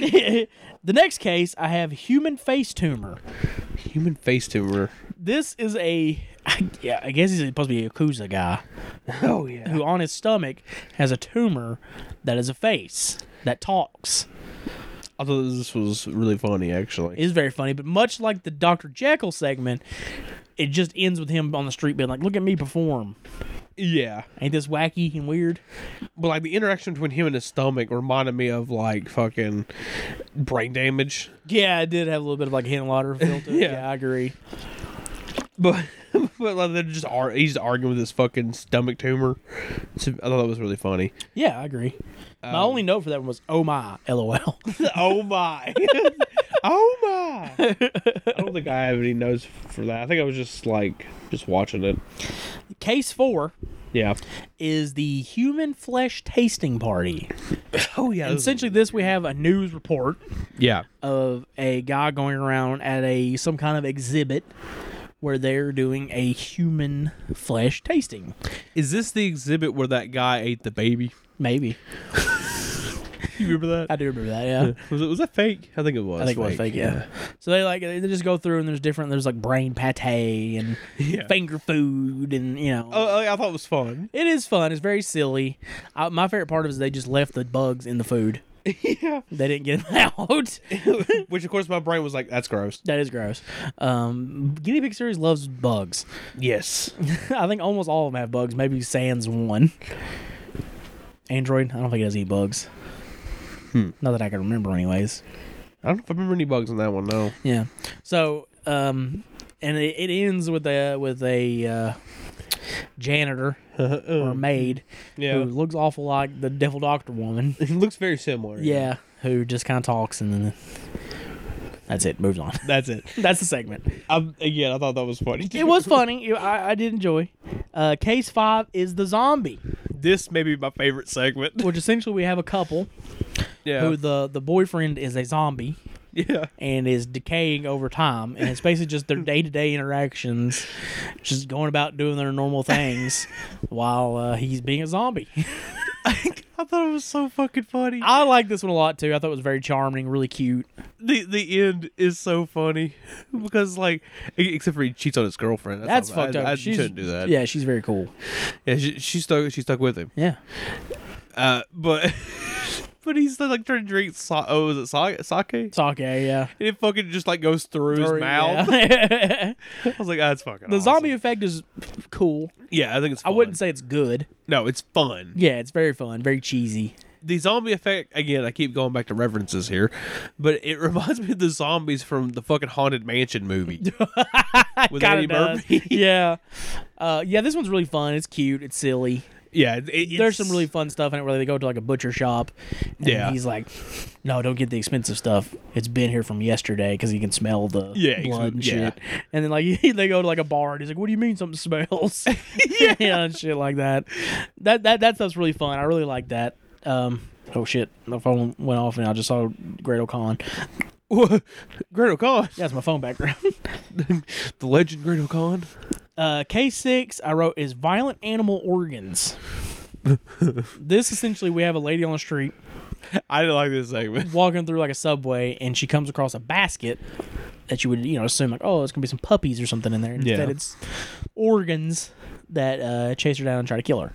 [SPEAKER 3] the next case, I have human face tumor.
[SPEAKER 4] Human face tumor.
[SPEAKER 3] This is a, yeah, I guess he's supposed to be a yakuza guy
[SPEAKER 4] Oh yeah.
[SPEAKER 3] who on his stomach has a tumor that is a face that talks.
[SPEAKER 4] I thought this was really funny, actually.
[SPEAKER 3] It is very funny, but much like the Dr. Jekyll segment, it just ends with him on the street being like, "Look at me perform."
[SPEAKER 4] Yeah,
[SPEAKER 3] Ain't this wacky and weird?
[SPEAKER 4] but like the interaction between him and his stomach reminded me of like fucking brain damage.
[SPEAKER 3] Yeah, I did have a little bit of like Hen Lauder feel to it.
[SPEAKER 4] Yeah.
[SPEAKER 3] yeah, I agree.
[SPEAKER 4] But but like they're just ar- he's arguing with his fucking stomach tumor. So I thought that was really funny.
[SPEAKER 3] Yeah, I agree. my only note for that one was "Oh my, lol."
[SPEAKER 4] Um, oh my, oh my! I don't think I have any notes for that. I think I was just like just watching it.
[SPEAKER 3] Case four
[SPEAKER 4] Yeah.
[SPEAKER 3] is the human flesh tasting party.
[SPEAKER 4] Oh yeah.
[SPEAKER 3] And essentially, this we have a news report
[SPEAKER 4] yeah.
[SPEAKER 3] of a guy going around at a some kind of exhibit where they're doing a human flesh tasting.
[SPEAKER 4] Is this the exhibit where that guy ate the baby?
[SPEAKER 3] Maybe
[SPEAKER 4] You remember
[SPEAKER 3] I do remember that. Yeah.
[SPEAKER 4] Was it was that fake? I think it was.
[SPEAKER 3] I think it was fake, yeah. So they like they just go through and there's different there's like brain pate and
[SPEAKER 4] Yeah.
[SPEAKER 3] finger food and you know
[SPEAKER 4] Oh, I thought it was fun.
[SPEAKER 3] It is fun. It's very silly. Uh, my favorite part is they just left the bugs in the food.
[SPEAKER 4] yeah.
[SPEAKER 3] They didn't get them out.
[SPEAKER 4] Which, of course, my brain was like, that's gross.
[SPEAKER 3] that is gross. Um, Guinea Pig series loves bugs.
[SPEAKER 4] Yes.
[SPEAKER 3] I think almost all of them have bugs. Maybe Sans one. Android, I don't think it has any bugs. Not that I can remember, anyways.
[SPEAKER 4] I don't know if I remember any bugs on that one, no.
[SPEAKER 3] Yeah. So, um, and it, it ends with a with a uh, janitor or maid
[SPEAKER 4] Yeah.
[SPEAKER 3] who looks awful like the Devil Doctor woman.
[SPEAKER 4] It looks very similar.
[SPEAKER 3] Yeah, who just kind of talks and then that's it. Moves on.
[SPEAKER 4] That's it.
[SPEAKER 3] That's the segment.
[SPEAKER 4] Um, again, I thought that was funny.
[SPEAKER 3] It was funny. It- I, I did enjoy. Uh, case five is the zombie,
[SPEAKER 4] This may be my favorite segment.
[SPEAKER 3] which essentially we have a couple
[SPEAKER 4] Yeah.
[SPEAKER 3] who the the boyfriend is a zombie
[SPEAKER 4] yeah.
[SPEAKER 3] and is decaying over time, and it's basically just their day to day interactions, just going about doing their normal things while uh, he's being a zombie.
[SPEAKER 4] I thought it was so fucking funny.
[SPEAKER 3] I like this one a lot too. I thought it was very charming, really cute.
[SPEAKER 4] the the end is so funny because like e- except for he cheats on his girlfriend.
[SPEAKER 3] That's
[SPEAKER 4] not-
[SPEAKER 3] fucked
[SPEAKER 4] I,
[SPEAKER 3] up.
[SPEAKER 4] I
[SPEAKER 3] She's-
[SPEAKER 4] shouldn't do that.
[SPEAKER 3] Yeah, she's very cool.
[SPEAKER 4] Yeah. She, she stuck. She stuck with him.
[SPEAKER 3] Yeah.
[SPEAKER 4] Uh, but but when he's like trying to drink sa- oh, is it sa- sake? And
[SPEAKER 3] Sake, yeah.
[SPEAKER 4] it fucking just like goes through
[SPEAKER 3] Or-
[SPEAKER 4] his mouth.
[SPEAKER 3] yeah.
[SPEAKER 4] I was like, that's fucking.
[SPEAKER 3] the
[SPEAKER 4] awesome.
[SPEAKER 3] zombie effect is cool.
[SPEAKER 4] Yeah, I think it's.
[SPEAKER 3] I
[SPEAKER 4] Fun.
[SPEAKER 3] wouldn't say it's good.
[SPEAKER 4] No, it's fun.
[SPEAKER 3] Yeah, it's very fun, very cheesy.
[SPEAKER 4] the zombie effect again. I keep going back to references here, but it reminds me of the zombies from the fucking haunted mansion movie with
[SPEAKER 3] Kinda
[SPEAKER 4] Eddie
[SPEAKER 3] does.
[SPEAKER 4] Murphy.
[SPEAKER 3] yeah. Uh, yeah, this one's really fun. It's cute. It's silly.
[SPEAKER 4] yeah, it, it-
[SPEAKER 3] There's
[SPEAKER 4] it's-
[SPEAKER 3] some really fun stuff in it where they go to like a butcher shop. And
[SPEAKER 4] Yeah.
[SPEAKER 3] He's like, no, don't get the expensive stuff. It's been here from yesterday because he can smell the
[SPEAKER 4] Yeah, ex-
[SPEAKER 3] blood and
[SPEAKER 4] yeah.
[SPEAKER 3] shit. And then like they go to like a bar and he's like, what do you mean something smells? yeah. and shit like that. That that that stuff's really fun. I really like that. Um, oh shit, my phone went off and I just saw Great O'Con.
[SPEAKER 4] Great O'Con,
[SPEAKER 3] Yeah, it's my phone background.
[SPEAKER 4] the legend Great O'Con.
[SPEAKER 3] Uh, K6, I wrote, is violent animal organs. this essentially, we have a lady on the street
[SPEAKER 4] I didn't like this segment.
[SPEAKER 3] walking through like a subway, and she comes across a basket that you would, you know, assume like, oh, it's gonna be some puppies or something in there. And
[SPEAKER 4] Yeah.
[SPEAKER 3] That it's organs that uh, chase her down and try to kill her.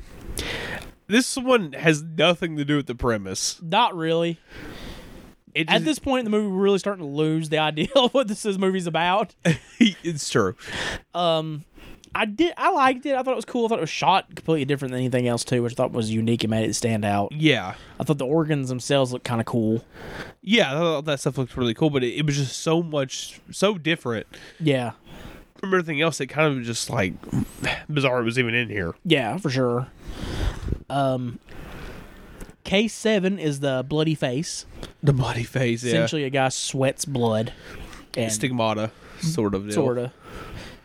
[SPEAKER 4] This one has nothing to do with the premise.
[SPEAKER 3] Not really.
[SPEAKER 4] It
[SPEAKER 3] At
[SPEAKER 4] just-
[SPEAKER 3] this point in the movie, we're really starting to lose the idea of what this is movie's about.
[SPEAKER 4] it's true.
[SPEAKER 3] I did, I liked it. I thought it was cool. I thought it was shot completely different than anything else too, which I thought was unique and made it stand out.
[SPEAKER 4] Yeah,
[SPEAKER 3] I thought the organs themselves looked kind of cool.
[SPEAKER 4] yeah, I thought that stuff looked really cool, but it, it was just so much, so different
[SPEAKER 3] Yeah.
[SPEAKER 4] from everything else. It kind of just like bizarre. It was even in here.
[SPEAKER 3] Yeah, for sure. Um, K seven is the bloody face.
[SPEAKER 4] The bloody face, yeah,
[SPEAKER 3] Essentially, a guy sweats blood, and
[SPEAKER 4] stigmata, sort of, deal.
[SPEAKER 3] sorta.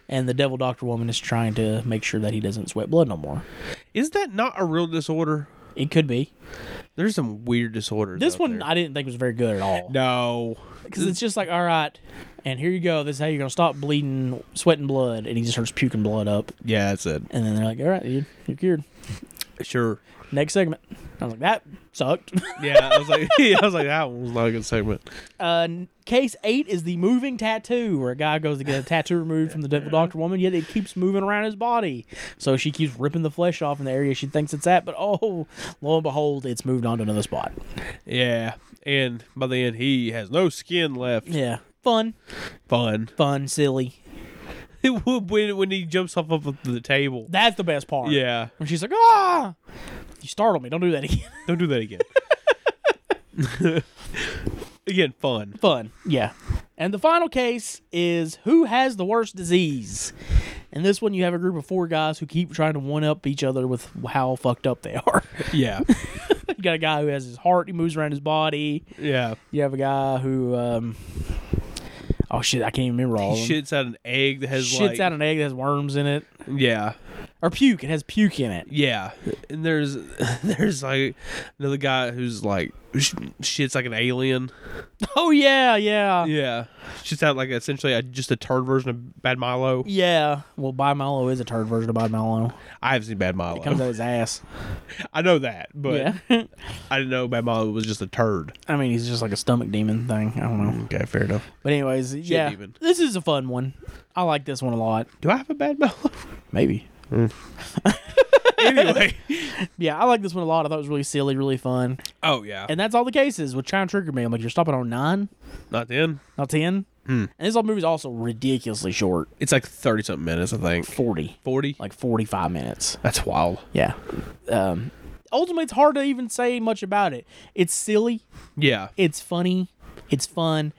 [SPEAKER 3] And the devil doctor woman is trying to make sure that he doesn't sweat blood no more.
[SPEAKER 4] Is that not a real disorder?
[SPEAKER 3] It could be.
[SPEAKER 4] There's some weird disorders.
[SPEAKER 3] This
[SPEAKER 4] out
[SPEAKER 3] one
[SPEAKER 4] there.
[SPEAKER 3] I didn't think was very good at all.
[SPEAKER 4] no.
[SPEAKER 3] Because it's just like, all right, and here you go. This is how you're gonna stop bleeding, sweating blood, and he just starts puking blood up.
[SPEAKER 4] Yeah, that's it.
[SPEAKER 3] And then they're like, all right, dude, you're cured.
[SPEAKER 4] Sure.
[SPEAKER 3] Next segment. I was like, that sucked.
[SPEAKER 4] Yeah, I was like, yeah, I was like, that one was not a good segment.
[SPEAKER 3] Uh, n- case eight is the moving tattoo, where a guy goes to get a tattoo removed from the devil doctor woman, yet it keeps moving around his body. So she keeps ripping the flesh off in the area she thinks it's at, but oh, lo and behold, it's moved on to another spot.
[SPEAKER 4] Yeah, and by the end, he has no skin left.
[SPEAKER 3] Yeah. Fun,
[SPEAKER 4] Fun.
[SPEAKER 3] fun, silly.
[SPEAKER 4] when when he jumps off of the table.
[SPEAKER 3] That's the best part.
[SPEAKER 4] Yeah,
[SPEAKER 3] When she's like, ah, you startled me. Don't do that again.
[SPEAKER 4] don't do that again. again, fun.
[SPEAKER 3] fun. Yeah. And the final case is who has the worst disease? And this one, you have a group of four guys who keep trying to one up each other with how fucked up they are.
[SPEAKER 4] Yeah,
[SPEAKER 3] You got a guy who has his heart, he moves around his body.
[SPEAKER 4] yeah.
[SPEAKER 3] You have a guy who, um, oh shit, I can't even remember all
[SPEAKER 4] He
[SPEAKER 3] of them.
[SPEAKER 4] shits out an egg that has
[SPEAKER 3] Shits
[SPEAKER 4] like
[SPEAKER 3] out an egg that has worms in it,
[SPEAKER 4] yeah.
[SPEAKER 3] or puke. It has puke in it.
[SPEAKER 4] Yeah, and there's there's like another guy who's like sh- shit's like an alien.
[SPEAKER 3] Oh yeah, yeah, yeah.
[SPEAKER 4] Yeah, shit's out like essentially a, just a turd version of Bad Milo.
[SPEAKER 3] Well, Bi Milo is a turd version of Bi Milo.
[SPEAKER 4] I haven't seen Bad
[SPEAKER 3] Comes
[SPEAKER 4] Milo.
[SPEAKER 3] out his ass.
[SPEAKER 4] I know that, but
[SPEAKER 3] yeah.
[SPEAKER 4] I didn't know Bad Milo was just a turd.
[SPEAKER 3] I mean, he's just like a stomach demon thing. I don't know.
[SPEAKER 4] Okay, fair enough.
[SPEAKER 3] But anyways, yeah,
[SPEAKER 4] demon.
[SPEAKER 3] this is a fun one. I like this one a lot.
[SPEAKER 4] Do I have a Bad Milo?
[SPEAKER 3] Maybe.
[SPEAKER 4] anyway.
[SPEAKER 3] Yeah, I like this one a lot. I thought it was really silly, really fun.
[SPEAKER 4] Oh yeah.
[SPEAKER 3] And that's all the cases, which kind of triggered me. I'm like, you're stopping on nine?
[SPEAKER 4] Not then.
[SPEAKER 3] Not 10. And this whole movie's also ridiculously short
[SPEAKER 4] It's like thirty something minutes, I think.
[SPEAKER 3] 40,
[SPEAKER 4] Forty.
[SPEAKER 3] like 45 minutes.
[SPEAKER 4] That's wild.
[SPEAKER 3] Yeah. Um, ultimately, it's hard to even say much about it. It's silly,
[SPEAKER 4] Yeah.
[SPEAKER 3] it's funny, it's fun.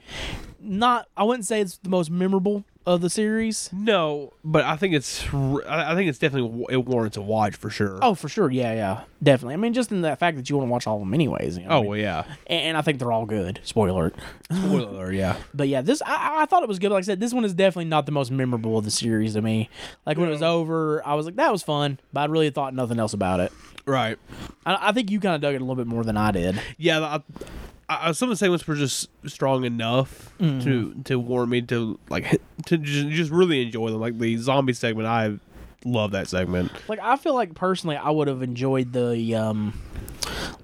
[SPEAKER 3] Not, I wouldn't say it's the most memorable of the series.
[SPEAKER 4] No, but I think it's r- I I think it's definitely it warrants a watch for sure.
[SPEAKER 3] Oh, for sure. Yeah, yeah. Definitely. I mean, just in the fact that you want to watch all of them anyways. You know what I
[SPEAKER 4] Oh
[SPEAKER 3] mean?
[SPEAKER 4] well, yeah.
[SPEAKER 3] And- and I think they're all good. Spoiler alert.
[SPEAKER 4] Spoiler, yeah.
[SPEAKER 3] But yeah, this I, I thought it was good. Like I said, this one is definitely not the most memorable of the series to me. Like when it was over, I was like, that was fun, but I really thought nothing else about it.
[SPEAKER 4] Right.
[SPEAKER 3] I, I think you kind of dug it a little bit more than I did.
[SPEAKER 4] yeah, I, I, I- some of the segments were just strong enough to to warn me to like to just, just really enjoy them. Like the zombie segment, I love that segment.
[SPEAKER 3] Like I feel like personally, I would have enjoyed the um,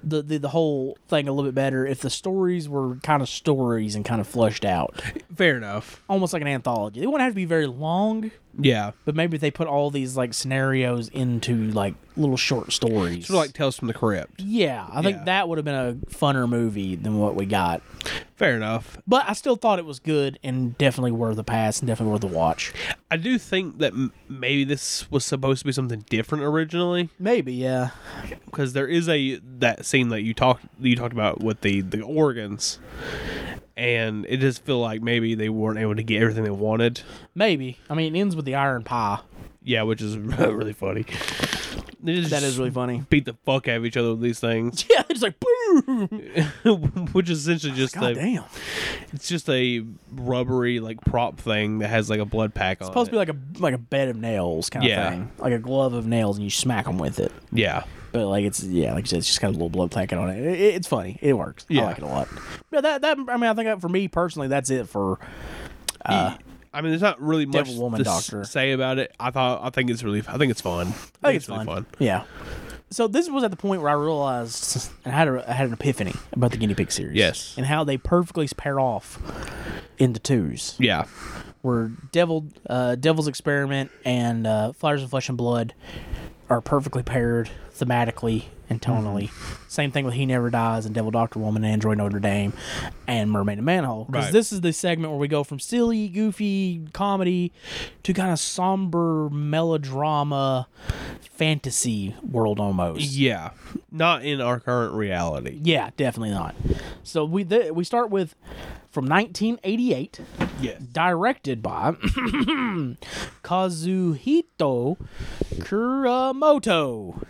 [SPEAKER 3] the, the the whole thing a little bit better if the stories were kind of stories and kind of flushed out,
[SPEAKER 4] Fair enough.
[SPEAKER 3] almost like an anthology. They wouldn't have to be very long,
[SPEAKER 4] Yeah,
[SPEAKER 3] but maybe if they put all these like scenarios into like little short stories.
[SPEAKER 4] Sort of like Tales from the Crypt.
[SPEAKER 3] yeah, I think
[SPEAKER 4] Yeah.
[SPEAKER 3] that would have been a funner movie than what we got.
[SPEAKER 4] Fair enough.
[SPEAKER 3] But I still thought it was good and definitely worth a pass and definitely worth a watch.
[SPEAKER 4] I do think that m- maybe this was supposed to be something different originally
[SPEAKER 3] Maybe, yeah.
[SPEAKER 4] because there is a that scene that you talked you talked about with the the organs, and it just feel like maybe they weren't able to get everything they wanted.
[SPEAKER 3] Maybe. I mean, it ends with the iron pie.
[SPEAKER 4] Yeah, which is really funny. They just
[SPEAKER 3] That is really funny.
[SPEAKER 4] beat the fuck out of each other with these things,
[SPEAKER 3] Yeah, it's like boom.
[SPEAKER 4] which is essentially just
[SPEAKER 3] God
[SPEAKER 4] a
[SPEAKER 3] damn.
[SPEAKER 4] it's just a rubbery like prop thing that has like a blood pack on.
[SPEAKER 3] supposed to
[SPEAKER 4] it.
[SPEAKER 3] be like a like a bed of nails kind of
[SPEAKER 4] Yeah.
[SPEAKER 3] thing, like a glove of nails, and you smack them with it.
[SPEAKER 4] yeah,
[SPEAKER 3] But like it's yeah, like I said, it's just got a little blood packet on it. It- it- It's funny. It works.
[SPEAKER 4] Yeah.
[SPEAKER 3] I like it a lot. But that that I mean, I think that for me personally, that's it for
[SPEAKER 4] I mean, there's not really much
[SPEAKER 3] Devil Woman
[SPEAKER 4] to s-
[SPEAKER 3] Doctor.
[SPEAKER 4] say about it. I thought I think it's really I think it's fun.
[SPEAKER 3] I think it's
[SPEAKER 4] really
[SPEAKER 3] fun. Yeah. So this was at the point where I realized and I had a, I had an epiphany about the guinea pig series.
[SPEAKER 4] Yes.
[SPEAKER 3] And how they perfectly pair off into twos.
[SPEAKER 4] Yeah,
[SPEAKER 3] Where Devil uh, Devil's Experiment and uh, Flowers of Flesh and Blood are perfectly paired thematically and tonally. Same thing with He Never Dies and Devil Doctor Woman, Android Notre Dame, and Mermaid and Manhole. Because
[SPEAKER 4] Right.
[SPEAKER 3] this is the segment where we go from silly, goofy comedy to kind of somber melodrama, fantasy world almost.
[SPEAKER 4] yeah, not in our current reality.
[SPEAKER 3] Yeah, definitely not. So we th- we start with from 1988,
[SPEAKER 4] Yes.
[SPEAKER 3] directed by Kazuhito Kuramoto.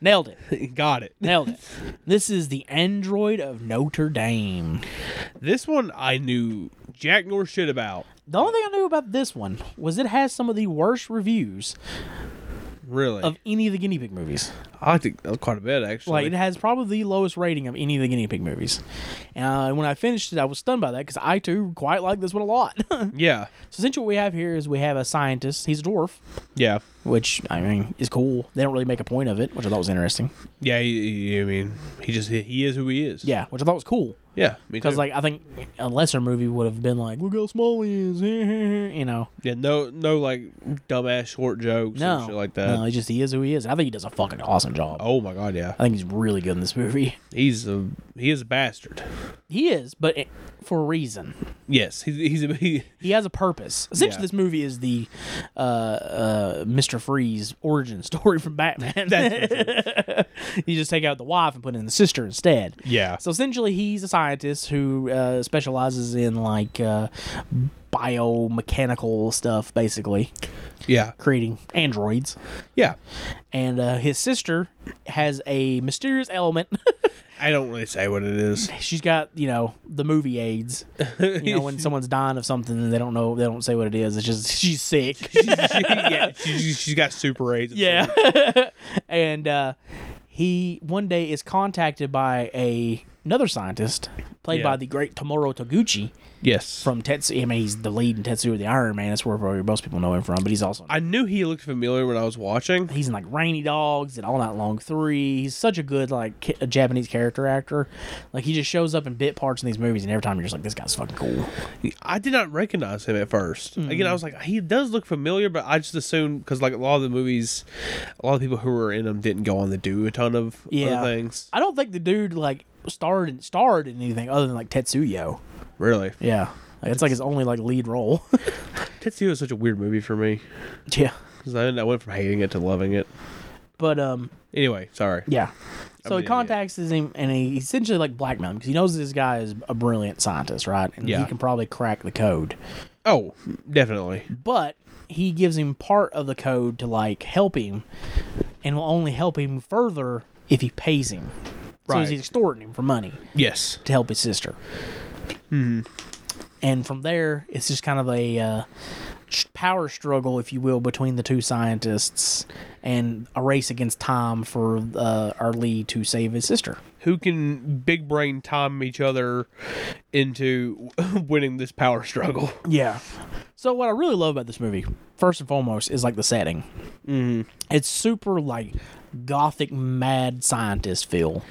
[SPEAKER 3] Nailed it.
[SPEAKER 4] Got it.
[SPEAKER 3] Nailed it. this is the android of Notre Dame.
[SPEAKER 4] This one I knew jack nor shit about.
[SPEAKER 3] The only thing I knew about this one was it has some of the worst reviews
[SPEAKER 4] Really,
[SPEAKER 3] of any of the guinea pig movies.
[SPEAKER 4] I think that was quite a bit actually.
[SPEAKER 3] Like it has probably the lowest rating of any of the guinea pig movies. And uh, when I finished it, I was stunned by that because I too quite like this one a lot.
[SPEAKER 4] yeah,
[SPEAKER 3] So essentially, what we have here is we have a scientist. He's a dwarf,
[SPEAKER 4] yeah,
[SPEAKER 3] which I mean is cool. They don't really make a point of it, which I thought was interesting.
[SPEAKER 4] yeah. he- he- I mean, he just he- he is who he is.
[SPEAKER 3] Yeah, which I thought was cool
[SPEAKER 4] yeah. me
[SPEAKER 3] because
[SPEAKER 4] too.
[SPEAKER 3] like I think a lesser movie would have been like, look how small he is, you know.
[SPEAKER 4] yeah, no, no, like dumbass short jokes
[SPEAKER 3] No,
[SPEAKER 4] and shit like that.
[SPEAKER 3] No, he just he is who he is. I think he does a fucking awesome job.
[SPEAKER 4] Oh my god, yeah.
[SPEAKER 3] I think he's really good in this movie.
[SPEAKER 4] He's a he is a bastard.
[SPEAKER 3] He is, but it, for a reason.
[SPEAKER 4] Yes, he's he's a, he,
[SPEAKER 3] He has a purpose. Essentially,
[SPEAKER 4] Yeah.
[SPEAKER 3] this movie is the uh, uh, Mr. Freeze origin story from Batman. you just take out the wife and put in the sister instead.
[SPEAKER 4] Yeah.
[SPEAKER 3] So essentially, he's a scientist who uh, specializes in like uh, biomechanical stuff, basically
[SPEAKER 4] yeah,
[SPEAKER 3] creating androids.
[SPEAKER 4] yeah.
[SPEAKER 3] And uh, his sister has a mysterious element.
[SPEAKER 4] I don't really say what it is.
[SPEAKER 3] She's got you know the movie aids. You know when someone's dying of something and they don't know they don't say what it is. It's just she's sick.
[SPEAKER 4] yeah, she, she, she's got super AIDS.
[SPEAKER 3] Yeah. and uh, he one day is contacted by a another scientist played
[SPEAKER 4] Yeah.
[SPEAKER 3] by the great Tomoro Toguchi
[SPEAKER 4] Yes.
[SPEAKER 3] from Tetsu. I mean, he's the lead in Tetsu the Iron Man. That's where probably most people know him from. But he's also
[SPEAKER 4] I knew he looked familiar when I was watching.
[SPEAKER 3] he's in like Rainy Dogs and All Night Long Three. He's such a good like ki- a Japanese character actor. Like he just shows up in bit parts in these movies, and every time you're just like, this guy's fucking cool.
[SPEAKER 4] I did not recognize him at first.
[SPEAKER 3] Mm-hmm.
[SPEAKER 4] Again, I was like, he does look familiar, but I just assumed because like a lot of the movies, a lot of people who were in them didn't go on to do a ton of
[SPEAKER 3] Yeah.
[SPEAKER 4] other things.
[SPEAKER 3] I don't think the dude like starred and starred in anything other than like Tetsuyo.
[SPEAKER 4] Really,
[SPEAKER 3] Yeah. Like, it's like his only like lead role.
[SPEAKER 4] Tetsuo is such a weird movie for me
[SPEAKER 3] yeah.
[SPEAKER 4] because I, I went from hating it to loving it.
[SPEAKER 3] But um
[SPEAKER 4] Anyway, sorry.
[SPEAKER 3] Yeah. So
[SPEAKER 4] an
[SPEAKER 3] he contacts him and he essentially like blackmails him because he knows this guy is a brilliant scientist, right? And
[SPEAKER 4] Yeah.
[SPEAKER 3] he can probably crack the code.
[SPEAKER 4] Oh, definitely.
[SPEAKER 3] But he gives him part of the code to like help him and will only help him further if he pays him. So
[SPEAKER 4] Right.
[SPEAKER 3] he's extorting him for money
[SPEAKER 4] Yes.
[SPEAKER 3] to help his sister. And from there, it's just kind of a uh, sh- power struggle, if you will, between the two scientists and a race against time for uh, our lead to save his sister.
[SPEAKER 4] Who can big brain time each other into winning this power struggle?
[SPEAKER 3] Yeah. So what I really love about this movie, first and foremost, is like the setting. Mm. It's super like gothic mad scientist feel.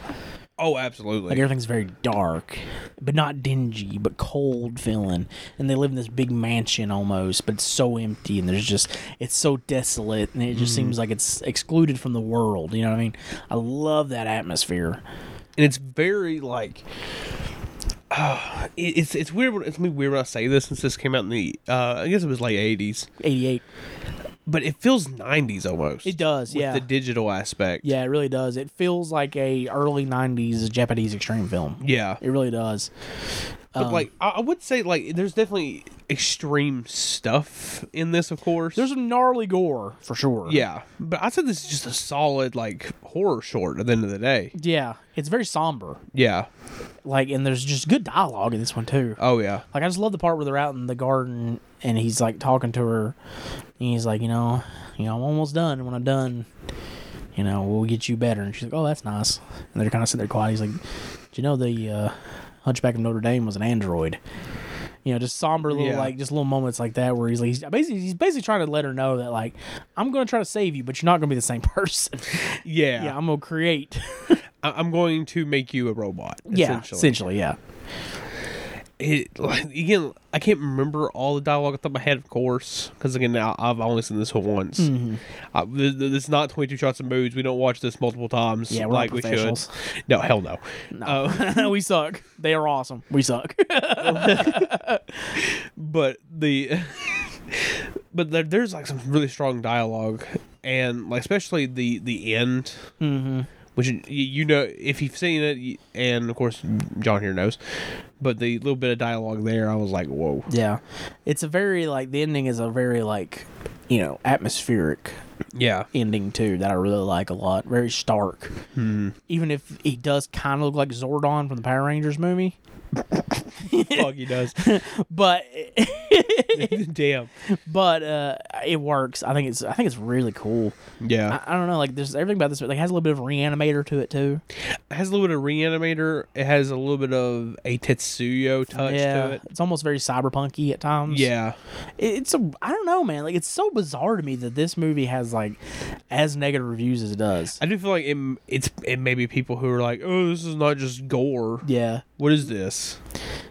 [SPEAKER 4] Oh, absolutely.
[SPEAKER 3] Like everything's very dark, but not dingy, but cold feeling. And they live in this big mansion almost, but it's so empty and there's just it's so desolate and it just
[SPEAKER 4] Mm-hmm.
[SPEAKER 3] seems like it's excluded from the world. You know what I mean? I love that atmosphere.
[SPEAKER 4] and it's very like uh, it- it's it's weird. When, it's gonna be weird when I say this since this came out in the uh, I guess it was late eighties,
[SPEAKER 3] Eighty eight.
[SPEAKER 4] but it feels nineties almost.
[SPEAKER 3] It does,
[SPEAKER 4] with
[SPEAKER 3] yeah.
[SPEAKER 4] the digital aspect.
[SPEAKER 3] Yeah, it really does. It feels like a early nineties Japanese extreme film.
[SPEAKER 4] yeah.
[SPEAKER 3] It really does.
[SPEAKER 4] But
[SPEAKER 3] Um,
[SPEAKER 4] like I, I would say, like there's definitely extreme stuff in this, of course.
[SPEAKER 3] There's some gnarly gore for sure.
[SPEAKER 4] yeah, but I said this is just a solid like horror short at the end of the day.
[SPEAKER 3] Yeah. It's very somber.
[SPEAKER 4] Yeah.
[SPEAKER 3] Like and there's just good dialogue in this one too.
[SPEAKER 4] Oh yeah.
[SPEAKER 3] Like I just love the part where they're out in the garden and he's like talking to her, and he's like, you know, you know, I'm almost done. When I'm done, you know, we'll get you better. And she's like, oh, that's nice. And they're kind of sitting there quiet. He's like, do you know the uh, Hunchback of Notre Dame was an android? You know, just somber little
[SPEAKER 4] Yeah.
[SPEAKER 3] like just little moments like that where he's like, he's basically he's basically trying to let her know that like I'm going to try to save you, but you're not going to be the same person.
[SPEAKER 4] Yeah.
[SPEAKER 3] yeah, I'm going to create.
[SPEAKER 4] I- I'm going to make you a robot.
[SPEAKER 3] yeah,
[SPEAKER 4] essentially.
[SPEAKER 3] essentially, yeah.
[SPEAKER 4] it like, again i can't remember all the dialogue off the top of my head of course because again I, i've only seen this one once
[SPEAKER 3] Mm-hmm.
[SPEAKER 4] uh, th- th- this is not 22 shots of moods we don't watch this multiple times
[SPEAKER 3] Yeah, we're not
[SPEAKER 4] like we should
[SPEAKER 3] professionals.
[SPEAKER 4] no hell no, Uh,
[SPEAKER 3] we suck. They are awesome. We suck.
[SPEAKER 4] but the but there, there's like some really strong dialogue and like especially the the end mm-hmm. which you, you know if you've seen it you- and of course john here knows but the little bit of dialogue there i was like whoa
[SPEAKER 3] Yeah. It's a very like the ending is a very like, you know, atmospheric
[SPEAKER 4] yeah
[SPEAKER 3] ending too that I really like a lot. Very stark.
[SPEAKER 4] Hmm.
[SPEAKER 3] Even if he does kind of look like Zordon from the Power Rangers movie,
[SPEAKER 4] fuck he does
[SPEAKER 3] but
[SPEAKER 4] damn
[SPEAKER 3] but uh it works. I think it's I think it's really cool.
[SPEAKER 4] yeah
[SPEAKER 3] I, I don't know, like there's everything about this but like it has a little bit of reanimator to it too.
[SPEAKER 4] It has a little bit of reanimator. It has a little bit of a Tetsuyo touch
[SPEAKER 3] yeah.
[SPEAKER 4] to it.
[SPEAKER 3] It's almost very cyberpunky at times.
[SPEAKER 4] Yeah,
[SPEAKER 3] It- It's a I don't know, man. Like it's so bizarre to me that this movie has like as negative reviews as it does.
[SPEAKER 4] I do feel like it. m- It's it may be people who are like, oh, this is not just gore.
[SPEAKER 3] yeah.
[SPEAKER 4] What is this?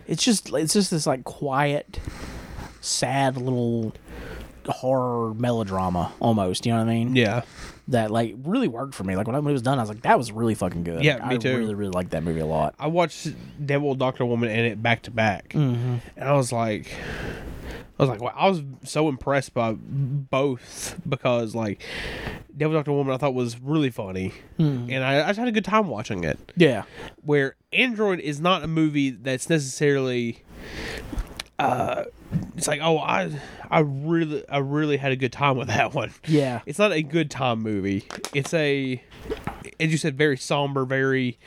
[SPEAKER 3] it's just it's just this like quiet sad little horror melodrama almost you know what i mean
[SPEAKER 4] Yeah,
[SPEAKER 3] that like really worked for me like when I- when it was done i was like that was really fucking good
[SPEAKER 4] Yeah,
[SPEAKER 3] Like,
[SPEAKER 4] me
[SPEAKER 3] i
[SPEAKER 4] too.
[SPEAKER 3] really really liked that movie a lot
[SPEAKER 4] I watched Devil Doctor Woman and it back to back, and I was like, I was like, wow, I was so impressed by both because like Devil Doctor Woman I thought was really funny, and I, I just had a good time watching it.
[SPEAKER 3] yeah
[SPEAKER 4] where Android is not a movie that's necessarily uh it's like oh I I really I really had a good time with that one.
[SPEAKER 3] yeah
[SPEAKER 4] It's not a good time movie. It's a as you said very somber, very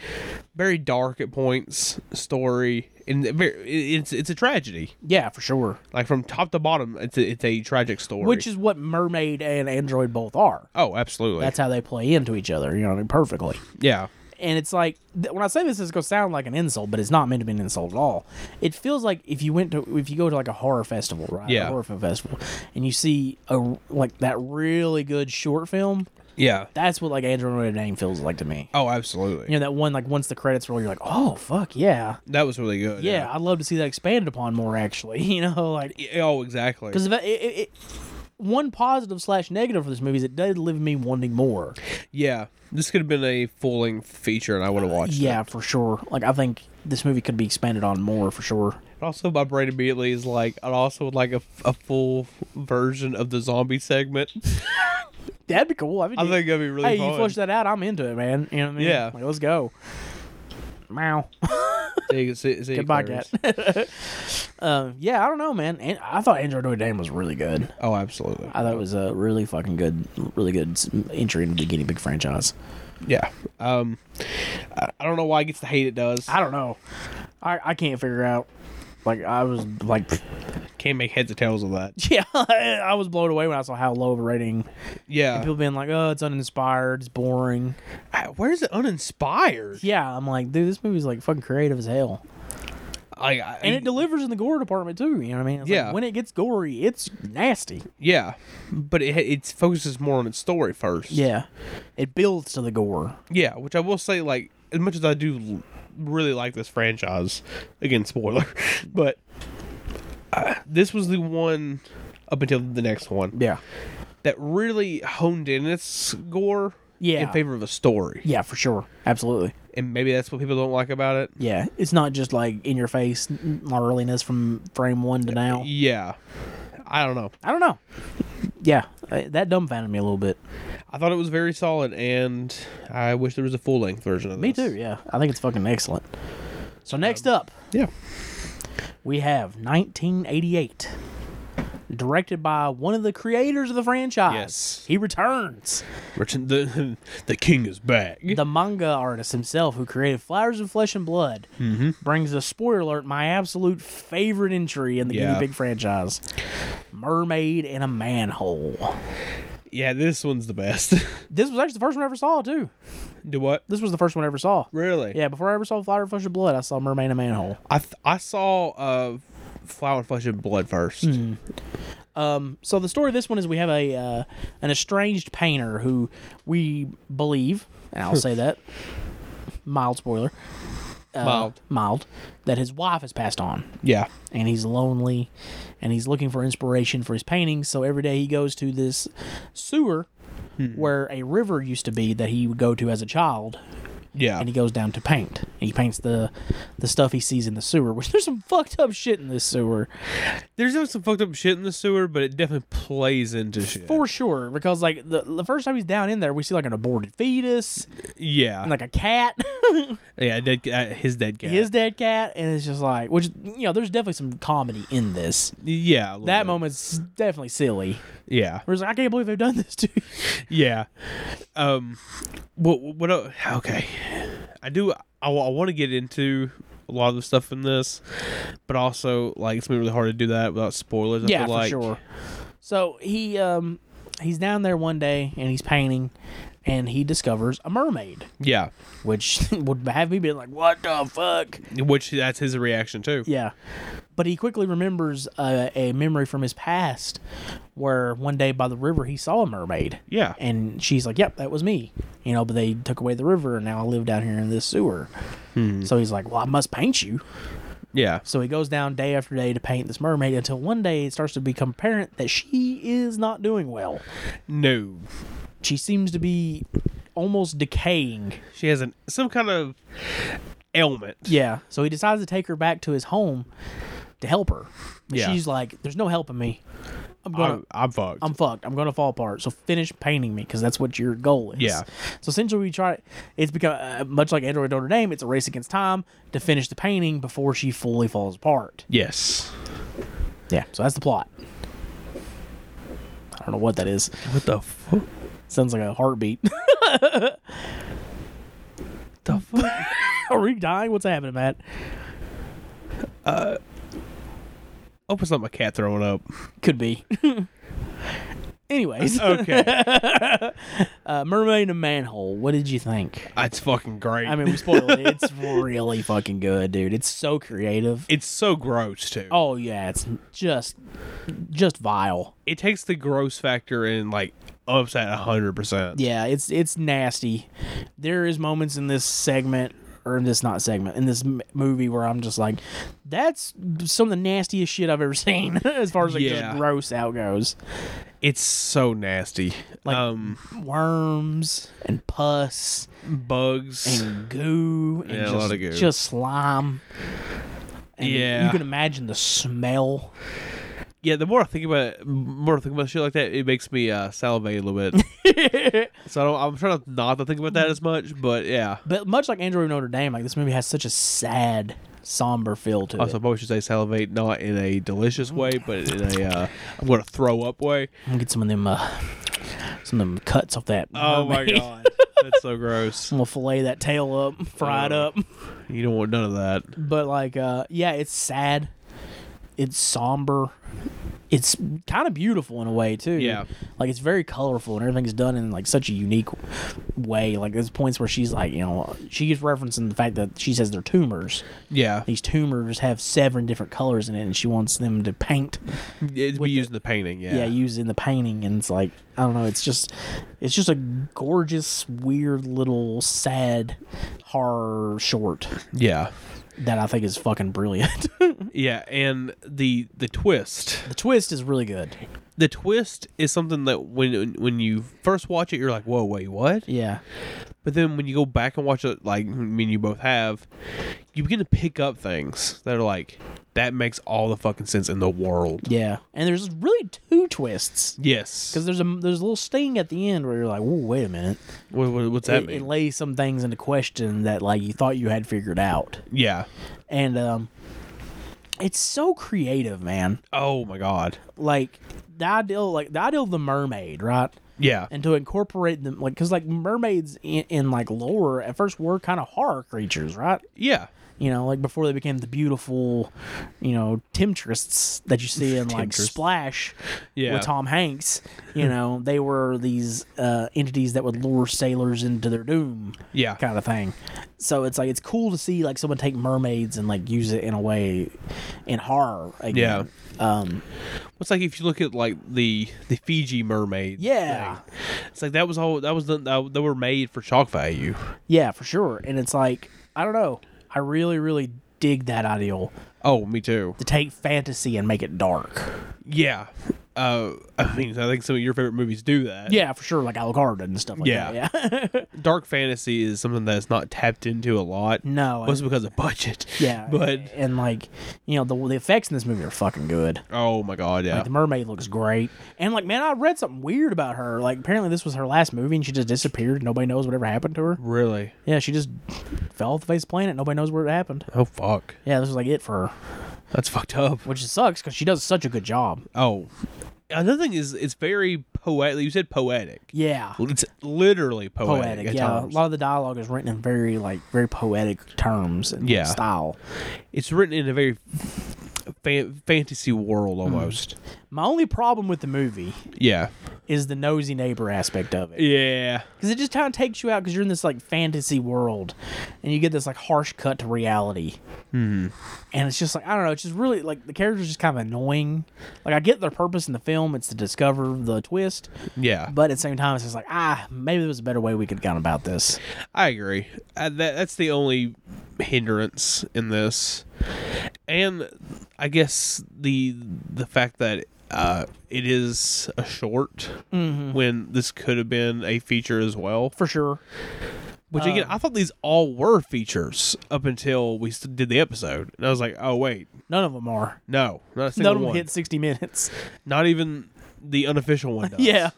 [SPEAKER 4] very dark at points story and very it's it's a tragedy.
[SPEAKER 3] yeah for sure
[SPEAKER 4] Like from top to bottom it's a, it's a tragic story.
[SPEAKER 3] which is what mermaid and android both are
[SPEAKER 4] Oh, absolutely.
[SPEAKER 3] that's how they play into each other you know what i mean perfectly
[SPEAKER 4] yeah.
[SPEAKER 3] and it's like th- when I say this, it's gonna sound like an insult, but it's not meant to be an insult at all. It feels like if you went to if you go to like a horror festival, right?
[SPEAKER 4] Yeah.
[SPEAKER 3] a horror film festival, and you see a r- like that really good short film.
[SPEAKER 4] Yeah.
[SPEAKER 3] That's what like Andrew Notre Dame feels like to me.
[SPEAKER 4] Oh, absolutely.
[SPEAKER 3] You know that one like once the credits roll, you're like, oh fuck yeah,
[SPEAKER 4] That was really good.
[SPEAKER 3] yeah. I'd love to see that expanded upon more. Actually, you know, like
[SPEAKER 4] Yeah, Oh, exactly.
[SPEAKER 3] because it, it, it, one positive slash negative for this movie is it did leave me wanting more.
[SPEAKER 4] Yeah, this could have been a full length feature, and I would have watched. it.
[SPEAKER 3] Yeah, for sure. Like I think this movie could be expanded on more for sure.
[SPEAKER 4] And also, my brain immediately is like, I'd also would like a, a full version of the zombie segment.
[SPEAKER 3] That'd be cool. I, mean,
[SPEAKER 4] I think that'd be really
[SPEAKER 3] hey,
[SPEAKER 4] fun.
[SPEAKER 3] you flush that out, I'm into it, man. You know what I mean?
[SPEAKER 4] Yeah.
[SPEAKER 3] Like, let's go. Meow.
[SPEAKER 4] See, see, see,
[SPEAKER 3] Goodbye,
[SPEAKER 4] Clarence.
[SPEAKER 3] cat. um, yeah, I don't know, man. And I thought Android Notre Dame was really good.
[SPEAKER 4] Oh, absolutely.
[SPEAKER 3] I thought it was a really fucking good, really good s- entry into the guinea pig franchise.
[SPEAKER 4] Yeah. Um, I, I don't know why it gets the hate it does.
[SPEAKER 3] I don't know. I, I can't figure out. Like I was like,
[SPEAKER 4] can't make heads or tails of that.
[SPEAKER 3] yeah, I was blown away when I saw how low of a rating.
[SPEAKER 4] Yeah.
[SPEAKER 3] People being like, "Oh, it's uninspired, it's boring."
[SPEAKER 4] I- Where's it uninspired?
[SPEAKER 3] Yeah, I'm like, dude, this movie's like fucking creative as hell.
[SPEAKER 4] I, I,
[SPEAKER 3] and it delivers in the gore department too. You know what I mean? It's like,
[SPEAKER 4] Yeah.
[SPEAKER 3] when it gets gory, it's nasty.
[SPEAKER 4] yeah, but it it focuses more on its story first.
[SPEAKER 3] Yeah. It builds to the gore.
[SPEAKER 4] Yeah, which I will say, like, as much as I do really like this franchise, again, spoiler, but uh, this was the one up until the next one
[SPEAKER 3] Yeah.
[SPEAKER 4] that really honed in its gore
[SPEAKER 3] Yeah.
[SPEAKER 4] in favor of a story.
[SPEAKER 3] Yeah, for sure. Absolutely.
[SPEAKER 4] And maybe that's what people don't like about it.
[SPEAKER 3] Yeah. It's not just like in your face gnarliness from frame one to now.
[SPEAKER 4] Yeah. I don't know.
[SPEAKER 3] I don't know. Yeah. uh, That dumbfounded me a little bit.
[SPEAKER 4] I thought it was very solid, and I wish there was a full length version of
[SPEAKER 3] Me
[SPEAKER 4] this.
[SPEAKER 3] too, yeah. I think it's fucking excellent. So next
[SPEAKER 4] Um,
[SPEAKER 3] up,
[SPEAKER 4] Yeah.
[SPEAKER 3] we have 1988. Directed by one of the creators of the franchise.
[SPEAKER 4] Yes.
[SPEAKER 3] He returns.
[SPEAKER 4] Richard, the, the king is back.
[SPEAKER 3] The manga artist himself, who created Flowers of Flesh and Blood, brings a spoiler alert, my absolute favorite entry in the
[SPEAKER 4] Yeah.
[SPEAKER 3] Guinea Pig franchise Mermaid in a Manhole.
[SPEAKER 4] yeah, this one's the best.
[SPEAKER 3] This was actually the first one I ever saw, too.
[SPEAKER 4] Do what?
[SPEAKER 3] This was the first one I ever saw.
[SPEAKER 4] Really?
[SPEAKER 3] Yeah, before I ever saw Flowers of Flesh and Blood, I saw Mermaid in a Manhole.
[SPEAKER 4] I th- I saw uh, Flower, Flesh, and Blood first.
[SPEAKER 3] So the story of this one is we have a uh, an estranged painter who we believe, and I'll say that mild spoiler, Oh.
[SPEAKER 4] Mild.
[SPEAKER 3] mild, that his wife has passed on,
[SPEAKER 4] Yeah.
[SPEAKER 3] and he's lonely, and he's looking for inspiration for his paintings. So every day he goes to this sewer where a river used to be that he would go to as a child,
[SPEAKER 4] Yeah.
[SPEAKER 3] and he goes down to paint. And he paints the the stuff he sees in the sewer, which there's some fucked up shit in this sewer.
[SPEAKER 4] There's even some fucked up shit in the sewer, but it definitely plays into shit.
[SPEAKER 3] For sure, because like the the first time he's down in there, we see like an aborted fetus,
[SPEAKER 4] yeah.
[SPEAKER 3] and, like a cat,
[SPEAKER 4] yeah, dead, uh, his dead cat.
[SPEAKER 3] his dead cat, and it's just like, which you know, there's definitely some comedy in this.
[SPEAKER 4] yeah. a little
[SPEAKER 3] That
[SPEAKER 4] bit.
[SPEAKER 3] moment's definitely silly.
[SPEAKER 4] Yeah.
[SPEAKER 3] Whereas like, I can't believe they've done this to you.
[SPEAKER 4] Yeah. Um. What? What? el- Okay. I do. I, want to get into a lot of the stuff in this, but also like it's been really hard to do that without spoilers. I
[SPEAKER 3] yeah, for
[SPEAKER 4] feel like.
[SPEAKER 3] sure. So he um he's down there one day and he's painting, and he discovers a mermaid,
[SPEAKER 4] Yeah.
[SPEAKER 3] which would have me be like, what the fuck?
[SPEAKER 4] Which that's his reaction too.
[SPEAKER 3] Yeah. But he quickly remembers uh, a memory from his past where one day by the river he saw a mermaid.
[SPEAKER 4] Yeah.
[SPEAKER 3] And she's like, yep, that was me. You know, but they took away the river and now I live down here in this sewer.
[SPEAKER 4] Hmm.
[SPEAKER 3] So he's like, well, I must paint you.
[SPEAKER 4] Yeah.
[SPEAKER 3] So he goes down day after day to paint this mermaid until one day it starts to become apparent that she is not doing well.
[SPEAKER 4] No.
[SPEAKER 3] She seems to be almost decaying.
[SPEAKER 4] She has an some kind of ailment.
[SPEAKER 3] Yeah. So he decides to take her back to his home to help her. And
[SPEAKER 4] Yeah.
[SPEAKER 3] She's like, there's no helping me. I'm going to
[SPEAKER 4] I'm, I'm fucked.
[SPEAKER 3] I'm fucked. I'm gonna fall apart. So finish painting me because that's what your goal is.
[SPEAKER 4] Yeah.
[SPEAKER 3] So essentially, we try. It's become uh, much like Android Notre Dame. It's a race against time to finish the painting before she fully falls apart.
[SPEAKER 4] yes.
[SPEAKER 3] Yeah. So that's the plot. I don't know what that is.
[SPEAKER 4] What the fuck?
[SPEAKER 3] Sounds like a heartbeat. the fuck? Are we dying? What's happening, Matt?
[SPEAKER 4] Hope it's not my cat throwing up.
[SPEAKER 3] Could be. Anyways,
[SPEAKER 4] Okay.
[SPEAKER 3] uh, Mermaid in a Manhole. What did you think?
[SPEAKER 4] That's fucking great.
[SPEAKER 3] I mean, we spoiled it. It's really fucking good, dude. It's so creative.
[SPEAKER 4] it's so gross too.
[SPEAKER 3] Oh yeah, it's just just vile.
[SPEAKER 4] it takes the gross factor and like ups at hundred percent.
[SPEAKER 3] Yeah, it's it's nasty. There is moments in this segment or in this not segment in this m- movie where I'm just like, that's some of the nastiest shit I've ever seen as far as like
[SPEAKER 4] Yeah.
[SPEAKER 3] just gross out goes.
[SPEAKER 4] It's so nasty.
[SPEAKER 3] Like-
[SPEAKER 4] um,
[SPEAKER 3] Worms and pus
[SPEAKER 4] bugs.
[SPEAKER 3] and goo and
[SPEAKER 4] Mm. Yeah, a
[SPEAKER 3] just,
[SPEAKER 4] lot of goo.
[SPEAKER 3] just slime. And
[SPEAKER 4] Yeah.
[SPEAKER 3] you can imagine the smell.
[SPEAKER 4] yeah, the more I think about it, more I think about shit like that, it makes me uh, salivate a little bit. so I don't, I'm trying to not to think about that as much, but yeah.
[SPEAKER 3] But much like Andrew Notre Dame, like this movie has such a sad, somber feel to
[SPEAKER 4] Also, I
[SPEAKER 3] it.
[SPEAKER 4] probably should say salivate not in a delicious way, but in a uh, I'm gonna throw up way.
[SPEAKER 3] I'm gonna get some of them, uh, some of them cuts off that.
[SPEAKER 4] Oh my
[SPEAKER 3] mermaid.
[SPEAKER 4] god, that's so gross.
[SPEAKER 3] I'm gonna fillet that tail up, fry it
[SPEAKER 4] Oh.
[SPEAKER 3] up.
[SPEAKER 4] You don't want none of that.
[SPEAKER 3] But like, uh, yeah, it's sad. It's somber. it's kind of beautiful in a way too.
[SPEAKER 4] Yeah.
[SPEAKER 3] like it's very colorful and everything's done in like such a unique way. Like there's points where she's like, you know, she gets referencing the fact that she says they're tumors.
[SPEAKER 4] Yeah,
[SPEAKER 3] These tumors have seven different colors in it, and she wants them to paint.
[SPEAKER 4] it'd be used in the painting. Yeah,
[SPEAKER 3] Yeah, used in the painting, and it's like I don't know. It's just, it's just a gorgeous, weird little sad horror short
[SPEAKER 4] yeah,
[SPEAKER 3] that I think is fucking brilliant.
[SPEAKER 4] yeah. And the the twist.
[SPEAKER 3] the twist is really good.
[SPEAKER 4] the twist is something that when when you first watch it, you're like, "Whoa, wait, what?"
[SPEAKER 3] Yeah,
[SPEAKER 4] But then when you go back and watch it, like me and you both have, you begin to pick up things that are like, "That makes all the fucking sense in the world."
[SPEAKER 3] yeah. And there's really two twists.
[SPEAKER 4] Yes.
[SPEAKER 3] Because there's a there's a little sting at the end where you're like, "Whoa, wait a minute!"
[SPEAKER 4] What, what- what's
[SPEAKER 3] It,
[SPEAKER 4] that
[SPEAKER 3] it
[SPEAKER 4] mean?
[SPEAKER 3] lays some things into question that like you thought you had figured out,
[SPEAKER 4] yeah.
[SPEAKER 3] and um, it's so creative, man.
[SPEAKER 4] Oh my god.
[SPEAKER 3] Like the ideal, like the ideal of the mermaid, right?
[SPEAKER 4] Yeah.
[SPEAKER 3] And to incorporate them, like, because like mermaids in, in like lore at first were kind of horror creatures, right?
[SPEAKER 4] yeah.
[SPEAKER 3] You know, like before they became the beautiful, you know, temptrests that you see in like
[SPEAKER 4] Temptress.
[SPEAKER 3] Splash
[SPEAKER 4] Yeah.
[SPEAKER 3] with Tom Hanks. You know, they were these uh, entities that would lure sailors into their doom
[SPEAKER 4] Yeah.
[SPEAKER 3] kind of thing. So it's like it's cool to see like someone take mermaids and like use it in a way in horror.
[SPEAKER 4] Yeah.
[SPEAKER 3] Again. Um,
[SPEAKER 4] It's like if you look at like the the Fiji mermaid.
[SPEAKER 3] yeah.
[SPEAKER 4] It's like that was all that was the, that, that were made for shock value.
[SPEAKER 3] Yeah, for sure. And it's like I don't know. I really, really dig that ideal
[SPEAKER 4] Oh, me too.
[SPEAKER 3] to take fantasy and make it dark.
[SPEAKER 4] Yeah. Uh, I mean, I think some of your favorite movies do that.
[SPEAKER 3] Yeah, for sure. Like Alucard and stuff like
[SPEAKER 4] Yeah.
[SPEAKER 3] that. Yeah.
[SPEAKER 4] dark fantasy is something that's not tapped into a lot.
[SPEAKER 3] No,
[SPEAKER 4] mostly because of budget.
[SPEAKER 3] yeah.
[SPEAKER 4] but
[SPEAKER 3] and like you know the the effects in this movie are fucking good.
[SPEAKER 4] oh my god, yeah,
[SPEAKER 3] Like the mermaid looks great. And like man, I read something weird about her. Like apparently this was her last movie and she just disappeared. Nobody knows whatever happened to her.
[SPEAKER 4] really.
[SPEAKER 3] Yeah, she just fell off the face of the planet. Nobody knows where it happened.
[SPEAKER 4] Oh fuck,
[SPEAKER 3] Yeah, this was like it for her,
[SPEAKER 4] that's fucked up.
[SPEAKER 3] which sucks because she does such a good job.
[SPEAKER 4] Oh, another thing is it's very poetic. You said poetic.
[SPEAKER 3] Yeah.
[SPEAKER 4] It's literally poetic.
[SPEAKER 3] poetic.
[SPEAKER 4] at
[SPEAKER 3] yeah,
[SPEAKER 4] times.
[SPEAKER 3] a lot of the dialogue is written in very like very poetic terms and
[SPEAKER 4] Yeah.
[SPEAKER 3] style.
[SPEAKER 4] it's written in a very fan- fantasy world almost.
[SPEAKER 3] My only problem with the movie
[SPEAKER 4] Yeah,
[SPEAKER 3] is the nosy neighbor aspect of it
[SPEAKER 4] yeah,
[SPEAKER 3] because it just kind of takes you out because you're in this like fantasy world and you get this like harsh cut to reality.
[SPEAKER 4] Hmm.
[SPEAKER 3] And it's just like I don't know, it's just really like the characters just kind of annoying. Like I get their purpose in the film, it's to discover the twist,
[SPEAKER 4] yeah.
[SPEAKER 3] but at the same time it's just like ah, maybe there was a better way we could have gone about this.
[SPEAKER 4] I agree. Uh, that that's the only hindrance in this, and I guess the the fact that uh, it is a short when this could have been a feature as well.
[SPEAKER 3] For sure.
[SPEAKER 4] Which again, I thought these all were features up until we s- did the episode, and I was like, oh wait,
[SPEAKER 3] None of them are.
[SPEAKER 4] no, not a single
[SPEAKER 3] None of them
[SPEAKER 4] one,
[SPEAKER 3] hit 60 minutes.
[SPEAKER 4] not even the unofficial one. Does.
[SPEAKER 3] Yeah.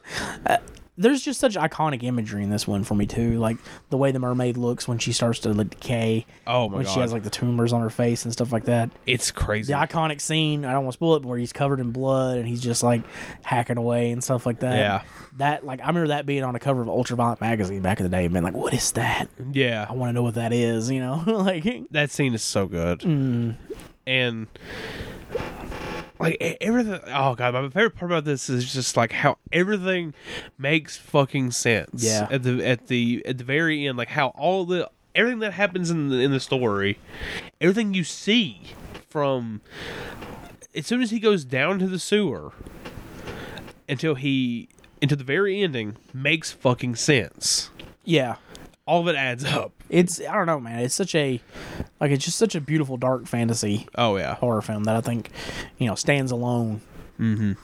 [SPEAKER 3] Uh, there's just such iconic imagery in this one for me too, like the way the mermaid looks when she starts to like, decay,
[SPEAKER 4] Oh my
[SPEAKER 3] when
[SPEAKER 4] god,
[SPEAKER 3] she has like the tumors on her face and stuff like that.
[SPEAKER 4] it's crazy.
[SPEAKER 3] The iconic scene, I don't want to spoil it, but where he's covered in blood and he's just like hacking away and stuff like that.
[SPEAKER 4] Yeah.
[SPEAKER 3] that like I remember that being on the cover of Ultraviolet magazine back in the day, and being like, "What is that?
[SPEAKER 4] yeah,
[SPEAKER 3] I want to know what that is." You know, like
[SPEAKER 4] that scene is so good.
[SPEAKER 3] Mm.
[SPEAKER 4] And like e- everything oh god, my favorite part about this is just like how everything makes fucking sense.
[SPEAKER 3] Yeah.
[SPEAKER 4] At the at the at the very end, like how all the everything that happens in the in the story, everything you see from as soon as he goes down to the sewer until he until the very ending makes fucking sense.
[SPEAKER 3] yeah,
[SPEAKER 4] All of it adds up.
[SPEAKER 3] it's I don't know, man. It's such a like it's just such a beautiful dark fantasy
[SPEAKER 4] Oh yeah.
[SPEAKER 3] horror film that I think, you know, stands alone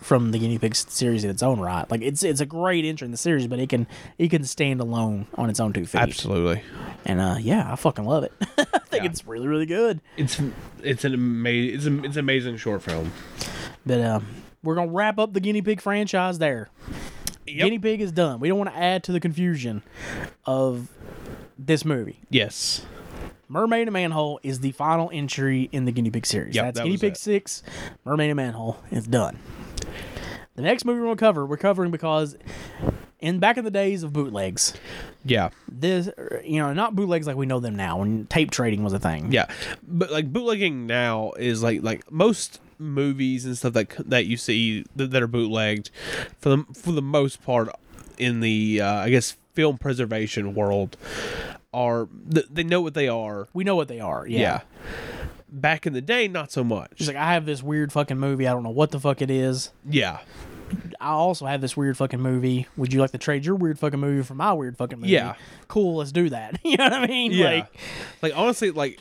[SPEAKER 3] from the guinea pig s- series in its own right. Like it's it's a great entry in the series, but it can it can stand alone on its own two feet.
[SPEAKER 4] Absolutely.
[SPEAKER 3] And uh, yeah, I fucking love it. I think it's really really good.
[SPEAKER 4] It's it's an amazing it's, an- it's an amazing short film.
[SPEAKER 3] But um, we're gonna wrap up the guinea pig franchise there. Guinea pig is done. We don't want to add to the confusion of this movie.
[SPEAKER 4] Yes.
[SPEAKER 3] Mermaid and Manhole is the final entry in the Guinea Pig series.
[SPEAKER 4] Yep,
[SPEAKER 3] That's
[SPEAKER 4] that
[SPEAKER 3] Guinea
[SPEAKER 4] was
[SPEAKER 3] Pig
[SPEAKER 4] it.
[SPEAKER 3] Six, Mermaid and Manhole. It's done. The next movie we're gonna cover, we're covering because in back in the days of bootlegs,
[SPEAKER 4] Yeah.
[SPEAKER 3] this er, you know not bootlegs like we know them now, when tape trading was a thing.
[SPEAKER 4] Yeah. But like bootlegging now is like like most movies and stuff that c- that you see that, that are bootlegged, for the for the most part, in the uh, I guess film preservation world, are th- they know what they are.
[SPEAKER 3] We know what they are. Yeah.
[SPEAKER 4] Back in the day, not so much.
[SPEAKER 3] She's like, I have this weird fucking movie. I don't know what the fuck it is.
[SPEAKER 4] yeah.
[SPEAKER 3] I also have this weird fucking movie. Would you like to trade your weird fucking movie for my weird fucking movie?
[SPEAKER 4] Yeah.
[SPEAKER 3] Cool, let's do that. you know what I mean?
[SPEAKER 4] Yeah.
[SPEAKER 3] Like,
[SPEAKER 4] Like, honestly, like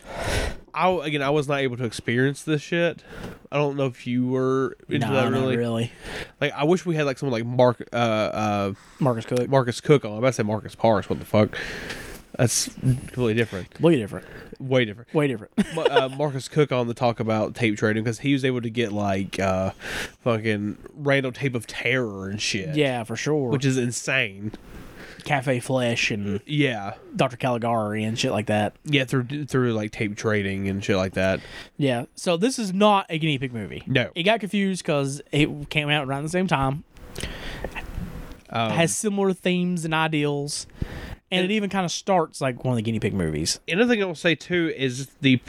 [SPEAKER 4] I again, I was not able to experience this shit. I don't know if you were into
[SPEAKER 3] nah,
[SPEAKER 4] that
[SPEAKER 3] not
[SPEAKER 4] really.
[SPEAKER 3] really.
[SPEAKER 4] Like I wish we had like someone like Mark, uh, uh,
[SPEAKER 3] Marcus Cook.
[SPEAKER 4] Marcus Cook on. I'm about to say Marcus Parks. What the fuck? That's completely different.
[SPEAKER 3] Way different.
[SPEAKER 4] Way different.
[SPEAKER 3] Way different.
[SPEAKER 4] Ma- uh, Marcus Cook on the talk about tape trading because he was able to get like uh, fucking random tape of terror and shit.
[SPEAKER 3] yeah, for sure.
[SPEAKER 4] Which is insane.
[SPEAKER 3] Cafe Flesh and
[SPEAKER 4] Yeah.
[SPEAKER 3] Dr. Caligari and shit like that.
[SPEAKER 4] Yeah. Through through like tape trading and shit like that.
[SPEAKER 3] Yeah. So this is not a guinea pig movie.
[SPEAKER 4] No.
[SPEAKER 3] It got confused because it came out around the same time.
[SPEAKER 4] Um,
[SPEAKER 3] has similar themes and ideals. And it even kind of starts like one of the guinea pig movies.
[SPEAKER 4] another thing I'll say too is the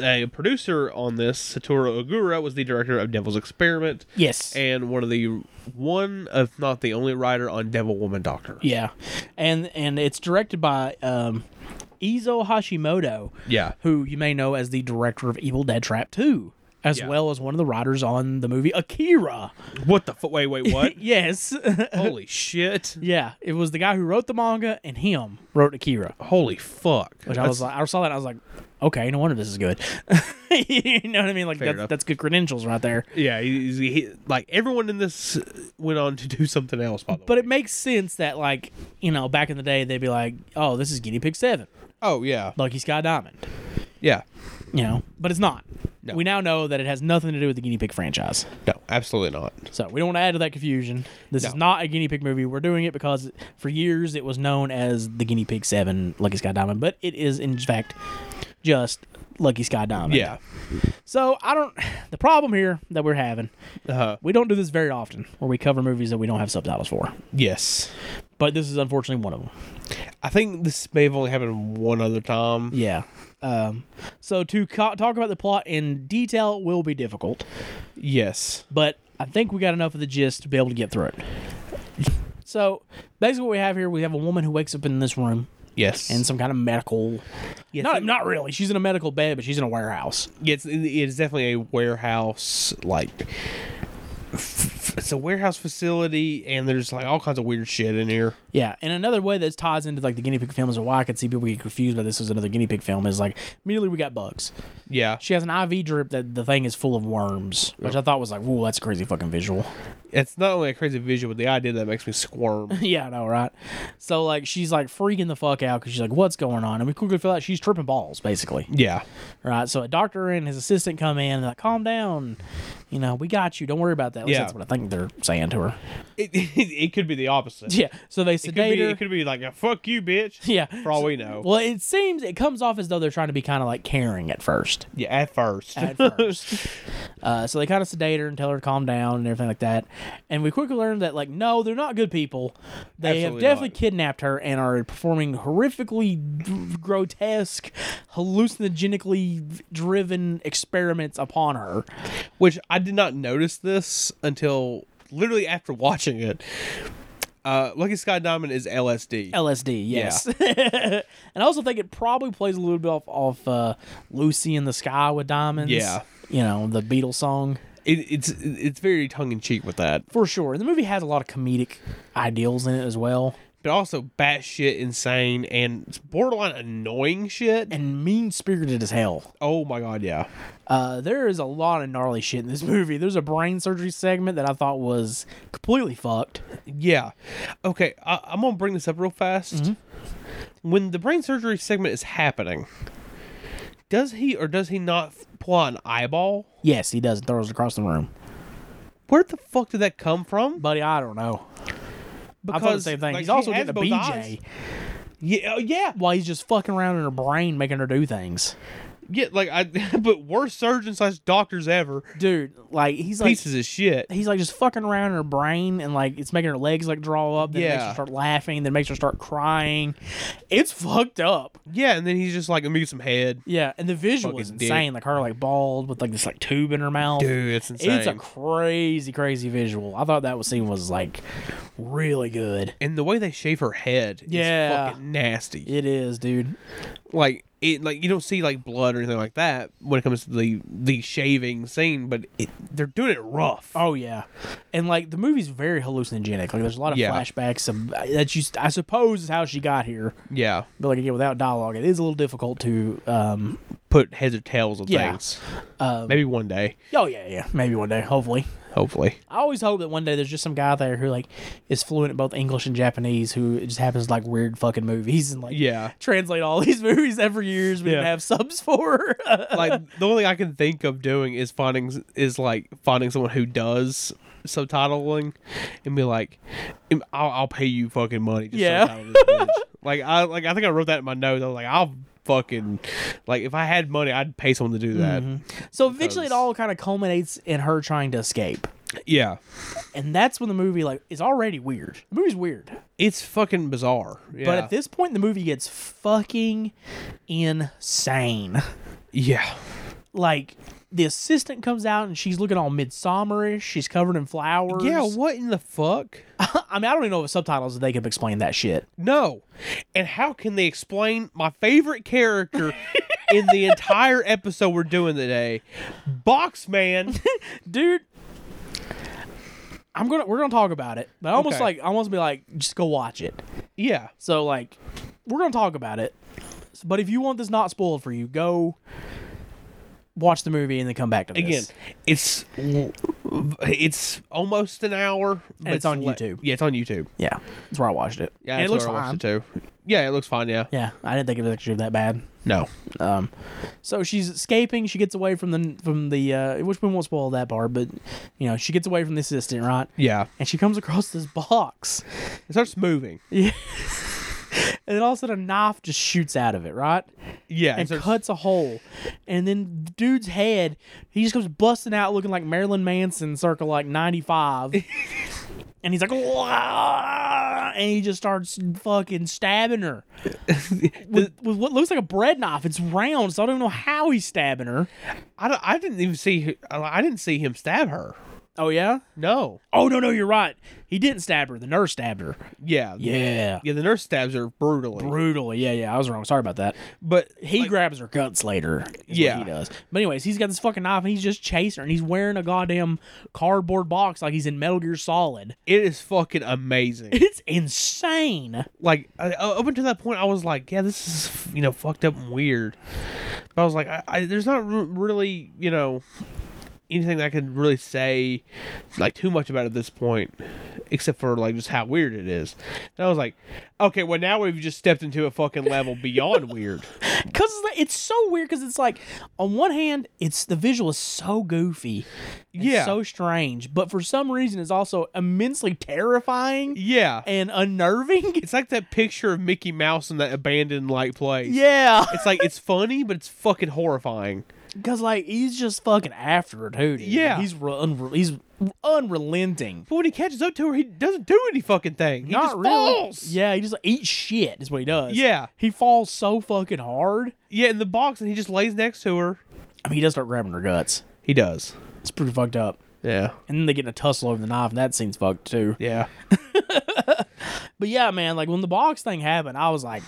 [SPEAKER 4] uh, producer on this, Satoru Ogura, was the director of Devil's Experiment
[SPEAKER 3] Yes.
[SPEAKER 4] and one of the one, if not the only writer on Devil Woman Doctor.
[SPEAKER 3] yeah. And and it's directed by um Izo Hashimoto,
[SPEAKER 4] Yeah.
[SPEAKER 3] who you may know as the director of Evil Dead Trap 2, as
[SPEAKER 4] Yeah.
[SPEAKER 3] well as one of the writers on the movie Akira.
[SPEAKER 4] What the fuck? Wait, wait, what?
[SPEAKER 3] yes.
[SPEAKER 4] Holy shit!
[SPEAKER 3] yeah, it was the guy who wrote the manga and him wrote Akira.
[SPEAKER 4] Holy fuck!
[SPEAKER 3] Which I was like, I saw that, I was like, okay, no wonder this is good. you know what I mean? Like
[SPEAKER 4] Fair
[SPEAKER 3] that's,
[SPEAKER 4] enough.
[SPEAKER 3] that's good credentials right there.
[SPEAKER 4] yeah, he, he, he- like everyone in this went on to do something else. By the
[SPEAKER 3] But
[SPEAKER 4] way,
[SPEAKER 3] it makes sense that like you know back in the day they'd be like, oh, this is guinea pig seven,
[SPEAKER 4] oh yeah,
[SPEAKER 3] Lucky Sky Diamond,
[SPEAKER 4] yeah,
[SPEAKER 3] you know. But it's not.
[SPEAKER 4] No.
[SPEAKER 3] We now know that it has nothing to do with the guinea pig franchise.
[SPEAKER 4] no, absolutely not.
[SPEAKER 3] So we don't want to add to that confusion. This is not a guinea pig movie. We're doing it because for years it was known as the Guinea Pig Seven Lucky Sky Diamond, but it is in fact just Lucky Sky Diamond.
[SPEAKER 4] Yeah,
[SPEAKER 3] So I don't. The problem here that we're having,
[SPEAKER 4] uh,
[SPEAKER 3] we don't do this very often, where we cover movies that we don't have subtitles for.
[SPEAKER 4] yes.
[SPEAKER 3] But this is unfortunately one of them.
[SPEAKER 4] I think this may have only happened one other time.
[SPEAKER 3] Yeah. Um, so to co- talk about the plot in detail will be difficult,
[SPEAKER 4] Yes.
[SPEAKER 3] but I think we got enough of the gist to be able to get through it. So basically, what we have here, we have a woman who wakes up in this room
[SPEAKER 4] Yes.
[SPEAKER 3] in some kind of medical. not, not really. She's in a medical bed, but she's in a warehouse.
[SPEAKER 4] Yeah, it's it's definitely a warehouse like f- it's a warehouse facility and there's like all kinds of weird shit in here
[SPEAKER 3] Yeah, and another way that ties into like the guinea pig film is why I could see people get confused by this as another guinea pig film is like immediately we got bugs.
[SPEAKER 4] yeah
[SPEAKER 3] She has an IV drip that the thing is full of worms, which I thought was like, whoa, that's a crazy fucking visual.
[SPEAKER 4] it's not only a crazy visual but the idea that makes me squirm
[SPEAKER 3] Yeah, I know, right? So like she's like freaking the fuck out because she's like, "What's going on?" And we quickly feel out she's tripping balls, basically,
[SPEAKER 4] yeah
[SPEAKER 3] right? So a doctor and his assistant come in and like, "Calm down, you know, we got you. Don't worry about that." At least
[SPEAKER 4] Yeah.
[SPEAKER 3] that's what I think they're saying to her.
[SPEAKER 4] it, it, it could be the opposite
[SPEAKER 3] Yeah. So they
[SPEAKER 4] it could,
[SPEAKER 3] sedate
[SPEAKER 4] be,
[SPEAKER 3] her.
[SPEAKER 4] it could be like a fuck you bitch
[SPEAKER 3] yeah.
[SPEAKER 4] for all we know
[SPEAKER 3] Well, it seems it comes off as though they're trying to be kind of like caring at first.
[SPEAKER 4] yeah at first
[SPEAKER 3] At first, uh, so they kind of sedate her and tell her to calm down and everything like that. And we quickly learn that like, no, they're not good people. They have
[SPEAKER 4] Absolutely
[SPEAKER 3] definitely
[SPEAKER 4] not.
[SPEAKER 3] kidnapped her and are performing horrifically grotesque, hallucinogenically driven experiments upon her.
[SPEAKER 4] which I did not notice this until literally after watching it uh Lucky Sky Diamond is LSD
[SPEAKER 3] LSD, yes. and I also think it probably plays a little bit off off uh, "Lucy in the Sky with Diamonds."
[SPEAKER 4] Yeah.
[SPEAKER 3] you know the Beatles song.
[SPEAKER 4] it, it's it's very tongue in cheek with that
[SPEAKER 3] for sure. And the movie has a lot of comedic ideals in it as well,
[SPEAKER 4] but also batshit insane and borderline annoying shit.
[SPEAKER 3] and mean spirited as hell.
[SPEAKER 4] oh my god, yeah,
[SPEAKER 3] Uh, there is a lot of gnarly shit in this movie. There's a brain surgery segment that I thought was completely fucked.
[SPEAKER 4] yeah. Okay, I, I'm gonna bring this up real fast.
[SPEAKER 3] Mm-hmm.
[SPEAKER 4] When the brain surgery segment is happening, does he or does he not f- pull out an eyeball?
[SPEAKER 3] Yes, he does. Throws it across the room,
[SPEAKER 4] Where the fuck did that come from?
[SPEAKER 3] buddy. I don't know. I thought the same thing.
[SPEAKER 4] like,
[SPEAKER 3] he's
[SPEAKER 4] he
[SPEAKER 3] also
[SPEAKER 4] has
[SPEAKER 3] getting a
[SPEAKER 4] both
[SPEAKER 3] BJ
[SPEAKER 4] eyes. Yeah, oh, yeah,
[SPEAKER 3] while he's just fucking around in her brain, making her do things.
[SPEAKER 4] Yeah, like I, but worst surgeon slash doctors ever.
[SPEAKER 3] dude. Like he's like
[SPEAKER 4] Pieces of shit.
[SPEAKER 3] he's like just fucking around her brain and like it's making her legs like draw up. Then it makes
[SPEAKER 4] Yeah.
[SPEAKER 3] her start laughing. Then it makes her start crying. It's fucked up.
[SPEAKER 4] Yeah, and then he's just like, I'm gonna get some head.
[SPEAKER 3] Yeah, and the visual
[SPEAKER 4] Fucking
[SPEAKER 3] is
[SPEAKER 4] dick.
[SPEAKER 3] insane. Like her like bald with like this like tube in her mouth.
[SPEAKER 4] Dude, it's insane.
[SPEAKER 3] It's a crazy, crazy visual. I thought that was scene was like really good.
[SPEAKER 4] and the way they shave her head
[SPEAKER 3] Yeah.
[SPEAKER 4] is fucking nasty.
[SPEAKER 3] It is, dude.
[SPEAKER 4] Like it, like you don't see like blood or anything like that when it comes to the the shaving scene, but it, they're doing it rough.
[SPEAKER 3] Oh yeah, and like the movie's very hallucinogenic. Like there's a lot of
[SPEAKER 4] Yeah.
[SPEAKER 3] flashbacks of uh, that. You, I suppose, is how she got here.
[SPEAKER 4] Yeah,
[SPEAKER 3] But like again, without dialogue, it is a little difficult to. um
[SPEAKER 4] put heads or tails on
[SPEAKER 3] Yeah.
[SPEAKER 4] things.
[SPEAKER 3] Um,
[SPEAKER 4] Maybe one day,
[SPEAKER 3] Oh yeah, yeah. Maybe one day, hopefully.
[SPEAKER 4] hopefully.
[SPEAKER 3] I always hope that one day there's just some guy there who like is fluent in both English and Japanese who just happens to like weird fucking movies and like
[SPEAKER 4] Yeah.
[SPEAKER 3] translate all these movies every years we didn't
[SPEAKER 4] Yeah.
[SPEAKER 3] have subs for.
[SPEAKER 4] like the only thing I can think of doing is finding is like finding someone who does subtitling and be like, "Im- I'll, I'll pay you fucking money. Just
[SPEAKER 3] Yeah.
[SPEAKER 4] subtitle this bitch." like I like I think I wrote that in my notes. I was like, I'll fucking like if I had money, I'd pay someone to do that.
[SPEAKER 3] so eventually it
[SPEAKER 4] because-
[SPEAKER 3] all kind of culminates in her trying to escape.
[SPEAKER 4] Yeah.
[SPEAKER 3] And that's when the movie like is already weird. The movie's weird.
[SPEAKER 4] It's fucking bizarre. Yeah.
[SPEAKER 3] But at this point the movie gets fucking insane.
[SPEAKER 4] yeah.
[SPEAKER 3] Like the assistant comes out and she's looking all midsommerish. She's covered in flowers.
[SPEAKER 4] Yeah, what in the fuck?
[SPEAKER 3] I mean, I don't even know if subtitles that they could explain that shit.
[SPEAKER 4] No. And how can they explain my favorite character in the entire episode we're doing today? Boxman.
[SPEAKER 3] dude. I'm gonna we're gonna talk about it, but I almost
[SPEAKER 4] Okay.
[SPEAKER 3] like I almost be like just go watch it.
[SPEAKER 4] Yeah.
[SPEAKER 3] So like we're gonna talk about it, but if you want this not spoiled for you, go watch the movie and then come back to this.
[SPEAKER 4] again it's it's almost an hour but
[SPEAKER 3] it's on
[SPEAKER 4] le-
[SPEAKER 3] YouTube.
[SPEAKER 4] yeah it's on youtube
[SPEAKER 3] yeah, that's where I watched it.
[SPEAKER 4] yeah
[SPEAKER 3] And it
[SPEAKER 4] that's
[SPEAKER 3] looks
[SPEAKER 4] where I
[SPEAKER 3] fine.
[SPEAKER 4] watched it too yeah it looks fine yeah
[SPEAKER 3] Yeah, I didn't think it was actually that bad.
[SPEAKER 4] no
[SPEAKER 3] Um, so she's escaping. She gets away from the from the uh, which we won't spoil that part, but you know she gets away from the assistant, right?
[SPEAKER 4] yeah
[SPEAKER 3] And she comes across this box,
[SPEAKER 4] it starts moving
[SPEAKER 3] and then all of a sudden a knife just shoots out of it, right?
[SPEAKER 4] yeah it
[SPEAKER 3] and
[SPEAKER 4] starts-
[SPEAKER 3] cuts a hole. And then the dude's head, he just comes busting out looking like Marilyn Manson circa like 95. and he's like, "Wah!" and he just starts fucking stabbing her with, with what looks like a bread knife. It's round, so I don't even know how he's stabbing her.
[SPEAKER 4] I, don't- I didn't even see who- i didn't see him stab her
[SPEAKER 3] Oh, yeah?
[SPEAKER 4] no
[SPEAKER 3] Oh, no, no, you're right. He didn't stab her. The nurse stabbed her.
[SPEAKER 4] yeah
[SPEAKER 3] Yeah.
[SPEAKER 4] yeah the nurse stabs her brutally
[SPEAKER 3] Brutally. Yeah, yeah, I was wrong. Sorry about that.
[SPEAKER 4] but
[SPEAKER 3] He grabs her guts later. is what
[SPEAKER 4] Yeah.
[SPEAKER 3] he does. But anyways, he's got this fucking knife and he's just chasing her, and he's wearing a goddamn cardboard box like he's in Metal Gear Solid.
[SPEAKER 4] it is fucking amazing
[SPEAKER 3] It's insane.
[SPEAKER 4] like I, uh, up until that point i was like yeah this is you know fucked up and weird but i was like I, I, there's not r- really you know anything that i could really say like too much about at this point except for like just how weird it is and i was like okay well now we've just stepped into a fucking level beyond weird
[SPEAKER 3] Cause it's, like- it's so weird. Cause it's like, on one hand, it's the visual is so goofy, and
[SPEAKER 4] Yeah.
[SPEAKER 3] so strange, but for some reason, it's also immensely terrifying
[SPEAKER 4] yeah
[SPEAKER 3] and unnerving.
[SPEAKER 4] it's like that picture of mickey mouse in that abandoned like place
[SPEAKER 3] yeah,
[SPEAKER 4] it's like it's funny but it's fucking horrifying
[SPEAKER 3] cause like he's just fucking after her too. dude.
[SPEAKER 4] Yeah.
[SPEAKER 3] he's re- unre- he's unrelenting.
[SPEAKER 4] but when he catches up to her he doesn't do any fucking thing he
[SPEAKER 3] Not
[SPEAKER 4] just
[SPEAKER 3] really.
[SPEAKER 4] falls
[SPEAKER 3] Yeah, he just like, eats shit is what he does.
[SPEAKER 4] Yeah.
[SPEAKER 3] He falls so fucking hard.
[SPEAKER 4] yeah in the box and he just lays next to her
[SPEAKER 3] I mean, he does start grabbing her guts.
[SPEAKER 4] He does.
[SPEAKER 3] It's pretty fucked up.
[SPEAKER 4] Yeah.
[SPEAKER 3] And then they get in a tussle over the knife, and that scene's fucked too.
[SPEAKER 4] Yeah.
[SPEAKER 3] But yeah, man, like when the box thing happened, I was like,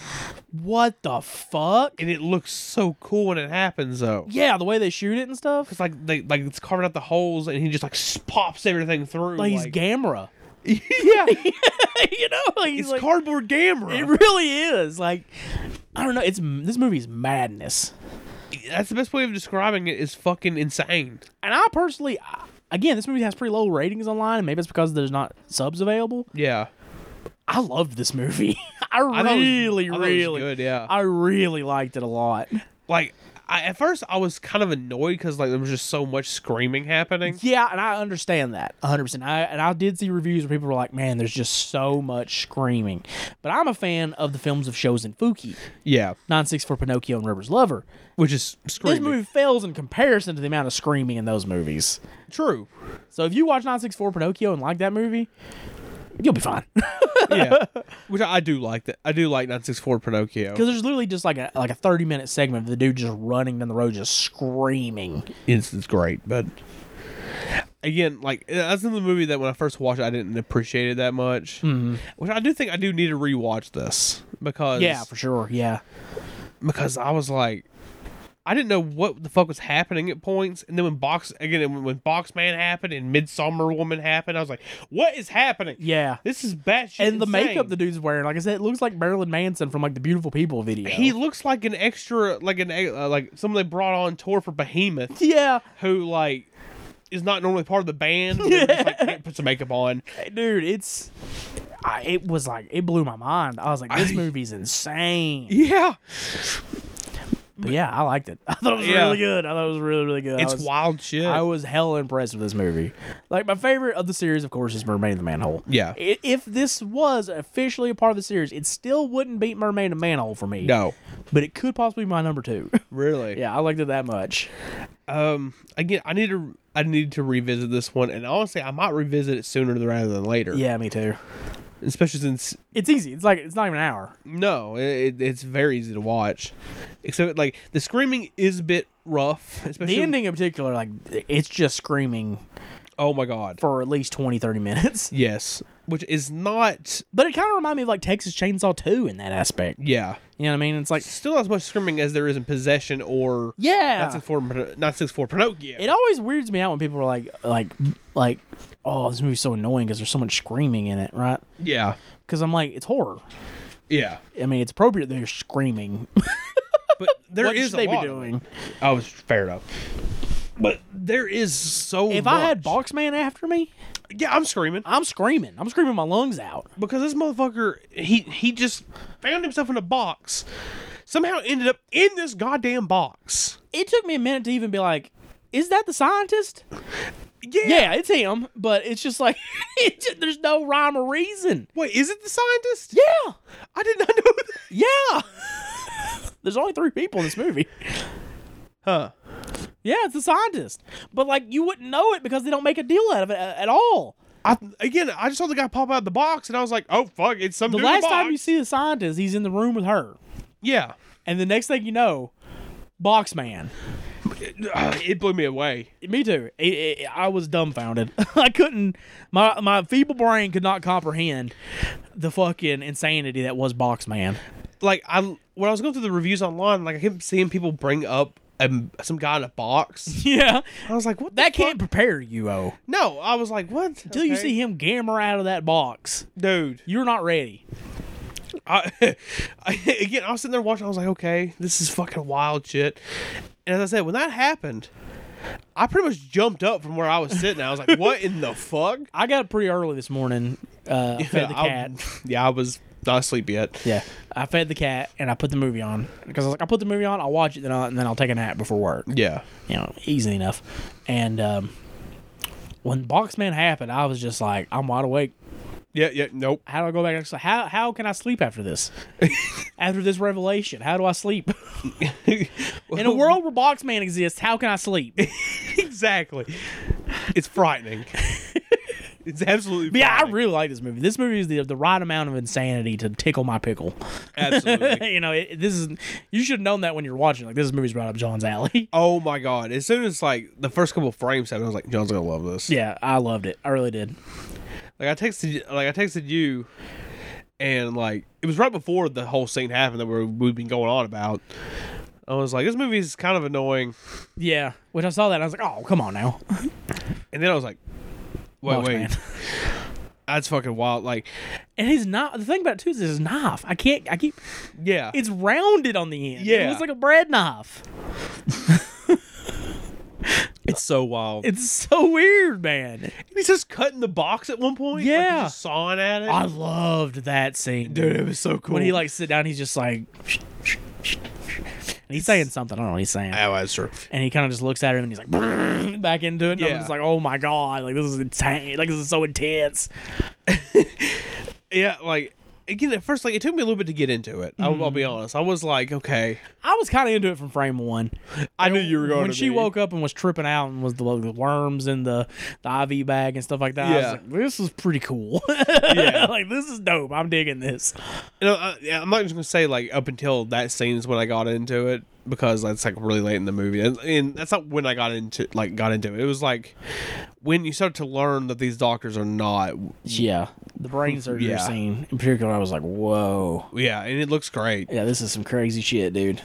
[SPEAKER 3] what the fuck?
[SPEAKER 4] And it looks so cool when it happens though.
[SPEAKER 3] Yeah, the way they shoot it and stuff.
[SPEAKER 4] It's like they like it's carving out the holes and he just like s- pops everything through.
[SPEAKER 3] Like he's Gamera.
[SPEAKER 4] yeah.
[SPEAKER 3] you know? Like, he's
[SPEAKER 4] It's
[SPEAKER 3] like,
[SPEAKER 4] cardboard
[SPEAKER 3] it
[SPEAKER 4] camera.
[SPEAKER 3] really is. Like, I don't know. It's This movie's madness.
[SPEAKER 4] That's the best way of describing it is fucking insane.
[SPEAKER 3] And I personally, I- again, this movie has pretty low ratings online, and maybe it's because there's not subs available.
[SPEAKER 4] Yeah.
[SPEAKER 3] I loved this movie. I
[SPEAKER 4] thought it was-
[SPEAKER 3] really,
[SPEAKER 4] I thought it was
[SPEAKER 3] really,
[SPEAKER 4] good, yeah.
[SPEAKER 3] I really liked it a lot.
[SPEAKER 4] Like I, at first I was kind of annoyed because like there was just so much screaming happening.
[SPEAKER 3] Yeah, and I understand that 100%. I, and I did see reviews where people were like, man, there's just so much screaming. But I'm a fan of the films of Shows and Fuki,
[SPEAKER 4] Yeah,
[SPEAKER 3] 964 Pinocchio and Rubber's Lover.
[SPEAKER 4] which is
[SPEAKER 3] This
[SPEAKER 4] screaming.
[SPEAKER 3] movie fails in comparison to the amount of screaming in those movies.
[SPEAKER 4] True.
[SPEAKER 3] So if you watch 964 Pinocchio and like that movie, you'll be fine. Because
[SPEAKER 4] Yeah, which I do like that. I do like nine six four Pinocchio.
[SPEAKER 3] there's literally just like a like a 30 minute segment of the dude just running down the road just screaming.
[SPEAKER 4] it's, it's great, but again, like uh, that's in the movie that when I first watched it, I didn't appreciate it that much.
[SPEAKER 3] Mm-hmm.
[SPEAKER 4] Which I do think I do need to rewatch this because
[SPEAKER 3] Yeah, for sure. Yeah.
[SPEAKER 4] because I was like. I didn't know what the fuck was happening at points, and then when box again when, when Box Man happened and Midsummer Woman happened, I was like, "What is happening?
[SPEAKER 3] Yeah.
[SPEAKER 4] this is batshit."
[SPEAKER 3] And the
[SPEAKER 4] insane.
[SPEAKER 3] makeup the dude's wearing, like I said, it looks like Marilyn Manson from like the Beautiful People video.
[SPEAKER 4] he looks like an extra, like an uh, like someone they brought on tour for Behemoth.
[SPEAKER 3] yeah,
[SPEAKER 4] who like is not normally part of the band. Yeah. Just, like, can't put some makeup on.
[SPEAKER 3] dude, it's I, it was like it blew my mind. I was like, this movie's insane.
[SPEAKER 4] Yeah,
[SPEAKER 3] But yeah, I liked it. I thought it was
[SPEAKER 4] Yeah.
[SPEAKER 3] really good. I thought it was really really good. I
[SPEAKER 4] it's
[SPEAKER 3] was-
[SPEAKER 4] wild shit.
[SPEAKER 3] I was hell impressed with this movie. Like my favorite of the series, of course, is Mermaid in the Manhole.
[SPEAKER 4] Yeah.
[SPEAKER 3] I- If this was officially a part of the series, it still wouldn't beat Mermaid in the Manhole for me.
[SPEAKER 4] no,
[SPEAKER 3] But it could possibly be my number two.
[SPEAKER 4] really.
[SPEAKER 3] yeah, I liked it that much.
[SPEAKER 4] Um. Again, I need to. I need to revisit this one, and honestly, I might revisit it sooner rather than later.
[SPEAKER 3] Yeah, me too.
[SPEAKER 4] Especially since
[SPEAKER 3] It's easy. It's like it's not even an hour.
[SPEAKER 4] no, it, it's very easy to watch. Except like the screaming is a bit rough. Especially
[SPEAKER 3] The ending in particular, like it's just screaming
[SPEAKER 4] Oh my god.
[SPEAKER 3] for at least 20, 30 minutes.
[SPEAKER 4] Yes. Which is not.
[SPEAKER 3] But it kind of reminded me of like Texas Chainsaw 2 in that aspect.
[SPEAKER 4] Yeah.
[SPEAKER 3] You know what I mean? It's like,
[SPEAKER 4] Still not as much screaming as there is in possession or.
[SPEAKER 3] yeah.
[SPEAKER 4] Not six four. Not six four. Pinocchio.
[SPEAKER 3] it always weirds me out when people are like, like, like, oh, this movie's so annoying because there's so much screaming in it, right?
[SPEAKER 4] yeah.
[SPEAKER 3] Because I'm like, it's horror.
[SPEAKER 4] Yeah.
[SPEAKER 3] I mean, it's appropriate they're screaming.
[SPEAKER 4] But there
[SPEAKER 3] What
[SPEAKER 4] is
[SPEAKER 3] should
[SPEAKER 4] a
[SPEAKER 3] they
[SPEAKER 4] lot.
[SPEAKER 3] be doing?
[SPEAKER 4] I was fair enough. But there is so.
[SPEAKER 3] If
[SPEAKER 4] much.
[SPEAKER 3] I had Boxman after me,
[SPEAKER 4] yeah, I'm screaming
[SPEAKER 3] I'm screaming. I'm screaming my lungs out.
[SPEAKER 4] because this motherfucker he he just found himself in a box, somehow ended up in this goddamn box.
[SPEAKER 3] It took me a minute to even be like, is that the scientist?
[SPEAKER 4] Yeah.
[SPEAKER 3] Yeah, it's him, but it's just like it ju- there's no rhyme or reason.
[SPEAKER 4] Wait, is it the scientist?
[SPEAKER 3] Yeah,
[SPEAKER 4] I did not know that.
[SPEAKER 3] yeah. there's only three people in this movie.
[SPEAKER 4] Huh.
[SPEAKER 3] Yeah, it's the scientist, but like you wouldn't know it because they don't make a deal out of it a- at all.
[SPEAKER 4] I, again, I just saw the guy pop out of the box, and I was like, "Oh fuck, it's some."
[SPEAKER 3] The
[SPEAKER 4] dude in a
[SPEAKER 3] last time
[SPEAKER 4] box.
[SPEAKER 3] you see the scientist, he's in the room with her,
[SPEAKER 4] yeah,
[SPEAKER 3] and the next thing you know, box man.
[SPEAKER 4] Ugh, it blew me away.
[SPEAKER 3] Me too. It- it- I was dumbfounded. I couldn't. My my feeble brain could not comprehend the fucking insanity that was box man.
[SPEAKER 4] like I when I was going through the reviews online, like I kept seeing people bring up um, some guy in a box.
[SPEAKER 3] Yeah,
[SPEAKER 4] I was like, what? the
[SPEAKER 3] that
[SPEAKER 4] fuck?
[SPEAKER 3] can't prepare you. Oh.
[SPEAKER 4] No, I was like, what?
[SPEAKER 3] Until you see him gammer out of that box,
[SPEAKER 4] dude.
[SPEAKER 3] you're not ready.
[SPEAKER 4] I, I, again, I was sitting there watching. I was like, okay, this is fucking wild shit. And as I said, when that happened, I pretty much jumped up from where I was sitting. I was like, what in the fuck?
[SPEAKER 3] I got up pretty early this morning. Uh, I fed the
[SPEAKER 4] I-
[SPEAKER 3] cat.
[SPEAKER 4] yeah, I was not asleep yet.
[SPEAKER 3] yeah, I fed the cat and I put the movie on because I was like, I will put the movie on, I'll watch it, then I'll, and then I'll take a nap before work.
[SPEAKER 4] Yeah.
[SPEAKER 3] You know, easy enough. And um, when Boxman happened, I was just like, I'm wide awake.
[SPEAKER 4] Yeah. Yeah. Nope.
[SPEAKER 3] How do I go back? So how how can I sleep after this? after this revelation, how do I sleep? In a world where Boxman exists, how can I sleep?
[SPEAKER 4] exactly. It's frightening. it's absolutely.
[SPEAKER 3] But yeah, I
[SPEAKER 4] frightening.
[SPEAKER 3] really like this movie. This movie is the, the right amount of insanity to tickle my pickle.
[SPEAKER 4] absolutely.
[SPEAKER 3] you know, it, this is you should have known that when you're watching. Like this movie's right up John's alley.
[SPEAKER 4] Oh my god! As soon as like the first couple frames happened, I was like, "John's gonna love this."
[SPEAKER 3] yeah, I loved it. I really did.
[SPEAKER 4] Like I texted, like I texted you, and like it was right before the whole scene happened that we were, we've been going on about. I was like, "This movie is kind of annoying,"
[SPEAKER 3] Yeah, which I saw that and I was like, oh come on now.
[SPEAKER 4] and then I was like, "Wait,
[SPEAKER 3] Box
[SPEAKER 4] wait,
[SPEAKER 3] Man.
[SPEAKER 4] that's fucking wild!" Like,
[SPEAKER 3] And his knife. The thing about it too is his knife. I can't. I keep.
[SPEAKER 4] yeah,
[SPEAKER 3] It's rounded on the end. it
[SPEAKER 4] Yeah.
[SPEAKER 3] looks like a bread knife.
[SPEAKER 4] it's so wild.
[SPEAKER 3] It's so weird, man.
[SPEAKER 4] he's just cutting the box at one point. like,
[SPEAKER 3] Yeah.
[SPEAKER 4] he's just sawing at it.
[SPEAKER 3] I loved that scene,
[SPEAKER 4] Dude, it was so cool.
[SPEAKER 3] When he like sit down, he's just like. And he's saying something. I don't know what he's saying.
[SPEAKER 4] Oh, that's true.
[SPEAKER 3] And he kind of just looks at her and he's like back into it. And
[SPEAKER 4] Yeah.
[SPEAKER 3] I'm just like, oh my god, like this is intense. Like this is so intense.
[SPEAKER 4] Yeah, like again at first, like it took me a little bit to get into it. I'll, I'll be
[SPEAKER 3] Mm-hmm.
[SPEAKER 4] honest. I was like, okay,
[SPEAKER 3] I was kind of into it from frame one.
[SPEAKER 4] I knew you were going.
[SPEAKER 3] when
[SPEAKER 4] to
[SPEAKER 3] she
[SPEAKER 4] be.
[SPEAKER 3] woke up and was tripping out and was the, the worms in the, the IV bag and stuff like that, I was
[SPEAKER 4] Yeah.
[SPEAKER 3] like, this is pretty cool.
[SPEAKER 4] Yeah.
[SPEAKER 3] like this is dope. I'm digging this.
[SPEAKER 4] You know, I, yeah, I'm not just gonna say like up until that scene is when I got into it because that's like really late in the movie, and, and that's not when I got into like got into it. It was like when you start to learn that these doctors are not.
[SPEAKER 3] Yeah, the brain surgery
[SPEAKER 4] Yeah.
[SPEAKER 3] scene in particular, I was like, whoa.
[SPEAKER 4] Yeah, and it looks great.
[SPEAKER 3] Yeah, this is some crazy shit, dude.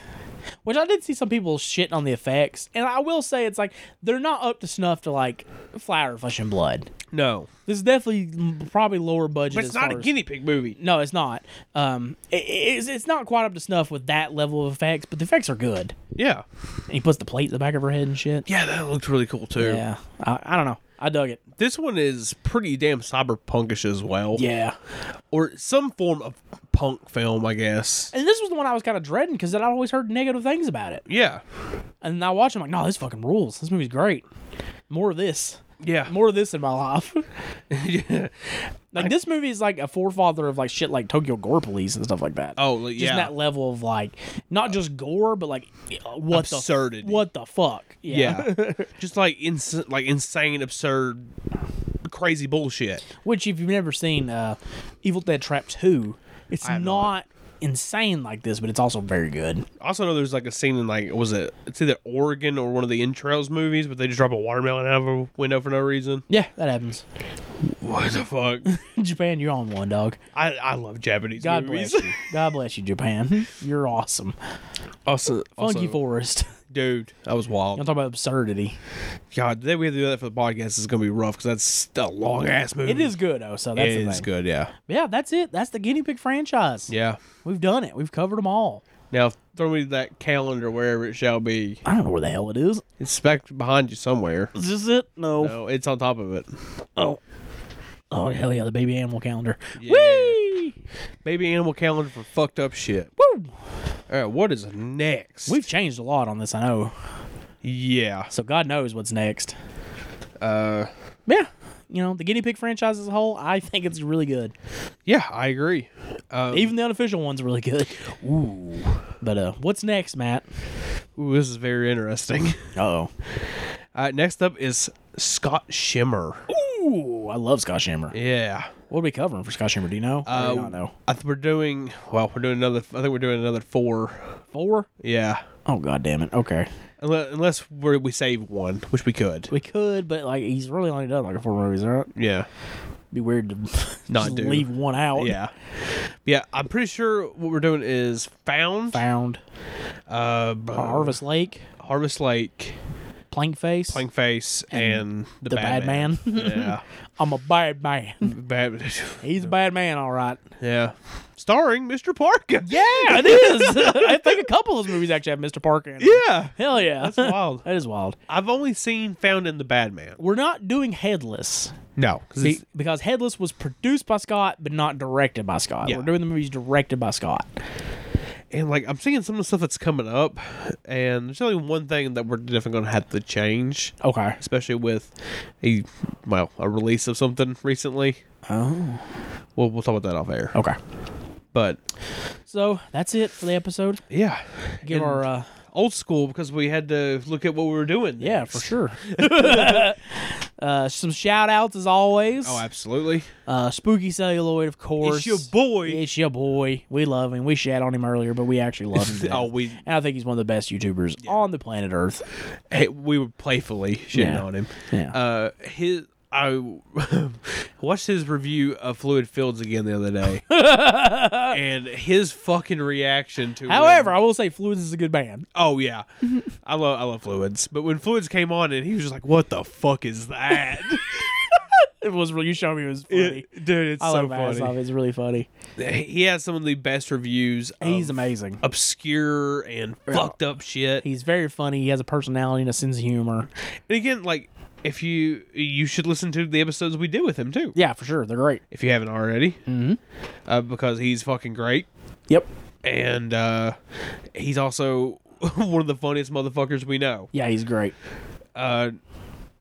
[SPEAKER 3] Which I did see some people shitting on the effects, and I will say it's like they're not up to snuff to like Flower, Flesh, and Blood.
[SPEAKER 4] No,
[SPEAKER 3] This is definitely mm, probably lower budget.
[SPEAKER 4] but it's
[SPEAKER 3] as
[SPEAKER 4] not a
[SPEAKER 3] far as-
[SPEAKER 4] guinea pig movie.
[SPEAKER 3] No, it's not. Um, i- i it's, it's not quite up to snuff with that level of effects, but the effects are good.
[SPEAKER 4] Yeah,
[SPEAKER 3] And he puts the plate in the back of her head and shit.
[SPEAKER 4] yeah, that looked really cool too.
[SPEAKER 3] Yeah, I, I don't know. I dug it.
[SPEAKER 4] This one is pretty damn cyberpunkish as well.
[SPEAKER 3] Yeah,
[SPEAKER 4] or some form of punk film, I guess.
[SPEAKER 3] and this was the one I was kind of dreading because I always heard negative things about it,
[SPEAKER 4] Yeah,
[SPEAKER 3] and I watched. it, I'm like, no, this fucking rules. This movie's great. More of this.
[SPEAKER 4] yeah,
[SPEAKER 3] More of this in my life.
[SPEAKER 4] yeah.
[SPEAKER 3] Like this movie is like a forefather of like shit like Tokyo Gore Police and stuff like that.
[SPEAKER 4] Oh, like,
[SPEAKER 3] just
[SPEAKER 4] yeah.
[SPEAKER 3] that level of like not just gore, but like what
[SPEAKER 4] Absurdity.
[SPEAKER 3] the what the fuck?
[SPEAKER 4] yeah, just like ins- like insane, absurd, crazy bullshit.
[SPEAKER 3] Which if you've never seen uh, Evil Dead Trap Two, it's not, insane like this, but it's also very good.
[SPEAKER 4] I also know there's like a scene in like was it it's either Oregon or one of the Entrails movies, but they just drop a watermelon out of a window for no reason.
[SPEAKER 3] Yeah, that happens.
[SPEAKER 4] What the fuck?
[SPEAKER 3] Japan, you're on one dog.
[SPEAKER 4] I I love Japanese
[SPEAKER 3] God
[SPEAKER 4] movies.
[SPEAKER 3] bless you. God bless you, Japan. You're awesome.
[SPEAKER 4] Also, also,
[SPEAKER 3] Funky Forest.
[SPEAKER 4] dude, that was
[SPEAKER 3] I'm
[SPEAKER 4] wild.
[SPEAKER 3] talking about absurdity.
[SPEAKER 4] God, the day we have to do that for the podcast is gonna be rough because that's a long ass movie.
[SPEAKER 3] It is good though, so that's the
[SPEAKER 4] It is
[SPEAKER 3] thing.
[SPEAKER 4] good. Yeah.
[SPEAKER 3] Yeah, that's it. That's the guinea pig franchise.
[SPEAKER 4] Yeah.
[SPEAKER 3] We've done it. We've covered them all.
[SPEAKER 4] Now throw me that calendar wherever it shall be.
[SPEAKER 3] I don't know where the hell it is.
[SPEAKER 4] It's back behind you somewhere.
[SPEAKER 3] Is this it? No.
[SPEAKER 4] No, it's on top of it.
[SPEAKER 3] Oh. Oh hell yeah, the baby animal calendar.
[SPEAKER 4] Whee! Baby animal calendar for fucked up shit.
[SPEAKER 3] Woo!
[SPEAKER 4] All right, what is next?
[SPEAKER 3] We've changed a lot on this, I know.
[SPEAKER 4] yeah.
[SPEAKER 3] So God knows what's next.
[SPEAKER 4] Uh,
[SPEAKER 3] Yeah. You know, the guinea pig franchise as a whole, I think it's really good.
[SPEAKER 4] yeah, I agree. Um,
[SPEAKER 3] Even the unofficial one's really good. Ooh. But uh what's next, Matt?
[SPEAKER 4] ooh, this is very interesting.
[SPEAKER 3] Uh oh.
[SPEAKER 4] Uh, next up is Scott Shimmer.
[SPEAKER 3] Ooh, I love Scott Shimmer.
[SPEAKER 4] Yeah.
[SPEAKER 3] What are we covering for Scott Shimmer? Do you know? I do
[SPEAKER 4] Uh,
[SPEAKER 3] not know.
[SPEAKER 4] I think we're doing well. We're doing another. I think we're doing another four.
[SPEAKER 3] Four?
[SPEAKER 4] Yeah.
[SPEAKER 3] Oh god damn it. Okay.
[SPEAKER 4] Unless, unless we we save one, which we could.
[SPEAKER 3] We could, but like he's really only done like four movies, right?
[SPEAKER 4] Yeah.
[SPEAKER 3] Be weird to
[SPEAKER 4] Not
[SPEAKER 3] just
[SPEAKER 4] do.
[SPEAKER 3] leave one out.
[SPEAKER 4] Yeah. Yeah. I'm pretty sure what we're doing is found.
[SPEAKER 3] Found
[SPEAKER 4] uh,
[SPEAKER 3] Harvest Lake,
[SPEAKER 4] Harvest Lake,
[SPEAKER 3] Plank Face.
[SPEAKER 4] Plank Face, and, the,
[SPEAKER 3] the
[SPEAKER 4] Bad,
[SPEAKER 3] Bad
[SPEAKER 4] Man.
[SPEAKER 3] Man.
[SPEAKER 4] yeah.
[SPEAKER 3] I'm a bad man.
[SPEAKER 4] Bad.
[SPEAKER 3] He's a bad man, all right.
[SPEAKER 4] Yeah. Starring Mr. Parker.
[SPEAKER 3] Yeah, it is. I think a couple of those movies actually have Mr. Parker in them.
[SPEAKER 4] Yeah.
[SPEAKER 3] Hell yeah.
[SPEAKER 4] That's wild.
[SPEAKER 3] that is wild.
[SPEAKER 4] I've only seen Found in the Bad Man.
[SPEAKER 3] We're not doing Headless
[SPEAKER 4] No. 'cause
[SPEAKER 3] be-
[SPEAKER 4] it's-
[SPEAKER 3] because Headless was produced by Scott, but not directed by Scott.
[SPEAKER 4] Yeah.
[SPEAKER 3] We're doing the movies directed by Scott.
[SPEAKER 4] and like I'm seeing some of the stuff that's coming up, and there's only one thing that we're definitely gonna have to change,
[SPEAKER 3] Okay.
[SPEAKER 4] especially with a well a release of something recently.
[SPEAKER 3] Oh.
[SPEAKER 4] Well, we'll talk about that off air.
[SPEAKER 3] Okay.
[SPEAKER 4] But
[SPEAKER 3] So that's it for the episode.
[SPEAKER 4] yeah,
[SPEAKER 3] Give
[SPEAKER 4] And
[SPEAKER 3] our uh,
[SPEAKER 4] old school because we had to look at what we were doing.
[SPEAKER 3] yeah
[SPEAKER 4] next.
[SPEAKER 3] for sure. uh, some shout outs as always.
[SPEAKER 4] Oh, absolutely.
[SPEAKER 3] Uh, Spooky Celluloid, of course.
[SPEAKER 4] It's your boy.
[SPEAKER 3] It's your boy. We love him. We shat on him earlier, but we actually love him. to
[SPEAKER 4] Oh,
[SPEAKER 3] death.
[SPEAKER 4] we-
[SPEAKER 3] And I think he's one of the best YouTubers on the planet Earth.
[SPEAKER 4] Hey, we were playfully shitting
[SPEAKER 3] Yeah.
[SPEAKER 4] on him.
[SPEAKER 3] Yeah.
[SPEAKER 4] Uh, his I watched his review of Fluid Fields again the other day, and his fucking reaction to. when-
[SPEAKER 3] However, I will say Fluids is a good band.
[SPEAKER 4] oh yeah, I love I love Fluids, but when Fluids came on and he was just like, "What the fuck is that?"
[SPEAKER 3] It was really you showed me it was funny.
[SPEAKER 4] It- dude, it's
[SPEAKER 3] I
[SPEAKER 4] so
[SPEAKER 3] love Ass Off.
[SPEAKER 4] funny.
[SPEAKER 3] It's really funny.
[SPEAKER 4] He has some of the best reviews. Of
[SPEAKER 3] He's amazing.
[SPEAKER 4] Obscure and fucked up shit.
[SPEAKER 3] He's very funny. He has a personality and a sense of humor.
[SPEAKER 4] And again, like if you you should listen to the episodes we did with him too.
[SPEAKER 3] Yeah, for sure. They're great.
[SPEAKER 4] if you haven't already, mm-hmm. uh, because he's fucking great,
[SPEAKER 3] Yep.
[SPEAKER 4] and uh, he's also one of the funniest motherfuckers we know.
[SPEAKER 3] Yeah, he's great.
[SPEAKER 4] Uh,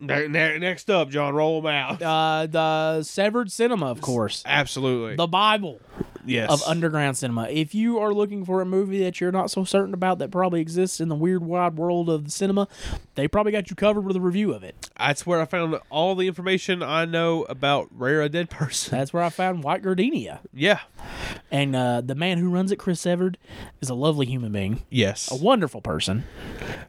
[SPEAKER 4] ne- ne- next up, John, roll him out.
[SPEAKER 3] Uh, the Severed Cinema, of course.
[SPEAKER 4] Absolutely.
[SPEAKER 3] The Bible
[SPEAKER 4] yes.
[SPEAKER 3] of underground cinema. If you are looking for a movie that you're not so certain about that probably exists in the weird wide world of the cinema, they probably got you covered with a review of it.
[SPEAKER 4] That's where I found all the information I know about Rare a Dead Person.
[SPEAKER 3] That's where I found White Gardenia.
[SPEAKER 4] Yeah.
[SPEAKER 3] And uh, the man who runs it, Chris Severed, is a lovely human being,
[SPEAKER 4] Yes.
[SPEAKER 3] a wonderful person.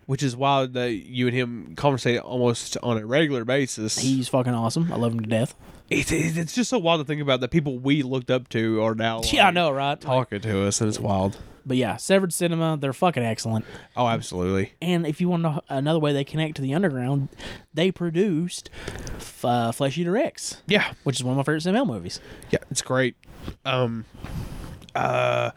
[SPEAKER 4] Which is why that you and him conversate almost on a regular basis.
[SPEAKER 3] He's fucking awesome. I love him to death.
[SPEAKER 4] it's, it's it's just so wild to think about that people we looked up to are now like,
[SPEAKER 3] Yeah, I know, right?
[SPEAKER 4] talking to us, and it's wild.
[SPEAKER 3] But yeah, Severed Cinema, they're fucking excellent.
[SPEAKER 4] Oh, absolutely.
[SPEAKER 3] And if you want to know another way they connect to the underground, they produced F- uh, Flesh Eater X,
[SPEAKER 4] Yeah.
[SPEAKER 3] which is one of my favorite Sam movies.
[SPEAKER 4] Yeah, it's great. Um, uh,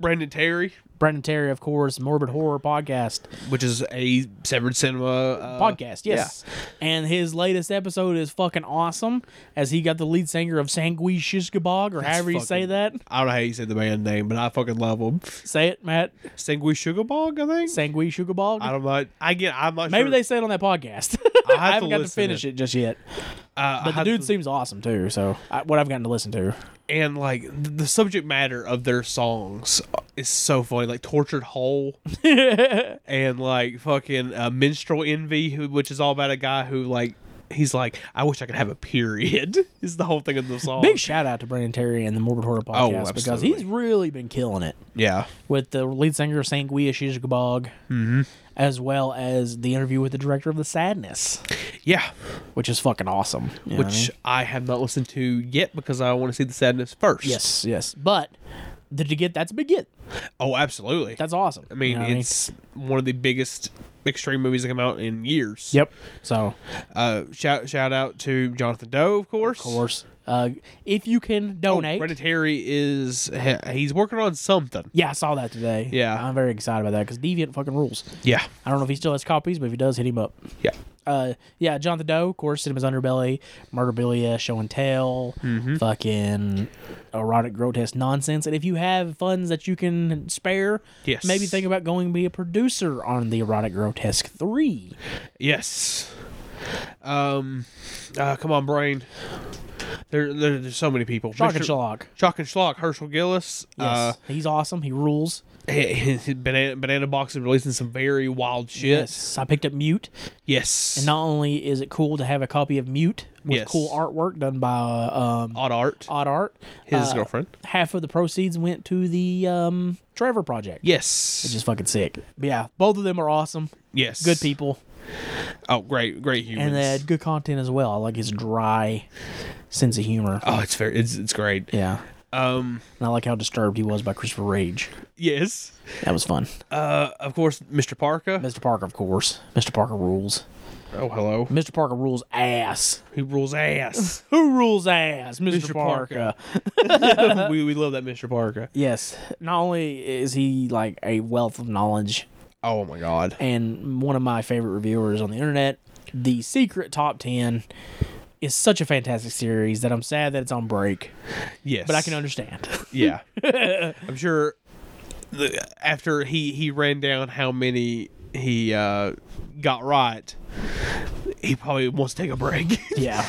[SPEAKER 4] Brandon Terry,
[SPEAKER 3] Brandon Terry, of course, Morbid Horror podcast.
[SPEAKER 4] which is a Severed Cinema uh,
[SPEAKER 3] podcast, yes. And his latest episode is fucking awesome, as he got the lead singer of Sangui Shishkabog, or however you say
[SPEAKER 4] fucking-
[SPEAKER 3] that.
[SPEAKER 4] I don't know how you say the band name, but I fucking love them.
[SPEAKER 3] Say it, Matt.
[SPEAKER 4] Sangui Sugarbog, I think.
[SPEAKER 3] Sangui
[SPEAKER 4] I
[SPEAKER 3] Shugabog.
[SPEAKER 4] don't know. I get. I'm not.
[SPEAKER 3] Maybe
[SPEAKER 4] sure.
[SPEAKER 3] they say it on that podcast.
[SPEAKER 4] I'll have
[SPEAKER 3] I haven't
[SPEAKER 4] to
[SPEAKER 3] got to
[SPEAKER 4] listen
[SPEAKER 3] finish it just yet.
[SPEAKER 4] Uh,
[SPEAKER 3] But the dude seems awesome too. So I, what I've gotten to listen to.
[SPEAKER 4] and like th- the subject matter of their songs is so funny. Like tortured hole, and like fucking uh, minstrel envy, who, which is all about a guy who like he's like, I wish I could have a period. is the whole thing of the song.
[SPEAKER 3] Big shout out to Brandon Terry and the Morbid Horror podcast because
[SPEAKER 4] Oh, absolutely.
[SPEAKER 3] he's really been killing it
[SPEAKER 4] yeah,
[SPEAKER 3] with the lead singer of Sangui Shishkabog,
[SPEAKER 4] Mm-hmm.
[SPEAKER 3] as well as the interview with the director of The Sadness,
[SPEAKER 4] yeah.
[SPEAKER 3] which is fucking awesome. You know what I mean?
[SPEAKER 4] Which I have not listened to yet because I want to see the sadness first.
[SPEAKER 3] Yes, yes. But did you get that's a big get.
[SPEAKER 4] Oh, absolutely.
[SPEAKER 3] That's awesome.
[SPEAKER 4] I mean, it's one of the biggest extreme movies that come out in years.
[SPEAKER 3] yep. So
[SPEAKER 4] Uh, shout shout out to Jonathan Doe, of course.
[SPEAKER 3] of course, uh, if you
[SPEAKER 4] Oh,
[SPEAKER 3] can donate,
[SPEAKER 4] Hereditary is he- he's working on something.
[SPEAKER 3] yeah, I saw that today.
[SPEAKER 4] Yeah.
[SPEAKER 3] I'm very excited about that because Deviant fucking rules.
[SPEAKER 4] Yeah,
[SPEAKER 3] I don't know if he still has copies, but if he does, hit him up.
[SPEAKER 4] yeah,
[SPEAKER 3] Uh, yeah, Jonathan Doe, of course, Cinema's Underbelly, Murderbilia, Show and Tell,
[SPEAKER 4] Mm-hmm.
[SPEAKER 3] fucking erotic, grotesque nonsense. And if you have funds that you can spare,
[SPEAKER 4] Yes.
[SPEAKER 3] maybe think about going to be a producer on the Erotic Grotesque 3.
[SPEAKER 4] yes. Um, uh, come on, brain. There, there there's so many people.
[SPEAKER 3] Shock and
[SPEAKER 4] Mr.
[SPEAKER 3] Schlock.
[SPEAKER 4] Shock and Schlock, Herschel Gillis. Uh,
[SPEAKER 3] Yes. he's awesome. He rules.
[SPEAKER 4] banana, banana Box is releasing some very wild shit.
[SPEAKER 3] Yes. I picked up Mute.
[SPEAKER 4] Yes.
[SPEAKER 3] And not only is it cool to have a copy of Mute with
[SPEAKER 4] Yes.
[SPEAKER 3] cool artwork done by uh, um,
[SPEAKER 4] Odd Art,
[SPEAKER 3] Odd Art,
[SPEAKER 4] his
[SPEAKER 3] uh,
[SPEAKER 4] girlfriend.
[SPEAKER 3] half of the proceeds went to the um, Trevor Project.
[SPEAKER 4] Yes.
[SPEAKER 3] Which is fucking sick. But yeah, both of them are awesome.
[SPEAKER 4] yes.
[SPEAKER 3] Good people.
[SPEAKER 4] Oh, great, great humans.
[SPEAKER 3] And they had good content as well. I like his dry sense of humor.
[SPEAKER 4] oh, it's fair. It's it's great.
[SPEAKER 3] Yeah.
[SPEAKER 4] Um,
[SPEAKER 3] And I like how disturbed he was by Christopher Rage.
[SPEAKER 4] yes.
[SPEAKER 3] That was fun.
[SPEAKER 4] Uh, of course, Mr. Parker.
[SPEAKER 3] Mr. Parker, of course. Mr. Parker rules.
[SPEAKER 4] Oh, hello.
[SPEAKER 3] Mr. Parker rules ass.
[SPEAKER 4] He rules ass.
[SPEAKER 3] Who rules ass, Mr.
[SPEAKER 4] Mr.
[SPEAKER 3] Parker?
[SPEAKER 4] Parker. we, we love that Mr. Parker.
[SPEAKER 3] Yes. Not only is he like a wealth of knowledge
[SPEAKER 4] Oh my god.
[SPEAKER 3] and one of my favorite reviewers on the internet, The Secret Top 10 is such a fantastic series that I'm sad that it's on break,
[SPEAKER 4] Yes.
[SPEAKER 3] but I can understand.
[SPEAKER 4] Yeah. I'm sure the, after he he ran down how many he uh got right, he probably wants to take a break.
[SPEAKER 3] yeah.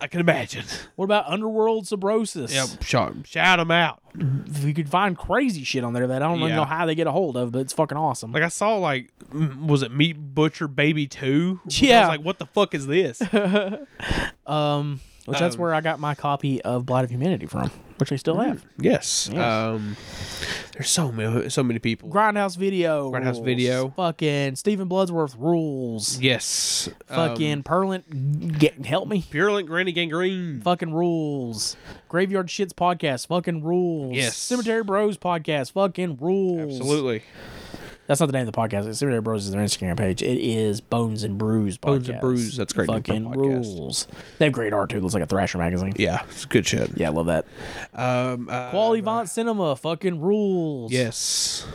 [SPEAKER 4] I can imagine.
[SPEAKER 3] What about Underworld Subrosis?
[SPEAKER 4] Shout, shout him out.
[SPEAKER 3] If you could find crazy shit on there that I don't
[SPEAKER 4] Yeah.
[SPEAKER 3] really know how they get a hold of, but it's fucking awesome.
[SPEAKER 4] Like I saw like mm, was it Meat Butcher Baby 2? I
[SPEAKER 3] Yeah.
[SPEAKER 4] was like what the fuck is this?
[SPEAKER 3] which
[SPEAKER 4] um,
[SPEAKER 3] that's where I got my copy of Blight of Humanity from, which I still have.
[SPEAKER 4] yes. Um there's so many so many people.
[SPEAKER 3] Grindhouse Video.
[SPEAKER 4] Grindhouse
[SPEAKER 3] rules.
[SPEAKER 4] Video.
[SPEAKER 3] Fucking Stephen Bloodsworth rules.
[SPEAKER 4] yes. Um,
[SPEAKER 3] Fucking Perlin, get, help me.
[SPEAKER 4] Purulent Granny Gangrene.
[SPEAKER 3] Fucking rules. Graveyard Shits podcast. Fucking rules.
[SPEAKER 4] Yes.
[SPEAKER 3] Cemetery Bros podcast. Fucking rules.
[SPEAKER 4] Absolutely.
[SPEAKER 3] That's not the name of the podcast. It's Cemetery Bros is their Instagram page. It is Bones and Brews podcast.
[SPEAKER 4] Bones and Brews, that's a great name for a
[SPEAKER 3] Fucking
[SPEAKER 4] podcast.
[SPEAKER 3] rules. They have great art too. It looks like a Thrasher magazine.
[SPEAKER 4] Yeah, it's good shit.
[SPEAKER 3] Yeah, I love that.
[SPEAKER 4] Um, uh,
[SPEAKER 3] Quality Vaunt Cinema. Fucking rules.
[SPEAKER 4] Yes.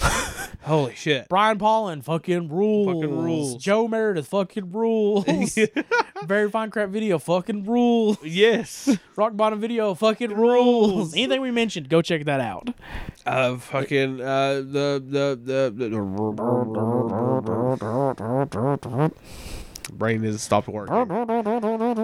[SPEAKER 4] Holy shit.
[SPEAKER 3] Brian Pollan fucking rules.
[SPEAKER 4] rules.
[SPEAKER 3] Joe Meredith fucking rules. Very fine crap video fucking rules.
[SPEAKER 4] Yes.
[SPEAKER 3] Rock bottom video fucking rules. Anything we mentioned, go check that out.
[SPEAKER 4] Uh, fucking uh, the the the, the- brain has stopped working.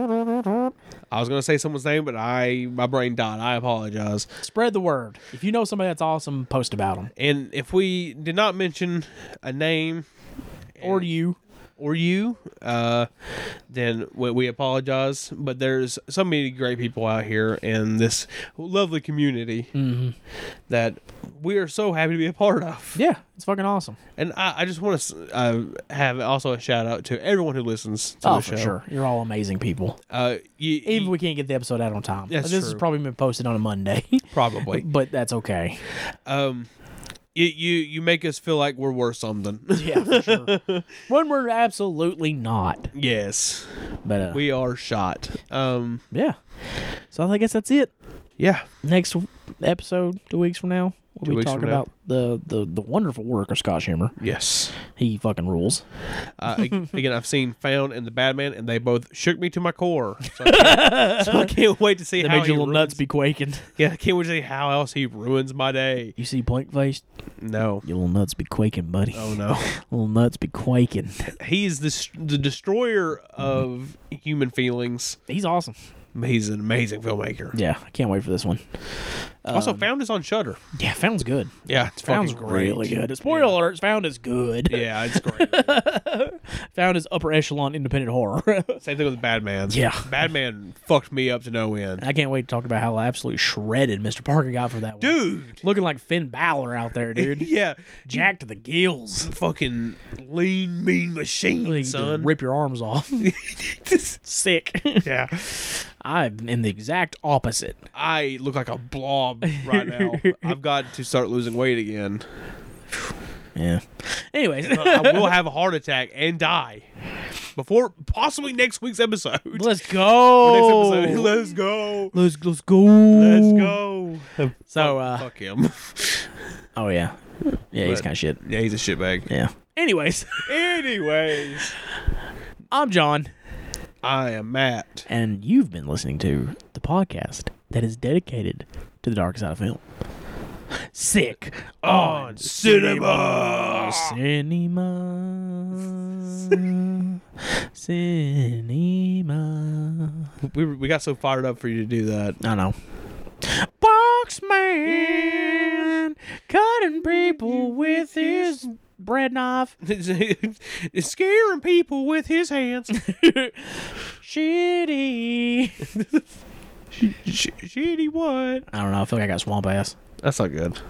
[SPEAKER 4] I was gonna say someone's name, but I my brain died. I apologize.
[SPEAKER 3] Spread the word. If you know somebody that's awesome, post about them
[SPEAKER 4] And if we did not mention a name
[SPEAKER 3] or you.
[SPEAKER 4] or you, uh, then we, we apologize. But there's so many great people out here in this lovely community that we are so happy to be a part of.
[SPEAKER 3] Yeah, it's fucking awesome.
[SPEAKER 4] And I, I just want to uh, have also a shout out to everyone who listens to
[SPEAKER 3] Oh,
[SPEAKER 4] the
[SPEAKER 3] for
[SPEAKER 4] show.
[SPEAKER 3] sure. You're all amazing people.
[SPEAKER 4] Uh, you,
[SPEAKER 3] Even if we can't get the episode out on time.
[SPEAKER 4] That's
[SPEAKER 3] this has
[SPEAKER 4] true.
[SPEAKER 3] probably been posted on a Monday,
[SPEAKER 4] probably
[SPEAKER 3] but that's okay.
[SPEAKER 4] um, you, you you make us feel like we're worth something.
[SPEAKER 3] Yeah, for sure. when we're absolutely not.
[SPEAKER 4] yes,
[SPEAKER 3] But uh,
[SPEAKER 4] we are shot. Um,
[SPEAKER 3] yeah. So I guess that's it.
[SPEAKER 4] yeah,
[SPEAKER 3] Next w- episode, two weeks from now,
[SPEAKER 4] Two
[SPEAKER 3] we'll be
[SPEAKER 4] weeks
[SPEAKER 3] talking
[SPEAKER 4] from now.
[SPEAKER 3] about the, the the wonderful work of Scott Hammer.
[SPEAKER 4] yes.
[SPEAKER 3] He fucking rules.
[SPEAKER 4] Uh, ag- again, I've seen Found and the Badman, and they both shook me to my core. So I can't, so I can't wait to see
[SPEAKER 3] They
[SPEAKER 4] how
[SPEAKER 3] made
[SPEAKER 4] he
[SPEAKER 3] your little
[SPEAKER 4] ruins-
[SPEAKER 3] nuts be quaking.
[SPEAKER 4] Yeah, I can't wait to see how else he ruins my day.
[SPEAKER 3] You see, blank face,
[SPEAKER 4] No.
[SPEAKER 3] your little nuts be quaking, buddy.
[SPEAKER 4] Oh no,
[SPEAKER 3] Little nuts be quaking.
[SPEAKER 4] he's the s- the destroyer of human feelings.
[SPEAKER 3] He's awesome.
[SPEAKER 4] He's an amazing filmmaker.
[SPEAKER 3] Yeah, I can't wait for this one.
[SPEAKER 4] also, Found is on Shutter.
[SPEAKER 3] Yeah, Found's good.
[SPEAKER 4] Yeah, it's
[SPEAKER 3] Found's
[SPEAKER 4] Um, fucking great.
[SPEAKER 3] really good. Spoiler alert, Found is good.
[SPEAKER 4] Yeah, it's great.
[SPEAKER 3] Found is upper echelon independent horror.
[SPEAKER 4] Same thing with Badman.
[SPEAKER 3] Yeah.
[SPEAKER 4] Badman fucked me up to no end.
[SPEAKER 3] I can't wait to talk about how absolutely shredded Mr. Parker got for that one.
[SPEAKER 4] Dude.
[SPEAKER 3] Looking like Finn Balor out there, dude.
[SPEAKER 4] Yeah,
[SPEAKER 3] Jacked to the gills.
[SPEAKER 4] fucking lean mean machine,
[SPEAKER 3] Like,
[SPEAKER 4] son.
[SPEAKER 3] Rip your arms off. Sick.
[SPEAKER 4] Yeah,
[SPEAKER 3] I'm in the exact opposite.
[SPEAKER 4] I look like a blob right now. I've got to start losing weight again.
[SPEAKER 3] Yeah. Anyways,
[SPEAKER 4] I will have a heart attack and die before possibly next week's episode.
[SPEAKER 3] let's
[SPEAKER 4] Next
[SPEAKER 3] go.
[SPEAKER 4] episode. Let's go.
[SPEAKER 3] Let's let's go.
[SPEAKER 4] Let's go.
[SPEAKER 3] So, uh,
[SPEAKER 4] Fuck him.
[SPEAKER 3] oh yeah, yeah, he's
[SPEAKER 4] But-
[SPEAKER 3] kind of shit.
[SPEAKER 4] yeah, he's a shitbag.
[SPEAKER 3] Yeah. Anyways,
[SPEAKER 4] Anyways,
[SPEAKER 3] I'm John,
[SPEAKER 4] I am Matt.
[SPEAKER 3] and you've been listening to the podcast that is dedicated to the dark side of film. Sick
[SPEAKER 4] on cinema.
[SPEAKER 3] cinema, cinema.
[SPEAKER 4] We, we got so fired up for you to do that.
[SPEAKER 3] I know. Boxman cutting people with his bread knife.
[SPEAKER 4] It's scaring people with his hands.
[SPEAKER 3] Shitty.
[SPEAKER 4] Sh- Shitty what?
[SPEAKER 3] I don't know. I feel like I got swamp ass.
[SPEAKER 4] That's not good.